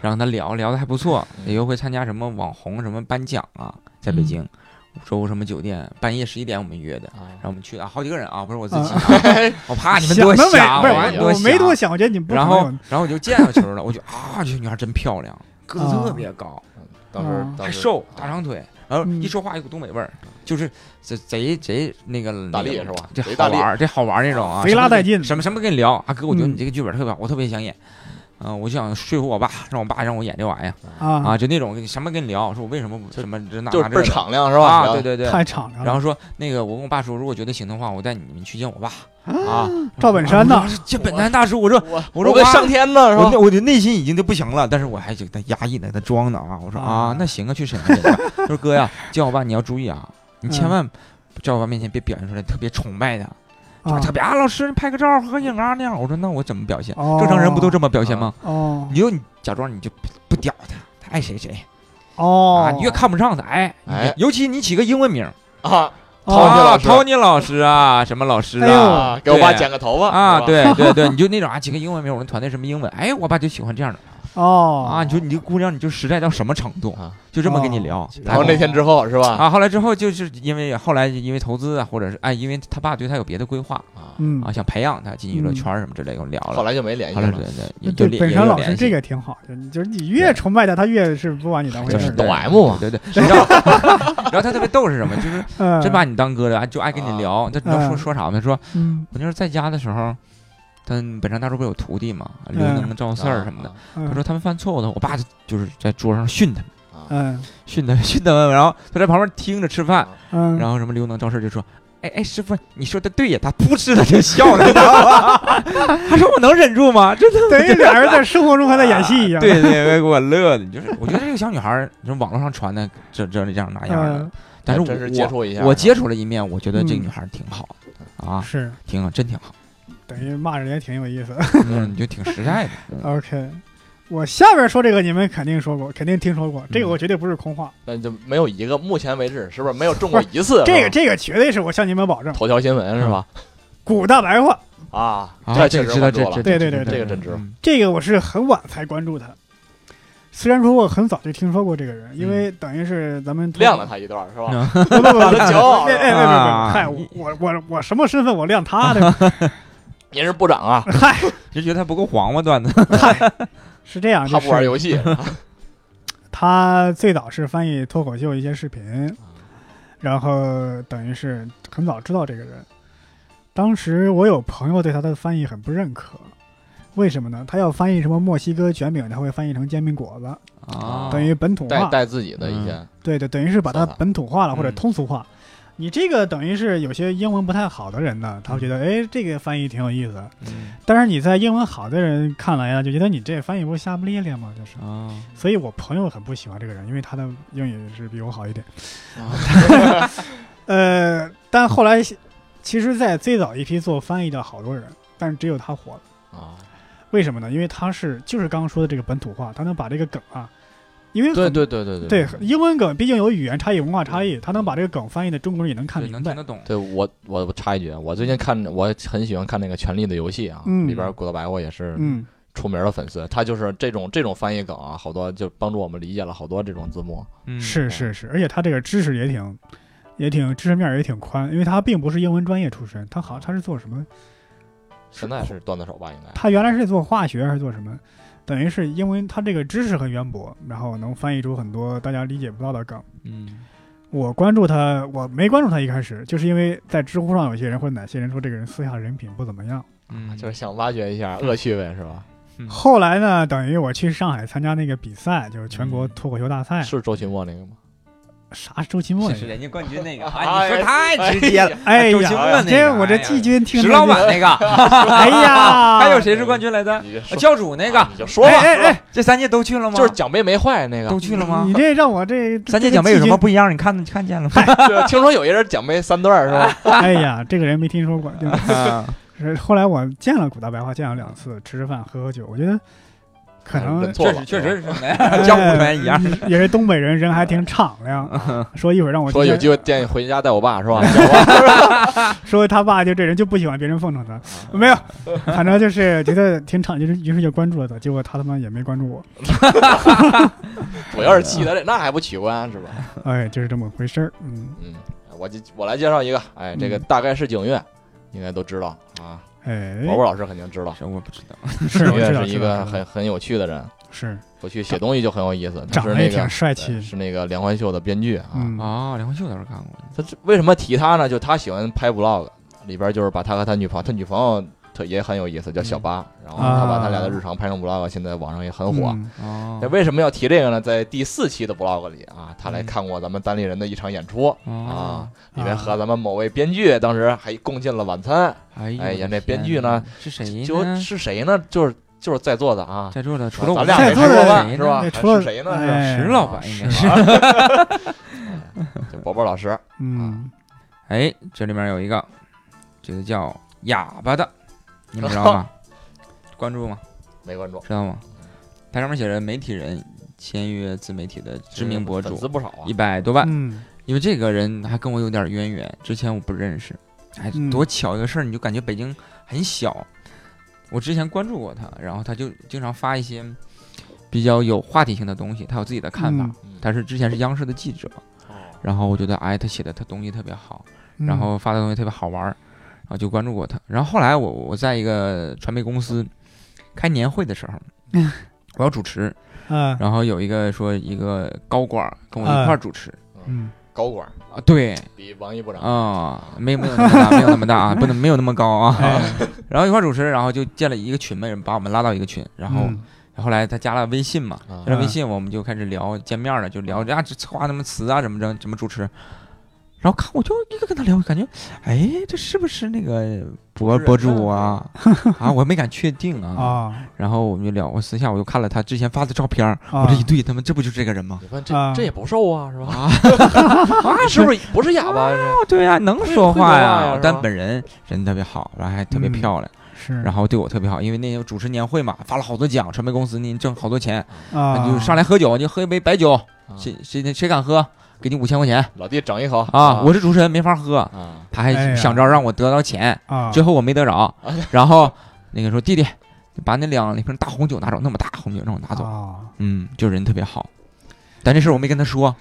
Speaker 3: 然后他聊聊的还不错，有一回参加什么网红什么颁奖啊，在
Speaker 1: 嗯
Speaker 3: 北京，说我什么酒店，半夜十一点我们约的。
Speaker 2: 啊
Speaker 3: 然后我们去啊，好几个人啊，不是我自己
Speaker 1: 啊，
Speaker 3: 我怕你们
Speaker 1: 想
Speaker 3: 多
Speaker 1: 得美
Speaker 3: 想，
Speaker 1: 不是
Speaker 2: 我
Speaker 3: 怕你
Speaker 1: 我没多
Speaker 3: 多想。
Speaker 1: 想，我觉得你不可
Speaker 3: 然
Speaker 1: 能
Speaker 3: 后
Speaker 1: 有，
Speaker 3: 然后我就见到球了，我就啊，这女孩真漂亮，个子特
Speaker 1: 啊
Speaker 3: 别高，
Speaker 2: 当时
Speaker 1: 啊
Speaker 2: 当
Speaker 3: 还
Speaker 2: 时
Speaker 3: 瘦，大长腿，然后
Speaker 1: 嗯
Speaker 3: 一说话有股东北味儿，就是贼贼贼那个
Speaker 2: 大力
Speaker 3: 那个
Speaker 2: 是吧
Speaker 3: 这
Speaker 2: 贼
Speaker 3: 好
Speaker 2: 大力
Speaker 3: 玩儿，这好玩儿那种啊，
Speaker 1: 贼
Speaker 3: 什么
Speaker 1: 拉
Speaker 3: 都
Speaker 1: 带劲
Speaker 3: 什么什么跟你聊啊，哥，我觉得你
Speaker 1: 嗯
Speaker 3: 这个剧本特别好，我特别想演，嗯，我就想说服我爸，让我爸让我演这玩意儿
Speaker 1: 啊
Speaker 3: 啊，就那种什么跟你聊，说我为什么不
Speaker 2: 就
Speaker 3: 什么这那
Speaker 2: 就是
Speaker 3: 那
Speaker 2: 倍儿
Speaker 3: 这
Speaker 2: 敞亮是
Speaker 3: 的
Speaker 2: 吧？
Speaker 3: 啊，
Speaker 2: 然后
Speaker 3: 对对对。
Speaker 1: 太敞亮
Speaker 3: 然
Speaker 1: 了。
Speaker 3: 后说那个，我跟我爸说，如果觉得行的话，我带你们去见我爸啊。
Speaker 1: 赵本山
Speaker 3: 呢
Speaker 1: 呐？
Speaker 3: 我说见本山大叔，我说
Speaker 2: 我
Speaker 3: 我说
Speaker 2: 跟
Speaker 3: 哇
Speaker 2: 上天呢
Speaker 1: 哎
Speaker 2: 是
Speaker 3: 我内
Speaker 2: 吧？
Speaker 3: 我的内心已经就不行了，但是我还就在压抑呢，在装呢啊！我说
Speaker 1: 啊
Speaker 3: 啊，那行啊，去沈阳去吧。他说哥呀，见我爸你要注意啊，你千万在我爸面前别表现出来特别崇拜他，就
Speaker 1: 嗯啊
Speaker 3: 是特别啊老师拍个照合影啊那样。我说那我怎么表现？
Speaker 1: 哦
Speaker 3: 正常人不都这么表现吗？
Speaker 1: 哦
Speaker 3: 你就你假装你就不不屌他，他爱谁谁啊，
Speaker 1: 哦，
Speaker 3: 你越看不上他，哎
Speaker 2: 哎
Speaker 3: 尤其你起个英文名，
Speaker 2: 啊
Speaker 1: 哦
Speaker 2: 掏 Tony 去老师
Speaker 3: t o n y 老师啊，什么老师
Speaker 1: 哎呦
Speaker 3: 啊。
Speaker 2: 啊！给我爸
Speaker 3: 对
Speaker 2: 剪个头发
Speaker 3: 啊，
Speaker 2: 是吧
Speaker 3: 对对对，你就那种啊，起个英文名，我们团队什么英文，哎，我爸就喜欢这样的
Speaker 1: 哦
Speaker 3: 啊，你说你这姑娘，你就实在到什么程度，
Speaker 2: 啊。
Speaker 3: 就这么跟你
Speaker 1: 哦
Speaker 3: 聊。
Speaker 2: 然后那天之后是吧？
Speaker 3: 啊，后来之后就是因为后来因为投资啊，或者是哎，因为他爸对他有别的规划
Speaker 2: 啊，
Speaker 1: 嗯
Speaker 3: 啊，想培养他进娱乐圈儿什么之类的，我聊
Speaker 2: 后
Speaker 3: 了。
Speaker 2: 来就没联系
Speaker 3: 后来
Speaker 2: 了
Speaker 3: 对。对，也
Speaker 1: 那
Speaker 3: 就
Speaker 1: 对
Speaker 3: 也
Speaker 1: 本
Speaker 3: 也
Speaker 1: 山
Speaker 3: 有
Speaker 1: 老
Speaker 3: 联
Speaker 1: 师
Speaker 3: 系
Speaker 1: 这个挺好，就你就是你越崇拜他，他越是不把你当回
Speaker 3: 就
Speaker 1: 事
Speaker 3: 是
Speaker 1: 儿的。
Speaker 2: 懂
Speaker 3: 对
Speaker 2: M 嘛
Speaker 3: 对对对，然后然后他特别逗是什么？就是
Speaker 1: 嗯，
Speaker 3: 真把你当哥的，就爱跟你聊。他你知道说
Speaker 1: 嗯
Speaker 3: 说啥吗？说
Speaker 1: 嗯
Speaker 3: 我那时候在家的时候，他本山大叔不是有徒弟嘛，刘能、赵四
Speaker 2: 啊
Speaker 3: 儿什么的。
Speaker 1: 嗯
Speaker 3: 他说他们犯错误的，我爸就就是在桌上训他们，
Speaker 2: 啊，啊
Speaker 1: 嗯
Speaker 3: 训他们， *laughs* 训他们，然后他在旁边听着吃饭，
Speaker 1: 嗯，
Speaker 3: 然后什么刘能赵四就说：“哎哎，师傅，你说的对呀。”他噗嗤的就笑了，你知道吗？ *laughs* 他说：“我能忍住吗？”真的，
Speaker 1: 等于俩人在生活中还在演戏一样。
Speaker 3: 对对，给我乐的，就是我觉得这个小女孩儿，你说网络上传的这这这样那样的
Speaker 1: 嗯，，
Speaker 3: 但是
Speaker 2: 真
Speaker 3: 我
Speaker 2: 是接触一下
Speaker 3: 我，我接触了一面，我觉得这个
Speaker 1: 嗯
Speaker 3: 女孩儿挺好啊，
Speaker 1: 是
Speaker 3: 挺好，真
Speaker 1: *laughs*
Speaker 3: 挺好，
Speaker 1: 等于骂人也挺有意思。
Speaker 3: 嗯，你就挺实在的，嗯
Speaker 1: OK，我下边说这个你们肯定说过，肯定听说过，这个
Speaker 3: 嗯
Speaker 1: 我绝对不是空话，
Speaker 2: 但就没有一个目前为止是不是没有中过一次？
Speaker 1: 这个
Speaker 2: 是吧
Speaker 1: 这个绝对是我向你们保证，
Speaker 2: 头条新闻是吧？
Speaker 1: 古大白话，
Speaker 2: 啊，
Speaker 3: 啊，
Speaker 2: 确
Speaker 3: 这
Speaker 2: 实
Speaker 3: 个知道，
Speaker 2: 关注
Speaker 3: 这
Speaker 1: 对
Speaker 2: 了
Speaker 3: 这
Speaker 1: 对对
Speaker 2: 这个真知道
Speaker 3: 嗯
Speaker 1: 这个我是很晚才关注他。虽然说我很早就听说过这个人，因为等于是咱们通
Speaker 2: 亮了他一段是吧？
Speaker 3: 嗯
Speaker 1: 不不不，
Speaker 2: 打了骄傲
Speaker 1: 哎哎别
Speaker 2: 是吧，
Speaker 1: 别
Speaker 3: 啊
Speaker 1: 嗨，我我我我什么身份？我亮他的？
Speaker 2: 您是部长啊，
Speaker 1: 嗨
Speaker 3: 就觉得他不够黄瓜段子，
Speaker 1: 嗨，是这
Speaker 3: 啊
Speaker 1: 样，就
Speaker 2: 他不玩
Speaker 1: 是
Speaker 2: 游戏，
Speaker 1: 他最早是翻译脱口秀一些视频，然后等于是很早知道这个人。当时我有朋友对他的翻译很不认可，为什么呢？他要翻译什么墨西哥卷饼，他会翻译成煎饼果子，
Speaker 3: 啊，
Speaker 1: 等于本土
Speaker 2: 带
Speaker 1: 化。
Speaker 2: 带自己的一些
Speaker 1: 对对，等于是把它
Speaker 2: 算法
Speaker 1: 本土化了
Speaker 3: 嗯
Speaker 1: 或者通俗化。你这个等于是有些英文不太好的人呢，他会觉得哎，这个翻译挺有意思的。
Speaker 3: 嗯
Speaker 1: 但是你在英文好的人看来啊呢，就觉得你这翻译不是瞎不咧咧吗？就是，
Speaker 3: 啊，
Speaker 1: 所以我朋友很不喜欢这个人，因为他的英语是比我好一点。 *laughs*
Speaker 3: 嗯
Speaker 1: 呃，但后来其实，在最早一批做翻译的好多人，但是只有他火了。
Speaker 2: 啊，
Speaker 1: 为什么呢？因为他是就是刚刚说的这个本土化，他能把这个梗啊，因为很
Speaker 2: 对对对对
Speaker 1: 对英文梗，毕竟有语言差异、文化差异，他能把这个梗翻译的中国人也能看
Speaker 3: 对，
Speaker 1: 明
Speaker 3: 能听
Speaker 1: 白。
Speaker 3: 得懂，
Speaker 2: 对我我插一句，啊我最近看我很喜欢看那个《权力的游戏》啊，
Speaker 1: 嗯
Speaker 2: 里边古德白我也是
Speaker 1: 嗯，
Speaker 2: 出名的粉丝，他就是这种这种翻译梗啊，好多就帮助我们理解了好多这种字幕。
Speaker 3: 嗯
Speaker 1: 是是是，而且他这个知识也挺，也挺知识面儿也挺宽，因为他并不是英文专业出身，他好他是做什么？
Speaker 2: 现在是段子手吧，应该
Speaker 1: 他原来是做化学还是做什么？等于是因为他这个知识很渊博，然后能翻译出很多大家理解不到的梗。
Speaker 3: 嗯
Speaker 1: 我关注他，我没关注他一开始，就是因为在知乎上有些人或者哪些人说这个人私下人品不怎么样。
Speaker 3: 嗯，
Speaker 2: 啊就是想挖掘一下恶趣味是吧？
Speaker 3: 嗯
Speaker 1: 后来
Speaker 3: 嗯
Speaker 1: 呢，等于我去上海参加那个比赛，就是全国脱口秀大赛，
Speaker 2: 是周奇墨那个吗？
Speaker 1: 啥是周奇墨
Speaker 3: 这
Speaker 1: 来
Speaker 3: 是
Speaker 1: 着？
Speaker 3: 人家冠军那个，
Speaker 2: 哎
Speaker 3: 哎，你说太直接了，
Speaker 1: 哎
Speaker 3: 周奇墨
Speaker 1: 呀，
Speaker 3: 那
Speaker 1: 这
Speaker 3: 个
Speaker 1: 我这
Speaker 3: 哎呀
Speaker 1: 季军听
Speaker 3: 石
Speaker 1: 着
Speaker 3: 老
Speaker 1: 就
Speaker 3: 板那个，
Speaker 1: 哎
Speaker 3: *laughs*
Speaker 1: 呀，
Speaker 3: 还有谁是冠军来着？
Speaker 2: 你就
Speaker 3: 啊
Speaker 2: 说
Speaker 3: 教主那个
Speaker 2: 你，就说吧，
Speaker 1: 哎哎哎，
Speaker 3: 这三届都去了吗？
Speaker 2: 就是奖杯没坏那个
Speaker 3: 都。去了吗
Speaker 1: 你？这让我这
Speaker 3: 三届奖杯有什么？不一样？你看你看见了吗？
Speaker 2: 就听说有一人奖杯三段是吧？嗯
Speaker 1: 这
Speaker 3: *laughs*
Speaker 1: 个季军哎呀，这个人没听说过。对吧
Speaker 3: 啊
Speaker 1: 是后来我见了古大白话，见了两次，吃吃饭，喝喝酒，我觉得可能
Speaker 2: 认错了，
Speaker 3: 是嗯江湖传一样。嗯
Speaker 1: 哎也是东北人，人还挺敞亮。说一会儿让我
Speaker 2: 嗯
Speaker 1: 嗯
Speaker 2: 说
Speaker 1: 去
Speaker 2: 有机会建议回家带我爸是吧？
Speaker 1: *laughs*
Speaker 2: 叫我
Speaker 1: 说他爸就这人就不喜欢别人奉承他，
Speaker 3: 嗯
Speaker 1: 没有，反正就是觉得挺敞，就是于是就关注了他，结果他他妈也没关注
Speaker 3: *laughs*
Speaker 1: 我，
Speaker 2: 我要是气得这，那还不取关是吧？
Speaker 1: 哎，就是这么回事儿，嗯，
Speaker 2: 嗯，我就我来介绍一个，哎，这个大概是景岳，应该都知道啊，
Speaker 1: 哎，
Speaker 2: 伯伯老师肯定知道，
Speaker 3: 这我不知道，
Speaker 1: 是
Speaker 2: 景
Speaker 1: 我知
Speaker 2: 岳
Speaker 1: 道
Speaker 2: 是一
Speaker 1: 知
Speaker 2: 个
Speaker 1: 道，知
Speaker 2: 很
Speaker 1: 道
Speaker 2: 很有趣的人，
Speaker 1: 是
Speaker 2: 我去写东西就很有意思，他
Speaker 1: 长
Speaker 2: 是
Speaker 1: 得
Speaker 2: 那
Speaker 1: 也
Speaker 2: 个
Speaker 1: 挺帅
Speaker 2: 对
Speaker 1: 气，
Speaker 2: 是那个《梁欢秀》的编剧啊。
Speaker 1: 嗯
Speaker 3: 哦，梁文秀倒是看过，
Speaker 2: 他这为什么提他呢？就他喜欢拍 vlog，里边就是把他和他女朋友，他女朋友特也很有意思，叫
Speaker 3: 嗯
Speaker 2: 小八，然后他把他
Speaker 3: 啊
Speaker 2: 俩的日常拍成 vlog，现在网上也很火。
Speaker 1: 嗯
Speaker 3: 哦
Speaker 2: 那为什么要提这个呢？在第四期的 vlog 里啊，他来
Speaker 3: 嗯
Speaker 2: 看过咱们单立人的一场演出啊
Speaker 3: 哦，，
Speaker 2: 里面和咱们某位编剧当时还共进了晚餐。
Speaker 3: 哎呦
Speaker 2: 哎呀
Speaker 3: 我
Speaker 2: 那
Speaker 3: 的
Speaker 2: 编
Speaker 3: 天
Speaker 2: 剧呢
Speaker 3: 哪是谁
Speaker 2: 就
Speaker 3: 呢？
Speaker 2: 是谁呢？就是就是在座的啊，
Speaker 3: 在座的除了
Speaker 2: 咱
Speaker 3: 我，
Speaker 2: 俩
Speaker 1: 在
Speaker 2: 没
Speaker 1: 座的
Speaker 2: 吃过饭是
Speaker 3: 谁呢
Speaker 2: 吧？
Speaker 1: 那
Speaker 2: 还
Speaker 1: 除了
Speaker 2: 是谁呢？
Speaker 1: 哎呀
Speaker 3: 石老板应该是。
Speaker 2: 就伯伯老师，
Speaker 1: 嗯，
Speaker 3: 哎，这里面有一个，这个叫哑巴的，你们知道吗？关注吗？
Speaker 2: 没关注，
Speaker 3: 知道吗？它上面写着媒体人签约自媒体的知名博
Speaker 2: 粉丝
Speaker 3: 主，
Speaker 2: 不少啊
Speaker 3: 一，百多万。
Speaker 1: 嗯，
Speaker 3: 因为这个人还跟我有点渊源，之前我不认识，哎
Speaker 1: 嗯，
Speaker 3: 多巧一个事儿，你就感觉北京很小。我之前关注过他，然后他就经常发一些比较有话题性的东西，他有自己的看法。
Speaker 1: 嗯
Speaker 2: 嗯
Speaker 3: 他是之前是央视的记者，
Speaker 2: 哦
Speaker 3: 然后我觉得哎，他写的他东西特别好，
Speaker 1: 嗯
Speaker 3: 然后发的东西特别好玩儿，然后就关注过他。然后后来我我在一个传媒公司开年会的时候，
Speaker 1: 嗯
Speaker 3: 我要主持，
Speaker 1: 啊，
Speaker 3: 然后有一个说一个高管儿跟我
Speaker 1: 哎
Speaker 3: 一块儿主持
Speaker 1: 嗯
Speaker 2: 高管
Speaker 3: 啊，对，
Speaker 2: 比王一部长
Speaker 3: 啊、没有没有那么大，没有那么大啊，不能没有那么高啊。
Speaker 1: 哎，
Speaker 3: *laughs* 然后一块儿主持，然后就建了一个群嘛，把我们拉到一个群，然后
Speaker 1: 嗯
Speaker 3: 后来他加了微信嘛，
Speaker 2: 啊
Speaker 3: 加了微信我们就开始聊见面了，就聊啊这策划什么词啊，怎么着怎么主持。然后看我就一个跟他聊，感觉哎这是不是那个博博主啊？ *laughs* 啊我没敢确定啊。
Speaker 1: 啊
Speaker 3: 然后我们就聊，我私下我就看了他之前发的照片儿，
Speaker 1: 啊
Speaker 3: 我这一对，他们这不就是这个人吗？
Speaker 2: 你看
Speaker 1: 啊
Speaker 2: 这这也不瘦啊，是吧？ *laughs*
Speaker 3: 啊，
Speaker 2: 你是不是不是哑巴？
Speaker 3: 哦对呀、能说
Speaker 2: 会说
Speaker 3: 话
Speaker 2: 话呀
Speaker 3: 呀，
Speaker 2: 是吧
Speaker 3: 但本人人特别好，然后还特别
Speaker 1: 嗯
Speaker 3: 漂亮。
Speaker 1: 是，
Speaker 3: 然后对我特别好，因为那天主持年会嘛，发了好多奖，传媒公司您挣好多钱，
Speaker 1: 啊，
Speaker 3: 你就上来喝酒，你就喝一杯白酒，
Speaker 2: 这
Speaker 3: 谁谁谁敢喝，给你五千块钱
Speaker 2: *laughs* 老弟整一口
Speaker 3: 啊！我是主持人，没法喝，
Speaker 2: *laughs* 啊，
Speaker 3: 他
Speaker 1: 哎呀
Speaker 3: 还想着让我得到钱，
Speaker 1: 啊，
Speaker 3: 最后我没得着，
Speaker 1: *laughs*
Speaker 3: 然后那个说弟弟，你把那两瓶大红酒拿走，那么大红酒让我拿走，
Speaker 1: 啊，
Speaker 3: 嗯，就人特别好，但这事儿我没跟
Speaker 1: *laughs*
Speaker 3: 他说啊，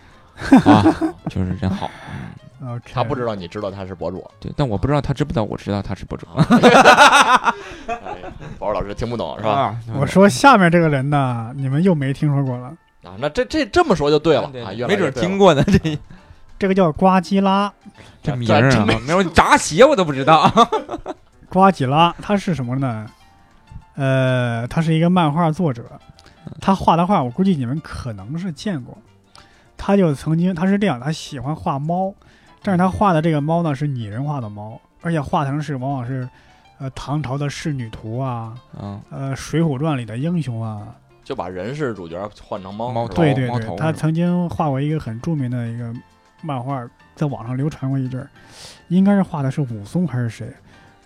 Speaker 2: 嗯
Speaker 3: 就是真好，嗯
Speaker 1: OK
Speaker 2: 他不知道你知道他是博主，
Speaker 3: 对，但我不知道他知不知道，我知道他是博
Speaker 2: 嗯
Speaker 3: 主，
Speaker 2: *laughs* 哎呀保尔老师听不懂是吧？
Speaker 3: 吧
Speaker 1: 啊我说下面这个人呢，你们又没听说过了，
Speaker 2: 啊，那这这这么说就对了啊，
Speaker 3: 没准儿听过呢， *laughs* 这
Speaker 1: 这个叫瓜基拉，
Speaker 3: 这名儿啊，没有炸鞋我都不知道。
Speaker 1: 瓜吉拉，他是什么呢？呃，他是一个漫画作者，他画的画我估计你们可能是见过。他就曾经他是这样，他喜欢画猫，但是他画的这个猫呢是拟人化的猫，而且画成是往往是，呃，唐朝的仕女图啊，
Speaker 3: 嗯，
Speaker 1: 呃，《水浒传》里的英雄啊，
Speaker 2: 就把人是主角换成猫
Speaker 3: 猫
Speaker 2: 是吧
Speaker 1: 对
Speaker 3: 头
Speaker 1: 对
Speaker 3: 猫头
Speaker 1: 对，他
Speaker 3: 是吧
Speaker 1: 曾经画过一个很著名的一个漫画，在网上流传过一阵儿，应该是画的是武松还是谁，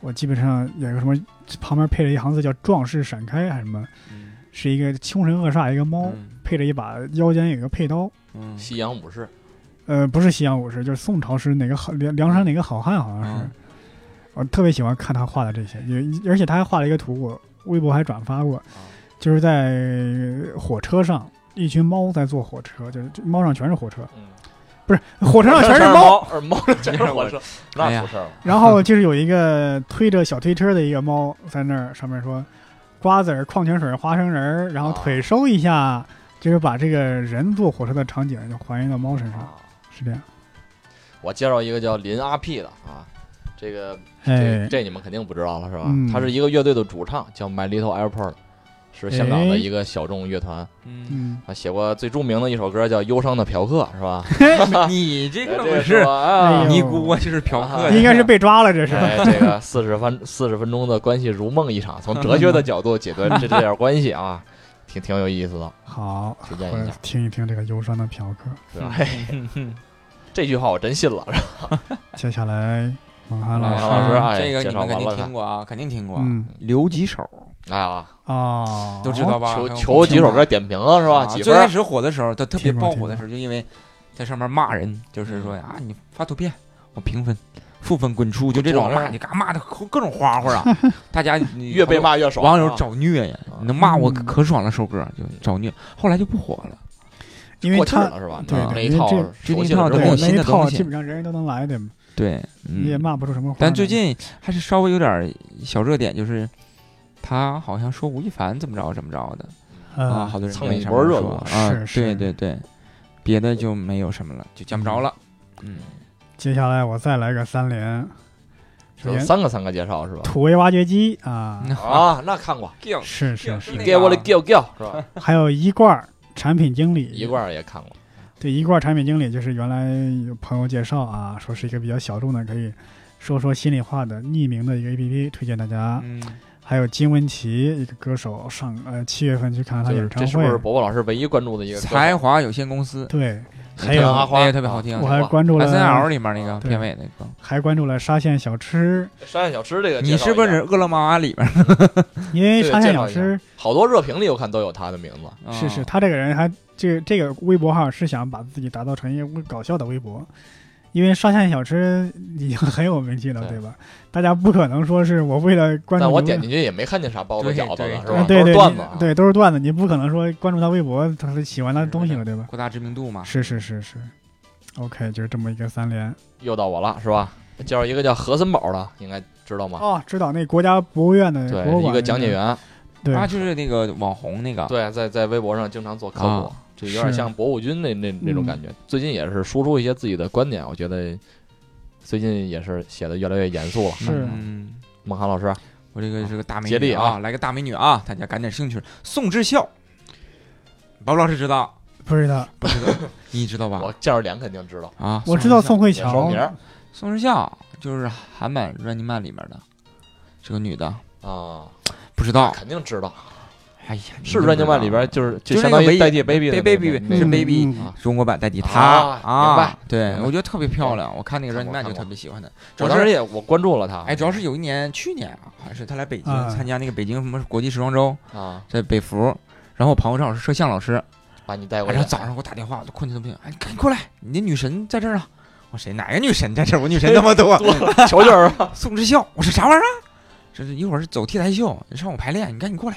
Speaker 1: 我基本上有个什么旁边配了一行字叫“壮士闪开”还是什么，是一个凶神恶煞一个猫，
Speaker 3: 嗯
Speaker 1: 配着一把腰间有一个佩刀，
Speaker 3: 嗯
Speaker 2: 西洋武士，
Speaker 1: 呃，不是西洋武士，就是宋朝是哪个好梁梁山哪个好汉好像是
Speaker 3: 嗯，
Speaker 1: 我特别喜欢看他画的这些，也而且他还画了一个图，我微博还转发过，就是在火车上，一群猫在坐火车，就是这猫上全是火车，
Speaker 2: 嗯，
Speaker 1: 不是火车上 *laughs* 全是猫，
Speaker 2: 猫，呃猫上全是火车，
Speaker 3: 哎
Speaker 2: *laughs* 那
Speaker 3: 呀
Speaker 2: 出事儿了，
Speaker 1: 然后就是有一个推着小推车的一个猫在那儿，上面说瓜子儿、矿泉水、花生仁儿，然后腿收一下，就是把这个人坐火车的场景就还原到猫身上，
Speaker 2: 啊
Speaker 1: 是这样。
Speaker 2: 我介绍一个叫林阿 P 的啊，这个这
Speaker 1: 哎，
Speaker 2: 这你们肯定不知道了是吧
Speaker 1: 嗯？
Speaker 2: 他是一个乐队的主唱，叫 My Little Airport。是香港的
Speaker 1: 哎
Speaker 2: 一个小众乐团，
Speaker 3: 嗯，
Speaker 1: 嗯，
Speaker 2: 他写过最著名的一首歌叫《忧伤的嫖客》，是吧？
Speaker 3: 你这
Speaker 2: 哎
Speaker 3: 个
Speaker 2: 这
Speaker 3: 不
Speaker 2: 个
Speaker 3: 是
Speaker 2: 吧啊，
Speaker 1: 哎呦
Speaker 3: 尼姑啊，就是嫖客
Speaker 2: 啊
Speaker 3: *laughs* 呀，
Speaker 1: 应该是被抓了，这是。
Speaker 2: 哎，这个四十分四十分钟的关系如梦一场，从哲学的角度解读这这点关系啊，挺挺有意思的，
Speaker 1: 好，
Speaker 2: 推荐
Speaker 1: 我
Speaker 2: 一
Speaker 1: 来
Speaker 2: 下，
Speaker 1: 听一听这个忧伤的嫖客。
Speaker 2: 对吧？嘿这句话我真信
Speaker 1: *laughs*
Speaker 2: 了，是吧
Speaker 3: 哎
Speaker 1: 接下来，王涵
Speaker 2: 王
Speaker 1: 老
Speaker 2: 涵老师
Speaker 1: 师，
Speaker 2: 哎
Speaker 3: 这个
Speaker 2: 介
Speaker 3: 你
Speaker 2: 绍
Speaker 3: 们
Speaker 2: 完
Speaker 3: 肯定
Speaker 2: 了他
Speaker 3: 听过啊，肯定听过。
Speaker 1: 嗯
Speaker 3: 留几首
Speaker 2: 哎呀，
Speaker 1: 哦，
Speaker 3: 都知道吧？
Speaker 2: 求
Speaker 3: 还有
Speaker 2: 求几首
Speaker 3: 听过
Speaker 2: 歌点评啊，是吧？几
Speaker 3: 最
Speaker 2: 分
Speaker 3: 开
Speaker 2: 儿？
Speaker 3: 始火的时候，他特别
Speaker 1: 听过
Speaker 3: 爆火的时候，就因为在上面骂人，就是说啊，你发图片，我评分。负分滚出，就这种
Speaker 2: 这玩意儿
Speaker 3: 骂你干嘛骂的各种花花啊！大家你
Speaker 2: 越被骂越爽，
Speaker 3: 网友找虐呀
Speaker 2: 啊，
Speaker 3: 你能骂我
Speaker 1: 嗯
Speaker 3: 可爽了，首歌就找虐，后来就不火了。
Speaker 1: 因为
Speaker 2: 过气
Speaker 1: 他
Speaker 2: 儿了是吧？
Speaker 1: 对
Speaker 2: 啊
Speaker 1: 对
Speaker 2: 那一
Speaker 1: 因为
Speaker 2: 套
Speaker 1: 这
Speaker 2: 熟悉
Speaker 3: 这一套
Speaker 2: 了之
Speaker 1: 对
Speaker 2: 后
Speaker 3: 都有
Speaker 1: 那
Speaker 3: 新
Speaker 1: 一
Speaker 3: 的
Speaker 1: 套
Speaker 3: 东西
Speaker 1: 基本上人人都能来的嘛，
Speaker 3: 对，
Speaker 1: 你也
Speaker 3: 嗯，
Speaker 1: 骂不出什么花来。
Speaker 3: 但最近还是稍微有点小热点，就是他好像说吴亦凡怎么着怎么着的啊，
Speaker 1: 啊
Speaker 3: 好，多人
Speaker 2: 蹭
Speaker 3: 在
Speaker 2: 一
Speaker 3: 上
Speaker 2: 波
Speaker 3: 面
Speaker 2: 热
Speaker 3: 说
Speaker 2: 度
Speaker 3: 啊，
Speaker 1: 是
Speaker 3: 对
Speaker 1: 是
Speaker 3: 对对，别的就没有什么了，就见不着了。嗯，
Speaker 1: 接下来我再来个三连，首
Speaker 2: 有
Speaker 1: 先
Speaker 2: 三个三个介绍是吧？
Speaker 1: 土味挖掘机啊，
Speaker 3: 嗯
Speaker 2: 啊，那看过，
Speaker 1: 是是
Speaker 3: 那
Speaker 1: 是，
Speaker 3: 个
Speaker 2: 给我的 g i 是吧？
Speaker 1: 还有一罐儿产品经理，
Speaker 2: 一罐儿也看过，
Speaker 1: 对一罐儿产品经理就是原来有朋友介绍啊，说是一个比较小众的，可以说说心里话的匿名的一个 APP，推荐大家。
Speaker 3: 嗯，
Speaker 1: 还有金玟岐一个歌手上呃七月份去看他
Speaker 2: 就是
Speaker 1: 演
Speaker 2: 这
Speaker 1: 唱
Speaker 2: 是不
Speaker 1: 会，
Speaker 2: 是伯伯老师唯一关注的一个歌手
Speaker 3: 才华有限公司，
Speaker 1: 对，还
Speaker 2: 天
Speaker 1: 有
Speaker 2: 啊
Speaker 3: 那个特别好听
Speaker 1: 我，还关注
Speaker 3: S N
Speaker 1: 了
Speaker 3: L 里面那个
Speaker 1: 对
Speaker 3: 片尾那个。
Speaker 1: 还关注了沙县小吃，
Speaker 2: 沙县小吃这个介绍一
Speaker 3: 你
Speaker 2: 下，
Speaker 3: 是不是饿了么啊里面？
Speaker 1: 因为
Speaker 2: 对
Speaker 1: 沙
Speaker 2: 介
Speaker 1: 县
Speaker 2: 绍
Speaker 1: 小
Speaker 2: 一下
Speaker 1: 吃
Speaker 2: 好多热评里我看都有他的名字？
Speaker 1: 是
Speaker 3: 啊
Speaker 1: 是，他这个人还这个这个微博号是想把自己打造成一个搞笑的微博，因为沙县小吃已经很有名气了，
Speaker 2: 对
Speaker 1: 对吧？大家不可能说是我为了关注
Speaker 2: 但我
Speaker 1: 流
Speaker 2: 点
Speaker 1: 量
Speaker 2: 进去也没看见啥包子
Speaker 3: 对
Speaker 2: 饺子
Speaker 3: 对
Speaker 2: 呢，是
Speaker 3: 对
Speaker 2: 吧？
Speaker 1: 对
Speaker 2: 都是
Speaker 1: 对
Speaker 2: 段
Speaker 1: 你
Speaker 2: 子啊，
Speaker 1: 对，都是段子，你不可能说关注他微博，他是喜欢他的东西了，对吧？
Speaker 3: 扩大知名度嘛？
Speaker 1: 是是是是，OK，就是这么一个三连。
Speaker 2: 又到我了，是吧？介绍一个叫何森堡的，应该知道吗？
Speaker 1: 哦，知道那国家博物院的博
Speaker 2: 啊对，
Speaker 1: 物
Speaker 2: 一
Speaker 1: 馆
Speaker 2: 个讲解
Speaker 1: 那，
Speaker 2: 员，
Speaker 1: 对
Speaker 3: 他就是那个网红那个，
Speaker 2: 对，在在微博上经常做科普
Speaker 3: 啊，
Speaker 2: 就有点
Speaker 1: 是
Speaker 2: 像博物君那那那种
Speaker 1: 嗯
Speaker 2: 感觉。最近也是输出一些自己的观点，我觉得最近也是写的越来越严肃了。
Speaker 1: 是
Speaker 3: 嗯，
Speaker 2: 孟涵老师，
Speaker 3: 我这个是个大美
Speaker 2: 接力
Speaker 3: 女
Speaker 2: 啊
Speaker 3: 啊，来个大美女啊，大家感点兴趣。宋智孝，宝宝老师知道
Speaker 1: 不知道，
Speaker 3: 不知道？你知道吧
Speaker 2: 我？见着脸肯定知道，
Speaker 3: 啊，
Speaker 1: 我知道
Speaker 3: 宋
Speaker 1: 宋慧
Speaker 2: 也说
Speaker 1: 乔
Speaker 2: 名，儿
Speaker 3: 智孝宋智孝就是韩版《Running Man》里面的，是个女的，
Speaker 2: 啊，
Speaker 3: 不知道。
Speaker 2: 肯定知道，
Speaker 3: 哎呀，
Speaker 2: 是《
Speaker 3: 你
Speaker 2: Running
Speaker 3: 就
Speaker 2: Man
Speaker 3: 不知》道
Speaker 2: 里边就是
Speaker 3: 就
Speaker 2: 相
Speaker 3: 那个
Speaker 2: 当于
Speaker 3: 唯一
Speaker 2: 代替 baby 的
Speaker 3: baby-
Speaker 2: 那个
Speaker 3: baby-
Speaker 2: 那
Speaker 3: 是
Speaker 2: 个
Speaker 1: 嗯
Speaker 3: baby
Speaker 1: 嗯
Speaker 3: 中国版代替她
Speaker 2: 啊明白
Speaker 3: 对
Speaker 2: 明，白
Speaker 3: 我觉得特别漂亮。我看那个《
Speaker 2: 看
Speaker 3: Running
Speaker 2: 过
Speaker 3: Man》
Speaker 2: 看
Speaker 3: 就
Speaker 2: 过
Speaker 3: 特别喜欢她，主
Speaker 2: 我
Speaker 3: 要
Speaker 2: 当时
Speaker 3: 是
Speaker 2: 也我关注了他，
Speaker 3: 哎，主要是有一年去年啊，好像是她来北京
Speaker 1: 啊
Speaker 3: 参加那个北京什么国际时装周，
Speaker 2: 啊，
Speaker 3: 在北服，然后我朋友正好是摄像老师，
Speaker 2: 把你带过
Speaker 3: 然
Speaker 2: 来
Speaker 3: 后。早上给我打电话，我都困得都不行，哎，赶紧过来，你的女神在这儿啊！我说谁哪个女神在这儿？我女神那么多，
Speaker 2: 球 *laughs* 球啊，
Speaker 3: 宋智孝，我说啥玩意儿啊？这是一会儿是走 T 台秀，你上午排练，你赶紧过来。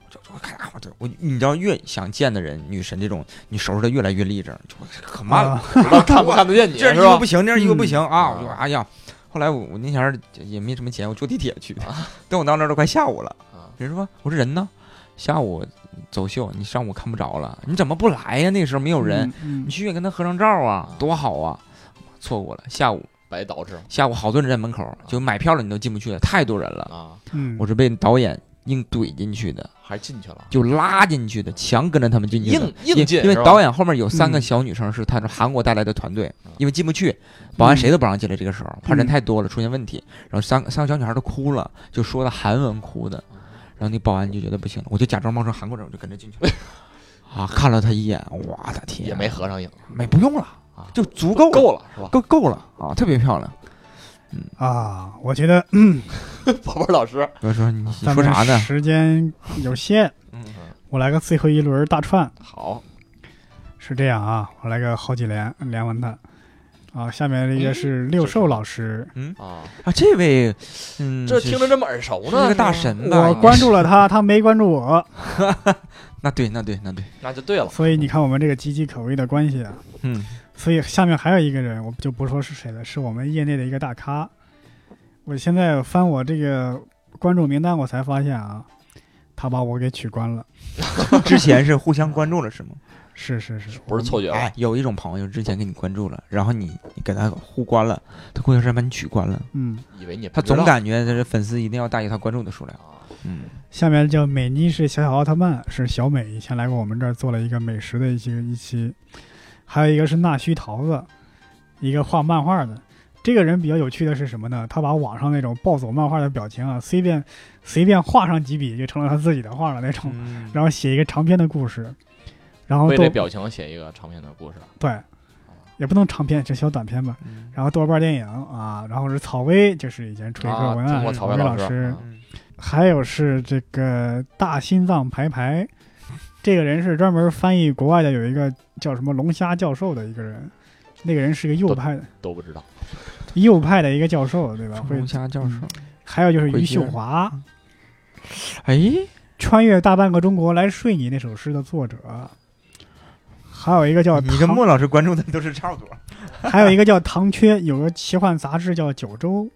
Speaker 3: 我就我看啊，我就我你知道越想见的人，女神这种你收拾的越来越立正，就我可慢了，
Speaker 1: 啊
Speaker 2: 不知道看不看得见你
Speaker 3: *laughs* 这样
Speaker 2: 是
Speaker 3: 衣服
Speaker 2: 吧
Speaker 3: 不？行，这样衣服不行啊！
Speaker 2: 嗯
Speaker 3: 我就哎呀，后来我我那前儿也没什么钱，我坐地铁去， *laughs* 等我到那儿都快下午了。
Speaker 2: 啊
Speaker 3: 人说：“我说人呢？下午走秀，你上午看不着了，你怎么不来呀？那时候没有人，，
Speaker 1: 嗯
Speaker 3: 你去跟他合张照啊
Speaker 2: 啊，
Speaker 3: 多好啊！错过了，下午
Speaker 2: 白导致
Speaker 3: 下午好多人在门口，就买票了你都进不去，太多人了。
Speaker 2: 啊，
Speaker 1: 嗯，
Speaker 3: 我是被导演硬怼进去的，
Speaker 2: 还进去了，
Speaker 3: 就拉进去的，强跟着他们进去的
Speaker 2: 硬。”硬
Speaker 3: 因
Speaker 2: 进，
Speaker 3: 因为
Speaker 2: 是吧
Speaker 3: 导演后面有三个
Speaker 1: 嗯
Speaker 3: 小女生是他从韩国带来的团队
Speaker 2: 啊，
Speaker 3: 因为进不去，保安
Speaker 2: 嗯
Speaker 3: 谁都不让进来。这个时候怕人太多了出现问题，然后三个三个小女孩都哭了，就说的韩文哭的，
Speaker 2: 啊
Speaker 3: 然后那保安就觉得不行了，我就假装冒充韩国人，我就跟着进去
Speaker 2: *laughs*
Speaker 3: 了。啊，看了他一眼，我的天，啊
Speaker 2: 也没合上影，
Speaker 3: 没不用了
Speaker 2: 啊，
Speaker 3: 就足够
Speaker 2: 够了是吧？
Speaker 3: 够够了啊，特别漂亮。
Speaker 1: 啊，我觉得
Speaker 2: 宝贝儿老师，
Speaker 3: 我说你
Speaker 1: 咱
Speaker 3: 你说
Speaker 1: 们
Speaker 3: 啥呢？
Speaker 1: 时间有限，
Speaker 3: 嗯
Speaker 1: 我来个最后一轮大串。
Speaker 2: *laughs* 好，
Speaker 1: 是这样啊，我来个好几连连完它。啊，下面这个是六兽老师，
Speaker 2: 啊，
Speaker 3: 啊，这位，嗯，
Speaker 2: 这
Speaker 3: 是
Speaker 2: 听着这么耳熟
Speaker 3: 是
Speaker 2: 呢，
Speaker 3: 个大
Speaker 2: 是吧，
Speaker 3: 神吧？
Speaker 1: 我关注了他，他没关注我，
Speaker 3: 那对那对那对，
Speaker 2: 那就对了，
Speaker 1: 所以你看我们这个岌岌可危的关系啊。
Speaker 3: 嗯， *laughs*
Speaker 1: 所以下面还有一个人，我就不说是谁了，是我们业内的一个大咖。我现在翻我这个关注名单，我才发现啊，他把我给取关了。
Speaker 3: 之前是互相关注了是吗？
Speaker 1: 是是是，
Speaker 2: 不是错觉吧，
Speaker 3: 哎，有一种朋友之前给你关注了，然后你你给他互关了，他过段时间把你取关了，
Speaker 1: 嗯，
Speaker 2: 以为你不
Speaker 3: 他
Speaker 2: 知道
Speaker 3: 总感觉他这粉丝一定要大于他关注的数量，
Speaker 2: 啊，
Speaker 3: 嗯，
Speaker 1: 下面叫美妮是小小奥特曼，是小美，以前来过我们这儿做了一个美食的一期一期，还有一个是纳须桃子，一个画漫画的。这个人比较有趣的是什么呢？他把网上那种暴走漫画的表情啊，随便随便画上几笔就成了他自己的画了那种，
Speaker 3: 嗯
Speaker 1: 然后写一个长篇的故事，然后
Speaker 2: 为这
Speaker 1: 豆
Speaker 2: 表哦情写一个长篇的故事。
Speaker 1: 对，也不能长篇，就小短篇吧。
Speaker 3: 嗯
Speaker 1: 然后豆瓣电影啊，然后是草薇，就是以前出一
Speaker 2: 啊
Speaker 1: 个文
Speaker 2: 听
Speaker 1: 案，
Speaker 2: 过
Speaker 1: 是
Speaker 2: 草
Speaker 1: 薇
Speaker 2: 薇
Speaker 1: 老
Speaker 2: 老师
Speaker 1: 师
Speaker 2: 啊，
Speaker 3: 嗯
Speaker 1: 还有是这个大心脏排排，这个人是专门翻译国外的，有一个叫什么龙虾教授的一个人，那个人是个右派的
Speaker 2: 都不知道，
Speaker 1: 右派的一个教授，对吧？会
Speaker 3: 龙虾教授，
Speaker 1: 还有就是
Speaker 3: 会
Speaker 1: 余
Speaker 3: 接
Speaker 1: 秀华，
Speaker 2: 嗯
Speaker 3: 哎，
Speaker 1: 穿越大半个中国来睡你那首诗的作者，还有一个叫
Speaker 3: 你跟
Speaker 1: 唐
Speaker 3: 莫老师关注的都是差不多。
Speaker 2: *laughs*
Speaker 1: 还有一个叫唐缺，有个奇幻杂志叫九州，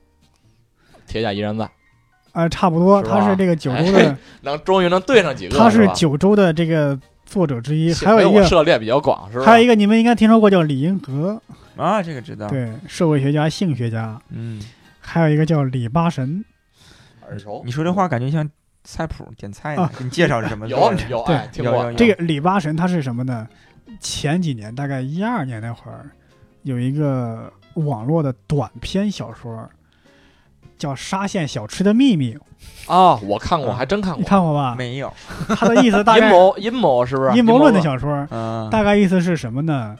Speaker 2: 铁甲依然在，
Speaker 1: 呃，差不多，
Speaker 2: 是吧哎
Speaker 1: 他是这个九州
Speaker 2: *laughs*
Speaker 1: 的，
Speaker 2: 能终于能对上几个，
Speaker 1: 他
Speaker 2: 是
Speaker 1: 是
Speaker 2: 吧
Speaker 1: 九州的这个作者之一，
Speaker 2: 幸
Speaker 1: 还有
Speaker 2: 亏
Speaker 1: 一
Speaker 2: 我
Speaker 1: 个
Speaker 2: 涉猎比较广，是吧？
Speaker 1: 还有一个你们应该听说过叫李银河，
Speaker 3: 啊，这个知道。，
Speaker 1: 对，社会学家、性学家，
Speaker 3: 嗯，
Speaker 1: 还有一个叫李八神，
Speaker 2: 哎耳熟
Speaker 3: 你，说这话感觉像菜谱点菜呢
Speaker 1: 啊，
Speaker 3: 给你介绍是什 *laughs* 么？
Speaker 2: 有
Speaker 3: 对
Speaker 2: 有
Speaker 1: 对
Speaker 2: 哎，听
Speaker 3: 有
Speaker 2: 过
Speaker 3: 有有
Speaker 1: 这个李八神他是什么呢？前几年大概一二年那会儿，有一个网络的短篇小说，叫《沙县小吃的秘密》，
Speaker 2: 啊，我看过，还真看
Speaker 1: 你
Speaker 2: 过。
Speaker 1: 看过吧？
Speaker 3: 没有？
Speaker 1: 他的意思大
Speaker 2: 阴
Speaker 1: 概
Speaker 2: 谋阴谋是不是？
Speaker 1: 阴谋论的
Speaker 2: 小
Speaker 1: 小说，
Speaker 3: 嗯，
Speaker 1: 大概意思是什么呢？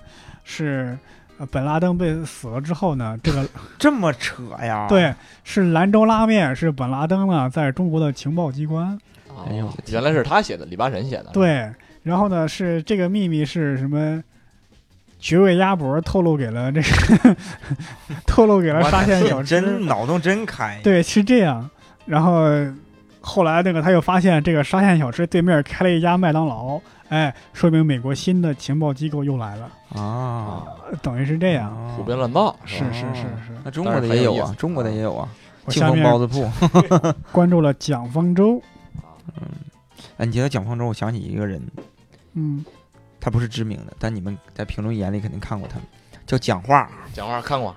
Speaker 1: 是呃本拉登被死了之后
Speaker 3: *laughs*
Speaker 1: 呢，这个
Speaker 3: 这么扯呀？，
Speaker 1: 对是兰州拉面是本拉登呢在中国的情报机关。
Speaker 2: 啊
Speaker 3: 哎呦我的天
Speaker 2: 原来是他写的，李八神写的。，
Speaker 1: 对，然后呢是这个秘密是什么？爵位鸭脖透露给了这个， *laughs* 透露给了沙县小
Speaker 3: 真
Speaker 1: 吃。
Speaker 3: 脑洞真开。，
Speaker 1: 对，是这样。然后后来那个他又发现，这个沙县小吃对面开了一家麦当劳，哎，说明美国新的情报机构又来了，呃
Speaker 3: 啊，
Speaker 1: 等于是这样。
Speaker 3: 啊
Speaker 2: 胡编乱造是
Speaker 1: 是
Speaker 2: 吧？
Speaker 1: 是是
Speaker 3: 哦
Speaker 1: 是。
Speaker 3: 那中国的也有啊，中国的也有啊，
Speaker 1: 我
Speaker 3: 庆
Speaker 1: 下
Speaker 3: 丰
Speaker 1: 面
Speaker 3: 包子铺。
Speaker 1: 关注了蒋方舟，
Speaker 3: 哎，你提到蒋方舟，我想起一个人，
Speaker 1: 嗯，
Speaker 3: 他不是知名的，但你们在评论眼里肯定看过他，叫蒋化。
Speaker 2: 讲话看过，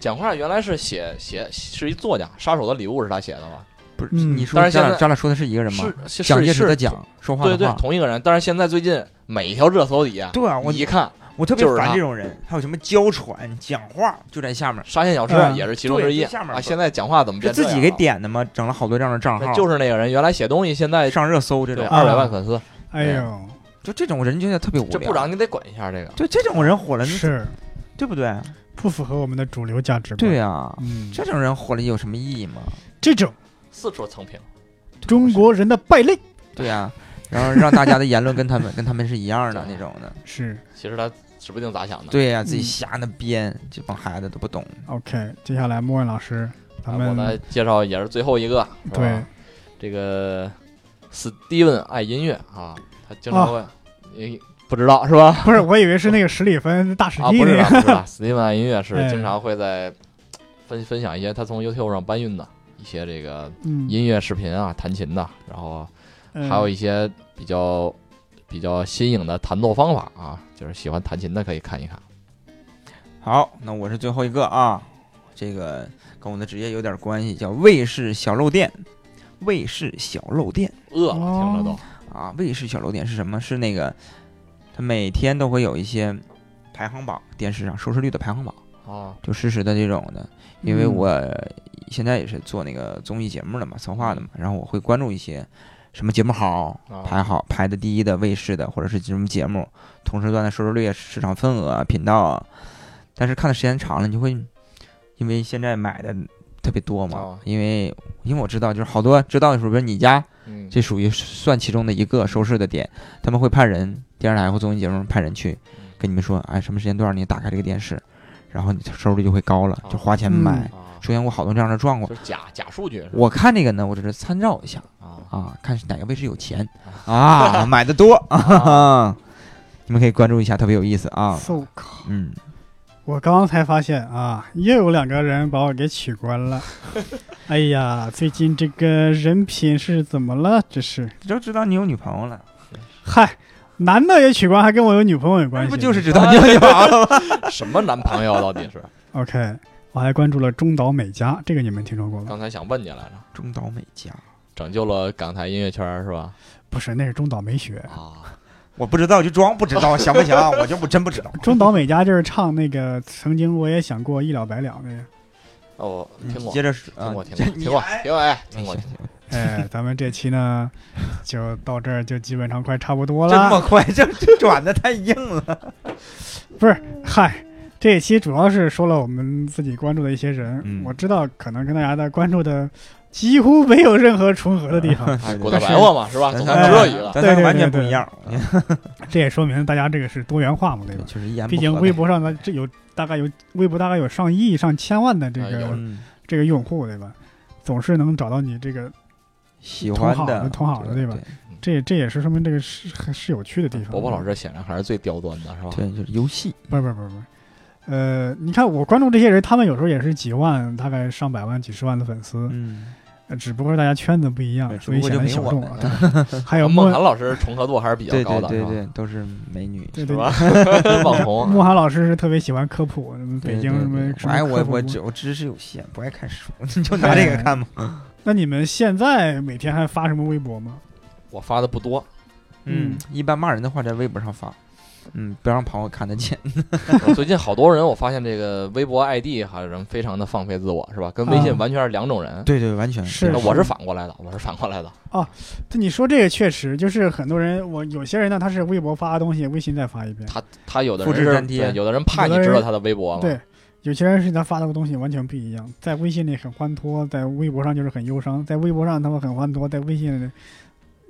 Speaker 2: 讲话原来是写写是一作家，《杀手的礼物》是他写的吧？
Speaker 3: 不是，
Speaker 1: 嗯
Speaker 3: 你说
Speaker 2: 但是现
Speaker 3: 咱俩
Speaker 2: 在
Speaker 3: 咱俩说的是一个人吗？
Speaker 2: 是
Speaker 3: 蒋介
Speaker 2: 是
Speaker 3: 石的
Speaker 2: 是，
Speaker 3: 蒋，说话
Speaker 2: 对
Speaker 3: 的
Speaker 2: 对
Speaker 3: 话，。
Speaker 2: 同一个人。但是现在最近每一条热搜底下，
Speaker 3: 对啊，
Speaker 2: 你一看
Speaker 3: 我特别
Speaker 2: 就是
Speaker 3: 烦
Speaker 2: 他
Speaker 3: 这种人，还有什么娇喘、讲话，就在下面，
Speaker 2: 沙县小吃
Speaker 1: 嗯
Speaker 2: 也是其中之一
Speaker 3: 对就下面
Speaker 2: 啊。现在讲话怎么
Speaker 3: 是
Speaker 2: 变
Speaker 3: 自
Speaker 2: 这
Speaker 3: 己
Speaker 2: 样
Speaker 3: 给
Speaker 2: 了？
Speaker 3: 点的吗？整了好多这样的账号，
Speaker 2: 就是那个人原来写东西，现在
Speaker 3: 上热搜这
Speaker 2: 对
Speaker 3: 种，
Speaker 2: 二百
Speaker 1: 啊
Speaker 2: 万粉丝，
Speaker 1: 哎呦，
Speaker 3: 就这种人觉得特别无
Speaker 2: 这
Speaker 3: 聊。
Speaker 2: 部长你得管一下这个。
Speaker 3: 对这种人火了，你
Speaker 1: 是
Speaker 3: 对不对？
Speaker 1: 不符合我们的主流价值观。
Speaker 3: 对、啊呀，
Speaker 1: 嗯，
Speaker 3: 这种人火了有什么意义吗？
Speaker 1: 这种
Speaker 2: 四处蹭评，
Speaker 1: 中国人的败类
Speaker 3: 对呀，然后让大家的言论跟他们跟他们是一样的
Speaker 2: 对
Speaker 3: 那种
Speaker 1: *laughs*
Speaker 3: 的。
Speaker 1: 是。
Speaker 2: 其实他指不定咋想的。啊
Speaker 3: 对啊呀，自己
Speaker 1: 嗯
Speaker 3: 瞎那编，这帮孩子都不懂。
Speaker 1: OK，接下来莫问老师，
Speaker 2: 啊，
Speaker 1: 咱
Speaker 2: 我来
Speaker 1: 们
Speaker 2: 介绍也是最后一个，是吧
Speaker 1: 对
Speaker 2: 这个 Steven 爱音乐啊，他经常会，你不知道是吧？
Speaker 1: 不是，我以为是那个史蒂芬大史
Speaker 3: *laughs*
Speaker 2: 啊，
Speaker 1: 蒂
Speaker 2: 不知
Speaker 1: 那
Speaker 2: 道，
Speaker 1: 个，
Speaker 2: 不知道。Steven 爱音乐是
Speaker 1: 哎
Speaker 2: 经常会在分分享一些他从 YouTube 上搬运的一些这个
Speaker 1: 嗯，
Speaker 2: 音乐视频啊，弹琴的，然后
Speaker 1: 嗯
Speaker 2: 还有一些比较比较新颖的弹奏方法啊，就是喜欢弹琴的可以看一看。
Speaker 3: 好，那我是最后一个啊，这个跟我的职业有点关系，叫卫视小漏电。卫视小漏电
Speaker 2: 饿了，
Speaker 1: 哦
Speaker 2: 听着都
Speaker 3: 啊，卫视小漏电是什么？是那个，它每天都会有一些排行榜，电视上收视率的排行榜，
Speaker 1: 哦
Speaker 2: 啊，
Speaker 3: 就实时的这种的。因为
Speaker 1: 嗯
Speaker 3: 我现在也是做那个综艺节目的嘛，策划的嘛，然后我会关注一些什么节目好
Speaker 2: 嗯啊
Speaker 3: 排好排的第一的卫视的，或者是什么节目同时段的收视率、市场份额啊、频道啊。但是看的时间长了，你就会因为现在买的特别多嘛
Speaker 2: 哦，
Speaker 3: 因为因为我知道就是好多知道的时候，比如你家
Speaker 2: 嗯，
Speaker 3: 这属于算其中的一个收视的点，他们会派人电视台或综艺节目派人去
Speaker 2: 嗯
Speaker 3: 跟你们说，哎，什么时间段你打开这个电视，然后你的收视率就会高了，就花钱
Speaker 1: 嗯
Speaker 3: 买。
Speaker 2: 啊，
Speaker 3: 出现过好多这样的状况。
Speaker 2: 就是假假数据是吧？
Speaker 3: 我看这个呢，我只是参照一下
Speaker 2: 啊，
Speaker 3: 啊，看是哪个位置有钱 *laughs* 啊，买的多啊，你们可以关注一下，特别有意思啊。
Speaker 1: ，so cool
Speaker 3: 嗯，
Speaker 1: 我刚才发现啊，又有两个人把我给取关
Speaker 3: *laughs*
Speaker 1: 了。哎呀，最近这个人品是怎么了？这是，
Speaker 3: 都知道你有女朋友了，
Speaker 1: 嗨，男的也取关，还跟我有女朋友有关系？
Speaker 3: 不就是 *laughs* 知道你有女朋友了 *laughs* 吗？
Speaker 2: 什么男朋友到
Speaker 3: *laughs*
Speaker 2: 底是？
Speaker 3: 哦
Speaker 1: OK？我还关注了中岛美嘉，这个你们听说过吗？
Speaker 2: 刚才想问你来着，
Speaker 3: 中岛美嘉，
Speaker 2: 拯救了港台音乐圈，是吧？
Speaker 1: 不是，那是中岛美雪。
Speaker 2: 啊，
Speaker 3: 我不知道就装不知道，行不行？我就不真不知道。
Speaker 1: 中岛美嘉就是唱那个“曾经我也想过一了百了”那
Speaker 3: *laughs*
Speaker 1: 个。
Speaker 2: 哦，*laughs*
Speaker 3: 嗯
Speaker 2: 听过，
Speaker 3: 接着是
Speaker 2: 听过，
Speaker 3: 啊
Speaker 2: 听过，
Speaker 3: 你
Speaker 2: *laughs* 听过，听过，
Speaker 3: 哎
Speaker 2: 哎，
Speaker 3: *laughs*
Speaker 2: 听过，
Speaker 3: 行
Speaker 2: 听过
Speaker 1: 哎，咱们这期呢，就到这儿，就基本上快差不多
Speaker 3: 这么
Speaker 1: 了。
Speaker 3: 快，这这转的太硬了。
Speaker 1: 嗨，这一期主要是说了我们自己关注的一些人，
Speaker 3: 嗯
Speaker 1: 我知道可能跟大家的关注的几乎没有任何重合的地
Speaker 3: *laughs*
Speaker 1: 方，
Speaker 3: 哎
Speaker 2: 郭德白话嘛，是吧？
Speaker 3: 但
Speaker 2: 总
Speaker 3: 他
Speaker 2: 算知道一个。
Speaker 3: 但
Speaker 1: 对
Speaker 3: 他
Speaker 1: 对
Speaker 3: 完全
Speaker 1: 对
Speaker 3: 不一样，啊
Speaker 1: 这也说明大家这个是多元化嘛，对吧？
Speaker 3: 就是一言不
Speaker 1: 毕竟
Speaker 3: 合
Speaker 1: 微
Speaker 3: 呗
Speaker 1: 博上呢，这有大概有微博大概有上亿、上千万的这
Speaker 2: 哎
Speaker 1: 个、
Speaker 2: 有
Speaker 3: 嗯
Speaker 1: 这个用户，对吧？总是能找到你这个，
Speaker 3: 喜
Speaker 1: 同
Speaker 3: 欢
Speaker 1: 好
Speaker 3: 的
Speaker 1: 的同好的对
Speaker 3: 对
Speaker 1: 吧？这这也是说明这个是是有趣的地方。
Speaker 2: 伯伯老师显然还是最刁钻的，是吧？
Speaker 3: 对，就是游戏，
Speaker 1: 不不不不，呃，你看我关注这些人，他们有时候也是几万，大概上百万、几十万的粉丝，
Speaker 3: 嗯，
Speaker 1: 呃只不过大家圈子不一样
Speaker 3: 对，
Speaker 1: 所以显得
Speaker 3: 只
Speaker 1: 小
Speaker 3: 不过就
Speaker 1: 众
Speaker 3: 没我
Speaker 1: 啊
Speaker 3: 们。
Speaker 1: 对还
Speaker 3: *laughs*
Speaker 1: 有
Speaker 2: 啊
Speaker 1: 莫
Speaker 2: 孟涵老师重合度还是比较
Speaker 3: 对
Speaker 2: 高
Speaker 3: 对
Speaker 2: 的，
Speaker 3: 对
Speaker 2: 是吧
Speaker 3: 对，都是美女。
Speaker 1: 对
Speaker 2: 是
Speaker 1: 对，
Speaker 2: 吧？ *laughs* 网红啊
Speaker 1: 莫涵老师是特别喜欢科普，什么
Speaker 3: 对
Speaker 1: 北京
Speaker 3: 对
Speaker 1: 什么
Speaker 3: 对
Speaker 1: 什么
Speaker 3: 哎，
Speaker 1: 科
Speaker 3: 我
Speaker 1: 普
Speaker 3: 我
Speaker 1: 博
Speaker 3: 知我知识有限，不爱看书， *laughs* 你
Speaker 1: 嗯
Speaker 3: 就拿这个看吧。
Speaker 1: 那你们现在每天还发什么微博吗？
Speaker 2: 我发的不多，
Speaker 1: 嗯
Speaker 3: 嗯，一般骂人的话在微博上发，嗯，不让朋友看得见。
Speaker 1: 嗯
Speaker 2: 我最近好多人，我发现这个微博 ID 还有人非常的放飞自我，是吧？跟微信
Speaker 1: 啊
Speaker 2: 完全是两种人。
Speaker 3: *laughs* 对对，完全
Speaker 1: 是
Speaker 2: 那我是反过来的，我是反过来的。
Speaker 1: 这你说这个确实就是很多人，我有些人呢，他是微博发的东西，微信再发一遍；
Speaker 2: 他他有的
Speaker 3: 复
Speaker 2: 人
Speaker 3: 制
Speaker 2: 是
Speaker 3: 粘贴
Speaker 2: 对有的人怕你知道他的微
Speaker 3: 哦
Speaker 2: 博嘛，
Speaker 1: 对，有些人是他发的东西完全不一样，在微信里很欢脱，在微博上就是很忧伤，在微博上他们很欢脱，在微信里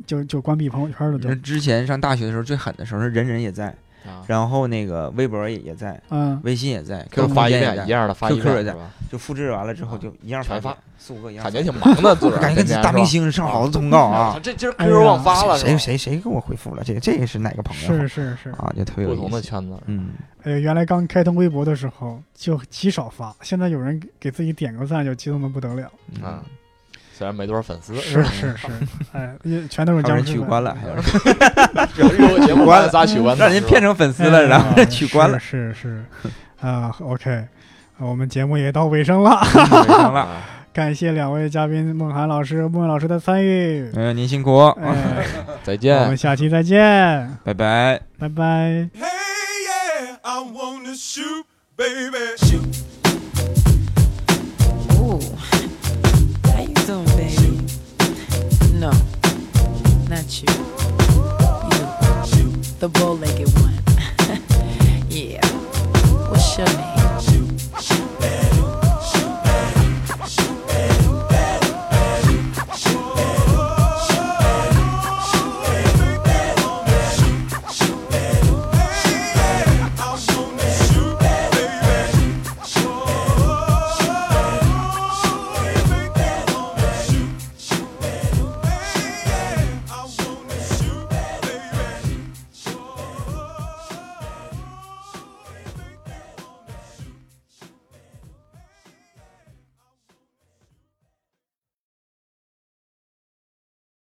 Speaker 1: 就就关闭朋友圈了就
Speaker 3: 就。之前上大学的时候最狠的时候是人人也在，
Speaker 2: 啊，
Speaker 3: 然后那个微博也也在，
Speaker 1: 嗯，
Speaker 3: 微信也在
Speaker 2: 就
Speaker 3: ，QQ
Speaker 2: 是发一
Speaker 3: 空间
Speaker 2: 遍
Speaker 3: 也
Speaker 2: 一
Speaker 3: 在，
Speaker 2: 样的发一
Speaker 3: QQ
Speaker 2: 遍
Speaker 3: 也在
Speaker 2: 是吧？
Speaker 3: 就复制完了之后就一样
Speaker 2: 全发
Speaker 3: 发，四五个一样发，
Speaker 2: 感觉挺忙的，自个儿
Speaker 3: 感
Speaker 2: 天
Speaker 3: 觉跟
Speaker 2: 天
Speaker 3: 大
Speaker 2: 是吧
Speaker 3: 明星上好
Speaker 2: *laughs*
Speaker 3: 多通告
Speaker 2: 啊
Speaker 3: 啊
Speaker 2: 他。这今儿
Speaker 1: 哎呀
Speaker 2: QQ 忘发了，
Speaker 3: 谁
Speaker 2: 是吧
Speaker 3: 谁谁给我回复了？这这个是哪个朋友
Speaker 1: 是是是，
Speaker 3: 啊？就特别有
Speaker 2: 不
Speaker 3: 意思
Speaker 2: 同的圈子，
Speaker 3: 嗯，
Speaker 1: 呃，原来刚开通微博的时候就极少发，现在有人给给自己点个赞就激动的不得了。
Speaker 3: 嗯
Speaker 2: 啊虽然没多少粉丝，嗯
Speaker 1: 是
Speaker 2: 吧？
Speaker 1: 是是，哎，也全都是
Speaker 3: 还有
Speaker 1: 僵
Speaker 3: 人
Speaker 1: 尸
Speaker 3: 取
Speaker 1: 粉
Speaker 3: 关了，还有人
Speaker 2: 有节目
Speaker 3: 关了
Speaker 2: 仨取关的，
Speaker 3: 让人骗成粉丝了，然后
Speaker 1: 哎
Speaker 3: 取关了，
Speaker 1: 是是，是啊，OK，啊我们节目也到尾声了， *laughs*
Speaker 3: 行
Speaker 2: 是
Speaker 3: 了。
Speaker 2: 吧。
Speaker 1: 感谢两位嘉宾孟涵老师、孟老师的参与，
Speaker 3: 哎呦，您辛苦， *laughs*
Speaker 1: 哎，
Speaker 2: 再
Speaker 1: 我
Speaker 2: 见
Speaker 1: 们。下期再见，
Speaker 3: 拜拜。
Speaker 1: 拜拜。
Speaker 4: Hey, yeah, I wanna shoot, baby. Shoot.